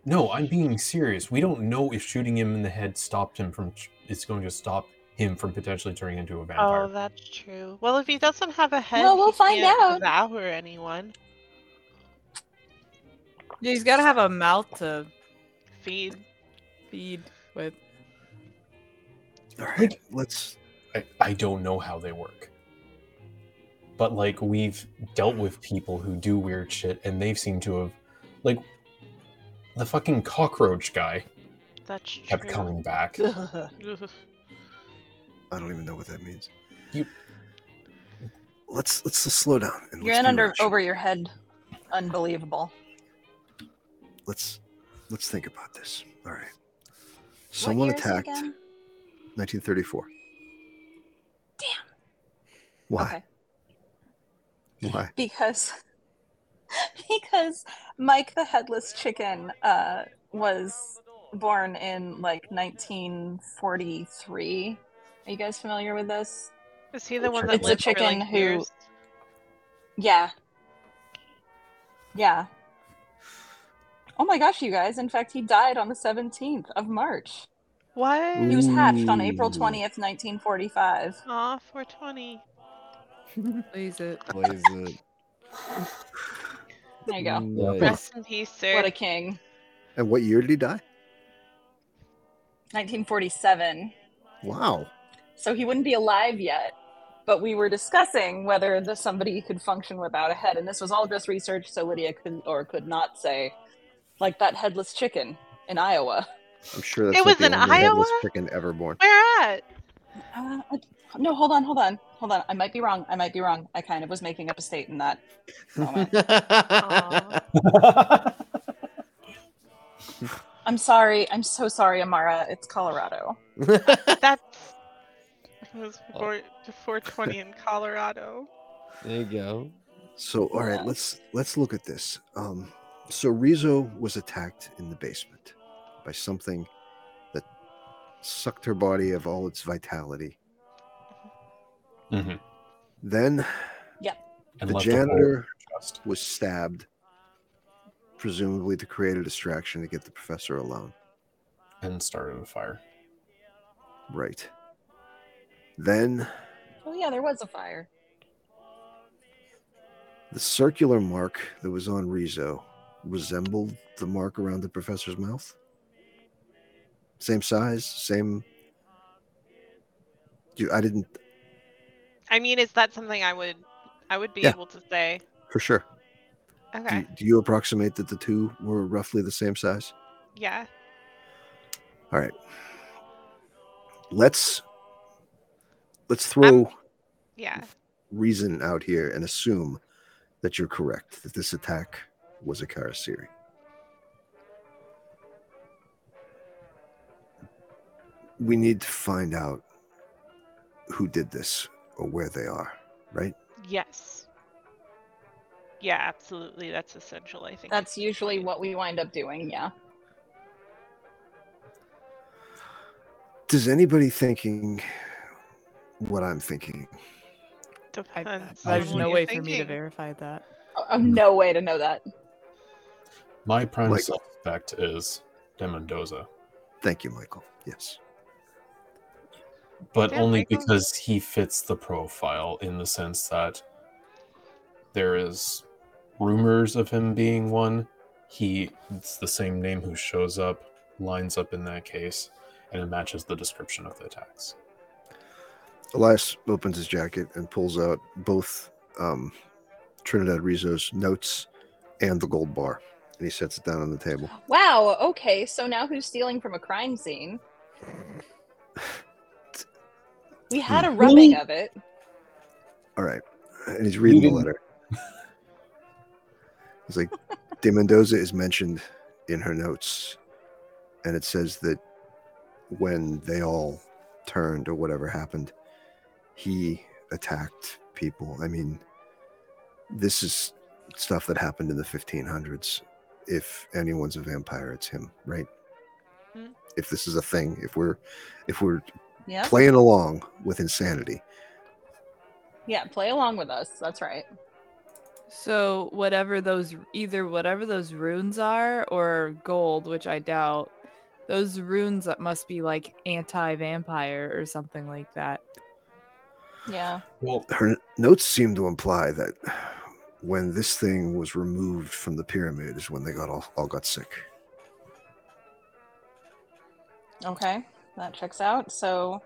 S6: No, I'm being serious. We don't know if shooting him in the head stopped him from. It's going to stop him from potentially turning into a vampire.
S1: Oh, that's true. Well, if he doesn't have a head,
S3: Well, we'll
S1: he
S3: find
S1: can't
S3: out.
S1: devour anyone.
S5: Yeah, he's got to have a mouth to
S1: Feed.
S5: feed with.
S2: All right, let's.
S6: I, I don't know how they work. But like we've dealt with people who do weird shit and they've seemed to have like the fucking cockroach guy
S1: That's true.
S6: kept coming back.
S1: Ugh.
S2: I don't even know what that means.
S6: You-
S2: Let's let's just slow down. And
S3: You're
S2: let's
S3: in
S2: be
S3: under
S2: rational.
S3: over your head. Unbelievable.
S2: Let's let's think about this. All right. Someone
S3: year is it
S2: attacked.
S3: again?
S2: 1934. Damn. Why? Why?
S3: because because Mike the Headless Chicken uh, was born in like 1943. Are you guys familiar with this?
S1: Is he the one that
S3: It's a
S1: lived for
S3: chicken
S1: like
S3: who-
S1: years?
S3: Yeah. Yeah. Oh my gosh, you guys. In fact, he died on the 17th of March.
S1: What?
S3: He was hatched on April
S2: Ooh.
S3: 20th, 1945.
S1: Aw, 420.
S5: Please it.
S4: Plays it. Mm,
S3: There you go.
S4: Nice.
S1: Rest in peace, sir.
S3: What a king.
S2: And what year did he die?
S3: 1947.
S2: Wow.
S3: so he wouldn't be alive yet. But we were discussing whether the somebody could function without a head, and this was all just research, so Lydia could or could not say, like that headless chicken in Iowa.
S2: I'm sure that's
S1: It
S2: not
S1: was
S2: the
S1: in
S2: only headless
S1: Iowa?
S2: chicken ever born.
S1: Where at?
S3: Uh, I- no, hold on, hold on, hold on. I might be wrong. I might be wrong. I kind of was making up a state in that moment.
S1: Aw.
S3: I'm sorry. I'm so sorry, Amara. It's Colorado.
S1: That's. It was
S6: Oh.
S1: before, before 20 in Colorado.
S4: There you go.
S2: So all right,
S3: Yeah.
S2: let's let's look at this. Um, so Rizzo was attacked in the basement by something that sucked her body of all its vitality.
S1: Mm-hmm.
S6: Mhm.
S2: Then
S6: And
S2: the
S6: left a hole in
S2: janitor
S6: her chest.
S2: was stabbed, presumably to create a distraction to get the professor alone.
S6: and started a fire.
S2: Right. Then
S3: Oh yeah, there was a fire.
S2: the circular mark that was on Rizzo resembled the mark around the professor's mouth. Same size, same. Dude, I didn't.
S1: I mean, is that something I would I would be
S2: Yeah.
S1: able to say?
S2: For sure.
S1: Okay.
S2: Do, do you approximate that the two were roughly the same size?
S1: Yeah.
S2: Let's let's throw
S1: Yeah.
S2: reason out here and assume that you're correct that this attack was a Karasiri. We need to find out who did this or where they are, right?
S1: Yes. Yeah, absolutely. That's essential, I think.
S3: That's usually what we wind up doing. Yeah.
S2: Does anybody thinking what I'm thinking?
S1: depends.
S5: There's
S1: on what
S5: no
S1: you're
S5: way for me to
S1: thinking.
S5: verify that.
S3: Oh, oh, no way to know that.
S6: My prime
S2: Like-
S6: suspect is De Mendoza,
S2: Thank you, Michael. Yes.
S6: but
S1: Yeah,
S6: only
S1: Michael.
S6: because he fits the profile in the sense that there is rumors of him being one. He it's the same name who shows up, lines up in that case, and it matches the description of the attacks.
S2: Elias opens his jacket and pulls out both um, Trinidad Rizzo's notes and the gold bar, and he sets it down on the table.
S3: Wow, okay, so now who's stealing from a crime scene? We had a
S6: Hmm.
S3: rubbing of it.
S2: All right, and he's reading the
S8: didn't-
S2: letter. He's like, De Mendoza is mentioned in her notes, and it says that when they all turned or whatever happened, he attacked people. I mean, this is stuff that happened in the 1500s. If anyone's a vampire, it's him, right?
S1: Mhm.
S2: If this is a thing, if we're if we're
S3: Yeah.
S2: playing along with insanity,
S3: Yeah, play along with us. That's right.
S5: So whatever those either whatever those runes are or gold, which I doubt, those runes that must be like anti-vampire or something like that.
S3: Yeah.
S6: Well,
S2: her notes seem to imply that when this thing was removed from the pyramid is when they got all, all got sick.
S3: Okay. That checks out. So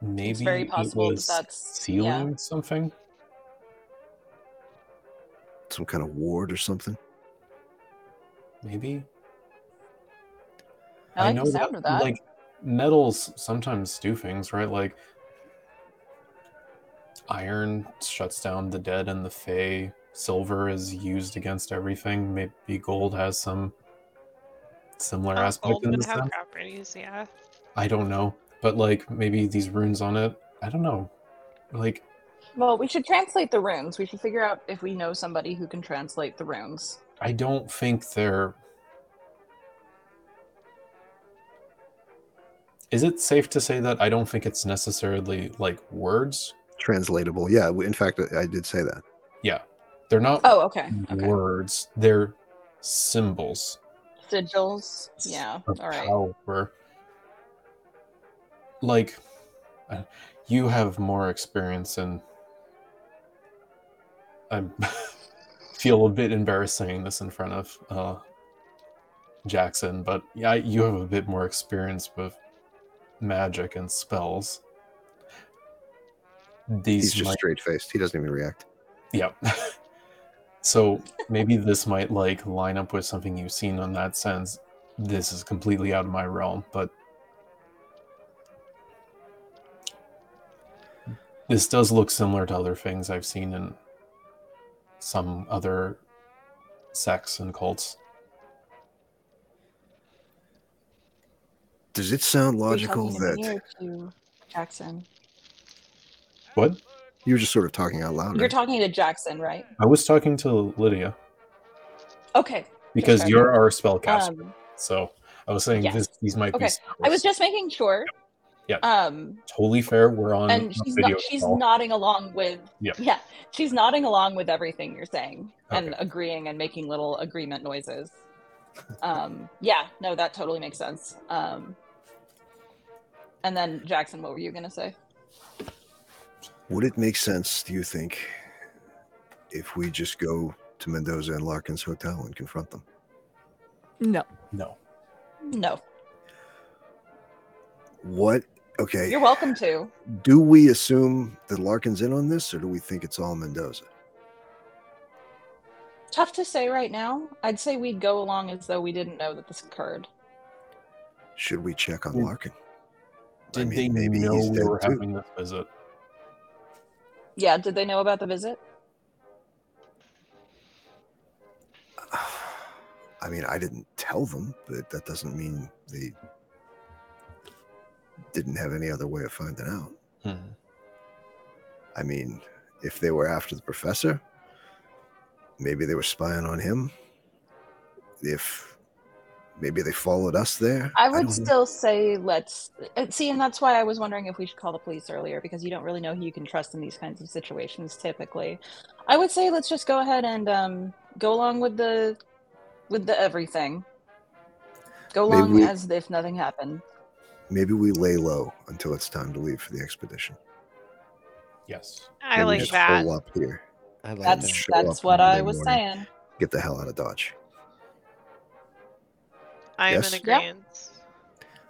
S6: maybe
S3: it's very possible
S6: it
S3: that
S6: was
S3: that's
S6: sealing
S3: Yeah.
S6: something.
S2: Some kind of ward or something.
S6: Maybe
S3: I like the sound of that.
S6: Like metals sometimes do things, right? Like iron shuts down the dead and the fey. Silver is used against everything. Maybe gold has some similar
S1: Oh,
S6: aspect
S1: gold
S6: in
S1: would
S6: this.
S1: have
S6: sense.
S1: properties, yeah.
S6: I don't know, but like maybe these runes on it. I don't know. Like
S3: Well, we should translate the runes. We should figure out if we know somebody who can translate the runes.
S6: I don't think they're. Is it safe to say that I don't think it's necessarily like words?
S2: Translatable. Yeah, we- in fact, I, I did say that.
S6: Yeah, they're not
S3: Oh, okay. Okay.
S6: words; they're symbols.
S3: Sigils. Yeah.
S6: of
S3: All right.
S6: Power. Like, uh, you have more experience, and I feel a bit embarrassed saying this in front of uh, Jackson, but yeah, you have a bit more experience with magic and spells. These
S2: He's just
S6: might-
S2: straight faced. He doesn't even react.
S6: yeah. so maybe this might like line up with something you've seen on that sense. This is completely out of my realm, but this does look similar to other things I've seen in some other sects and cults.
S2: Does it sound
S3: We're
S2: logical
S3: talking
S2: that
S3: in here to Jackson.
S6: What?
S2: you were just sort of talking out loud?
S3: You're
S2: right?
S3: talking to Jackson, right?
S6: I was talking to Lydia
S3: Okay.
S6: because
S3: checking.
S6: you're our spellcaster.
S3: Um,
S6: so I was saying
S3: yes.
S6: this, these might
S3: Okay.
S6: be.
S3: I was just making sure.
S6: Yeah.
S3: Um,
S6: totally fair. We're on
S3: and
S6: a
S3: she's
S6: video
S3: not, she's
S6: call.
S3: nodding along with
S6: Yeah.
S3: yeah she's nodding along with everything you're saying and
S6: Okay.
S3: agreeing and making little agreement noises um yeah no that totally makes sense um and then jackson what were you gonna say
S2: Would it make sense, do you think, if we just go to Mendoza and Larkin's hotel and confront them?
S5: No.
S6: No.
S3: no
S2: What? Okay.
S3: you're welcome to
S2: Do we assume that Larkin's in on this, or do we think it's all Mendoza?
S3: tough to say right now i'd say we'd go along as though we didn't know that this occurred
S2: Should we check on
S6: Hmm.
S2: Larkin? I
S6: Did
S2: mean,
S6: they
S2: maybe
S6: know
S2: he's
S6: we
S2: dead
S6: were
S2: too.
S6: having this visit?
S3: yeah did they know about the visit
S2: I mean, I didn't tell them, but that doesn't mean they didn't have any other way of finding out.
S6: Hmm.
S2: I mean, if they were after the professor, maybe they were spying on him. If maybe they followed us there,
S3: I
S2: don't
S3: would
S2: know.
S3: still say let's uh, see, and that's why I was wondering if we should call the police earlier because you don't really know who you can trust in these kinds of situations typically. I would say let's just go ahead and um, go along with the with the everything. Go
S2: Maybe
S3: along
S2: we-
S3: as if nothing happened.
S2: maybe we lay low until it's time to leave for the expedition.
S6: Yes.
S1: I
S2: Maybe we
S1: like
S2: just
S1: that.
S2: Hole up here,
S7: I like
S2: That's-
S7: that.
S3: That's
S2: show
S3: that's
S2: up
S3: what
S2: Monday
S3: I was
S2: morning.
S3: saying.
S2: get the hell out of Dodge.
S1: I'm in
S2: Yes.
S3: Yeah.
S1: agreement.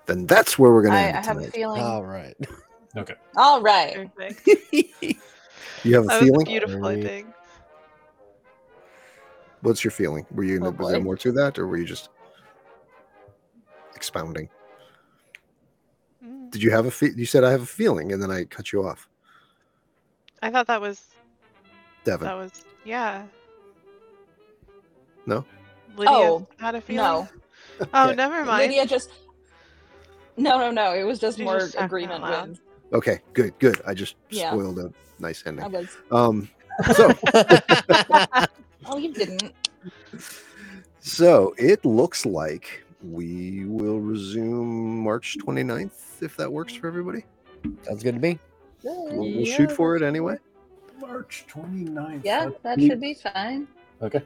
S2: Then that's where we're going to
S3: I,
S2: end
S3: I
S2: it
S3: have a
S2: tonight.
S1: Oh.
S3: feeling
S7: All right.
S3: All right.
S1: Perfect.
S2: You have a
S1: That was a
S2: feeling.
S1: beautiful, I think.
S2: What's your feeling? Were you
S3: Oh,
S2: was there
S3: boy.
S2: more to that, or were you just expounding?
S1: Mm.
S2: Did you have a fe- you said I have a feeling, and then I cut you off,
S1: I thought that was
S2: Devin.
S1: that
S3: Oh.
S1: was yeah.
S2: No?
S1: Lydia
S3: Oh,
S1: had a feeling.
S3: No,
S1: Oh,
S2: Okay.
S1: never mind.
S3: Lydia just. No, no, no. It was just
S1: You
S3: more
S1: just laughed out
S3: agreement
S1: loud.
S3: with.
S2: Okay, good, good. I just
S3: Yeah.
S2: spoiled a nice ending.
S3: I was.
S2: Um, so
S3: Oh, you didn't.
S2: so it looks like we will resume March 29th if that works for everybody.
S4: Sounds good to me.
S2: We'll, we'll shoot for it anyway.
S6: March 29th.
S3: Yeah, that should be fine.
S6: Okay.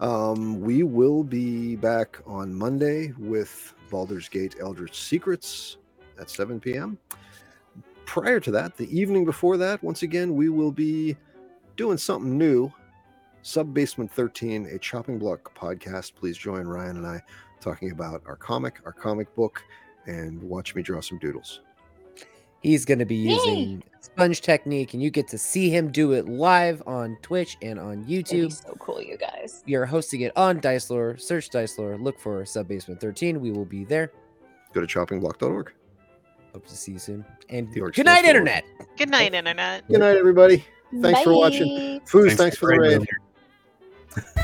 S2: Um, we will be back on Monday with Baldur's Gate Eldritch Secrets at 7 p.m. Prior to that, the evening before that, once again, we will be doing something new. Sub Basement 13, a chopping block podcast. Please join Ryan and I talking about our comic, our comic book, and watch me draw some doodles.
S4: He's going to be
S3: Yay.
S4: using sponge technique, and you get to see him do it live on Twitch and on
S3: That'd be
S4: YouTube.
S3: so cool, you guys.
S4: We are hosting it on Dice Lore. Search Dice Lore. Look for Subbasement 13. We will be there.
S2: Go to choppingblock.org.
S4: Hope to see you soon. And
S2: The org
S4: good night,
S2: stands for org.
S4: Internet.
S1: Good night, internet.
S2: Good night, everybody. Thanks for watching.
S3: Bye.
S2: Foos, thanks, for the raid.
S6: raid.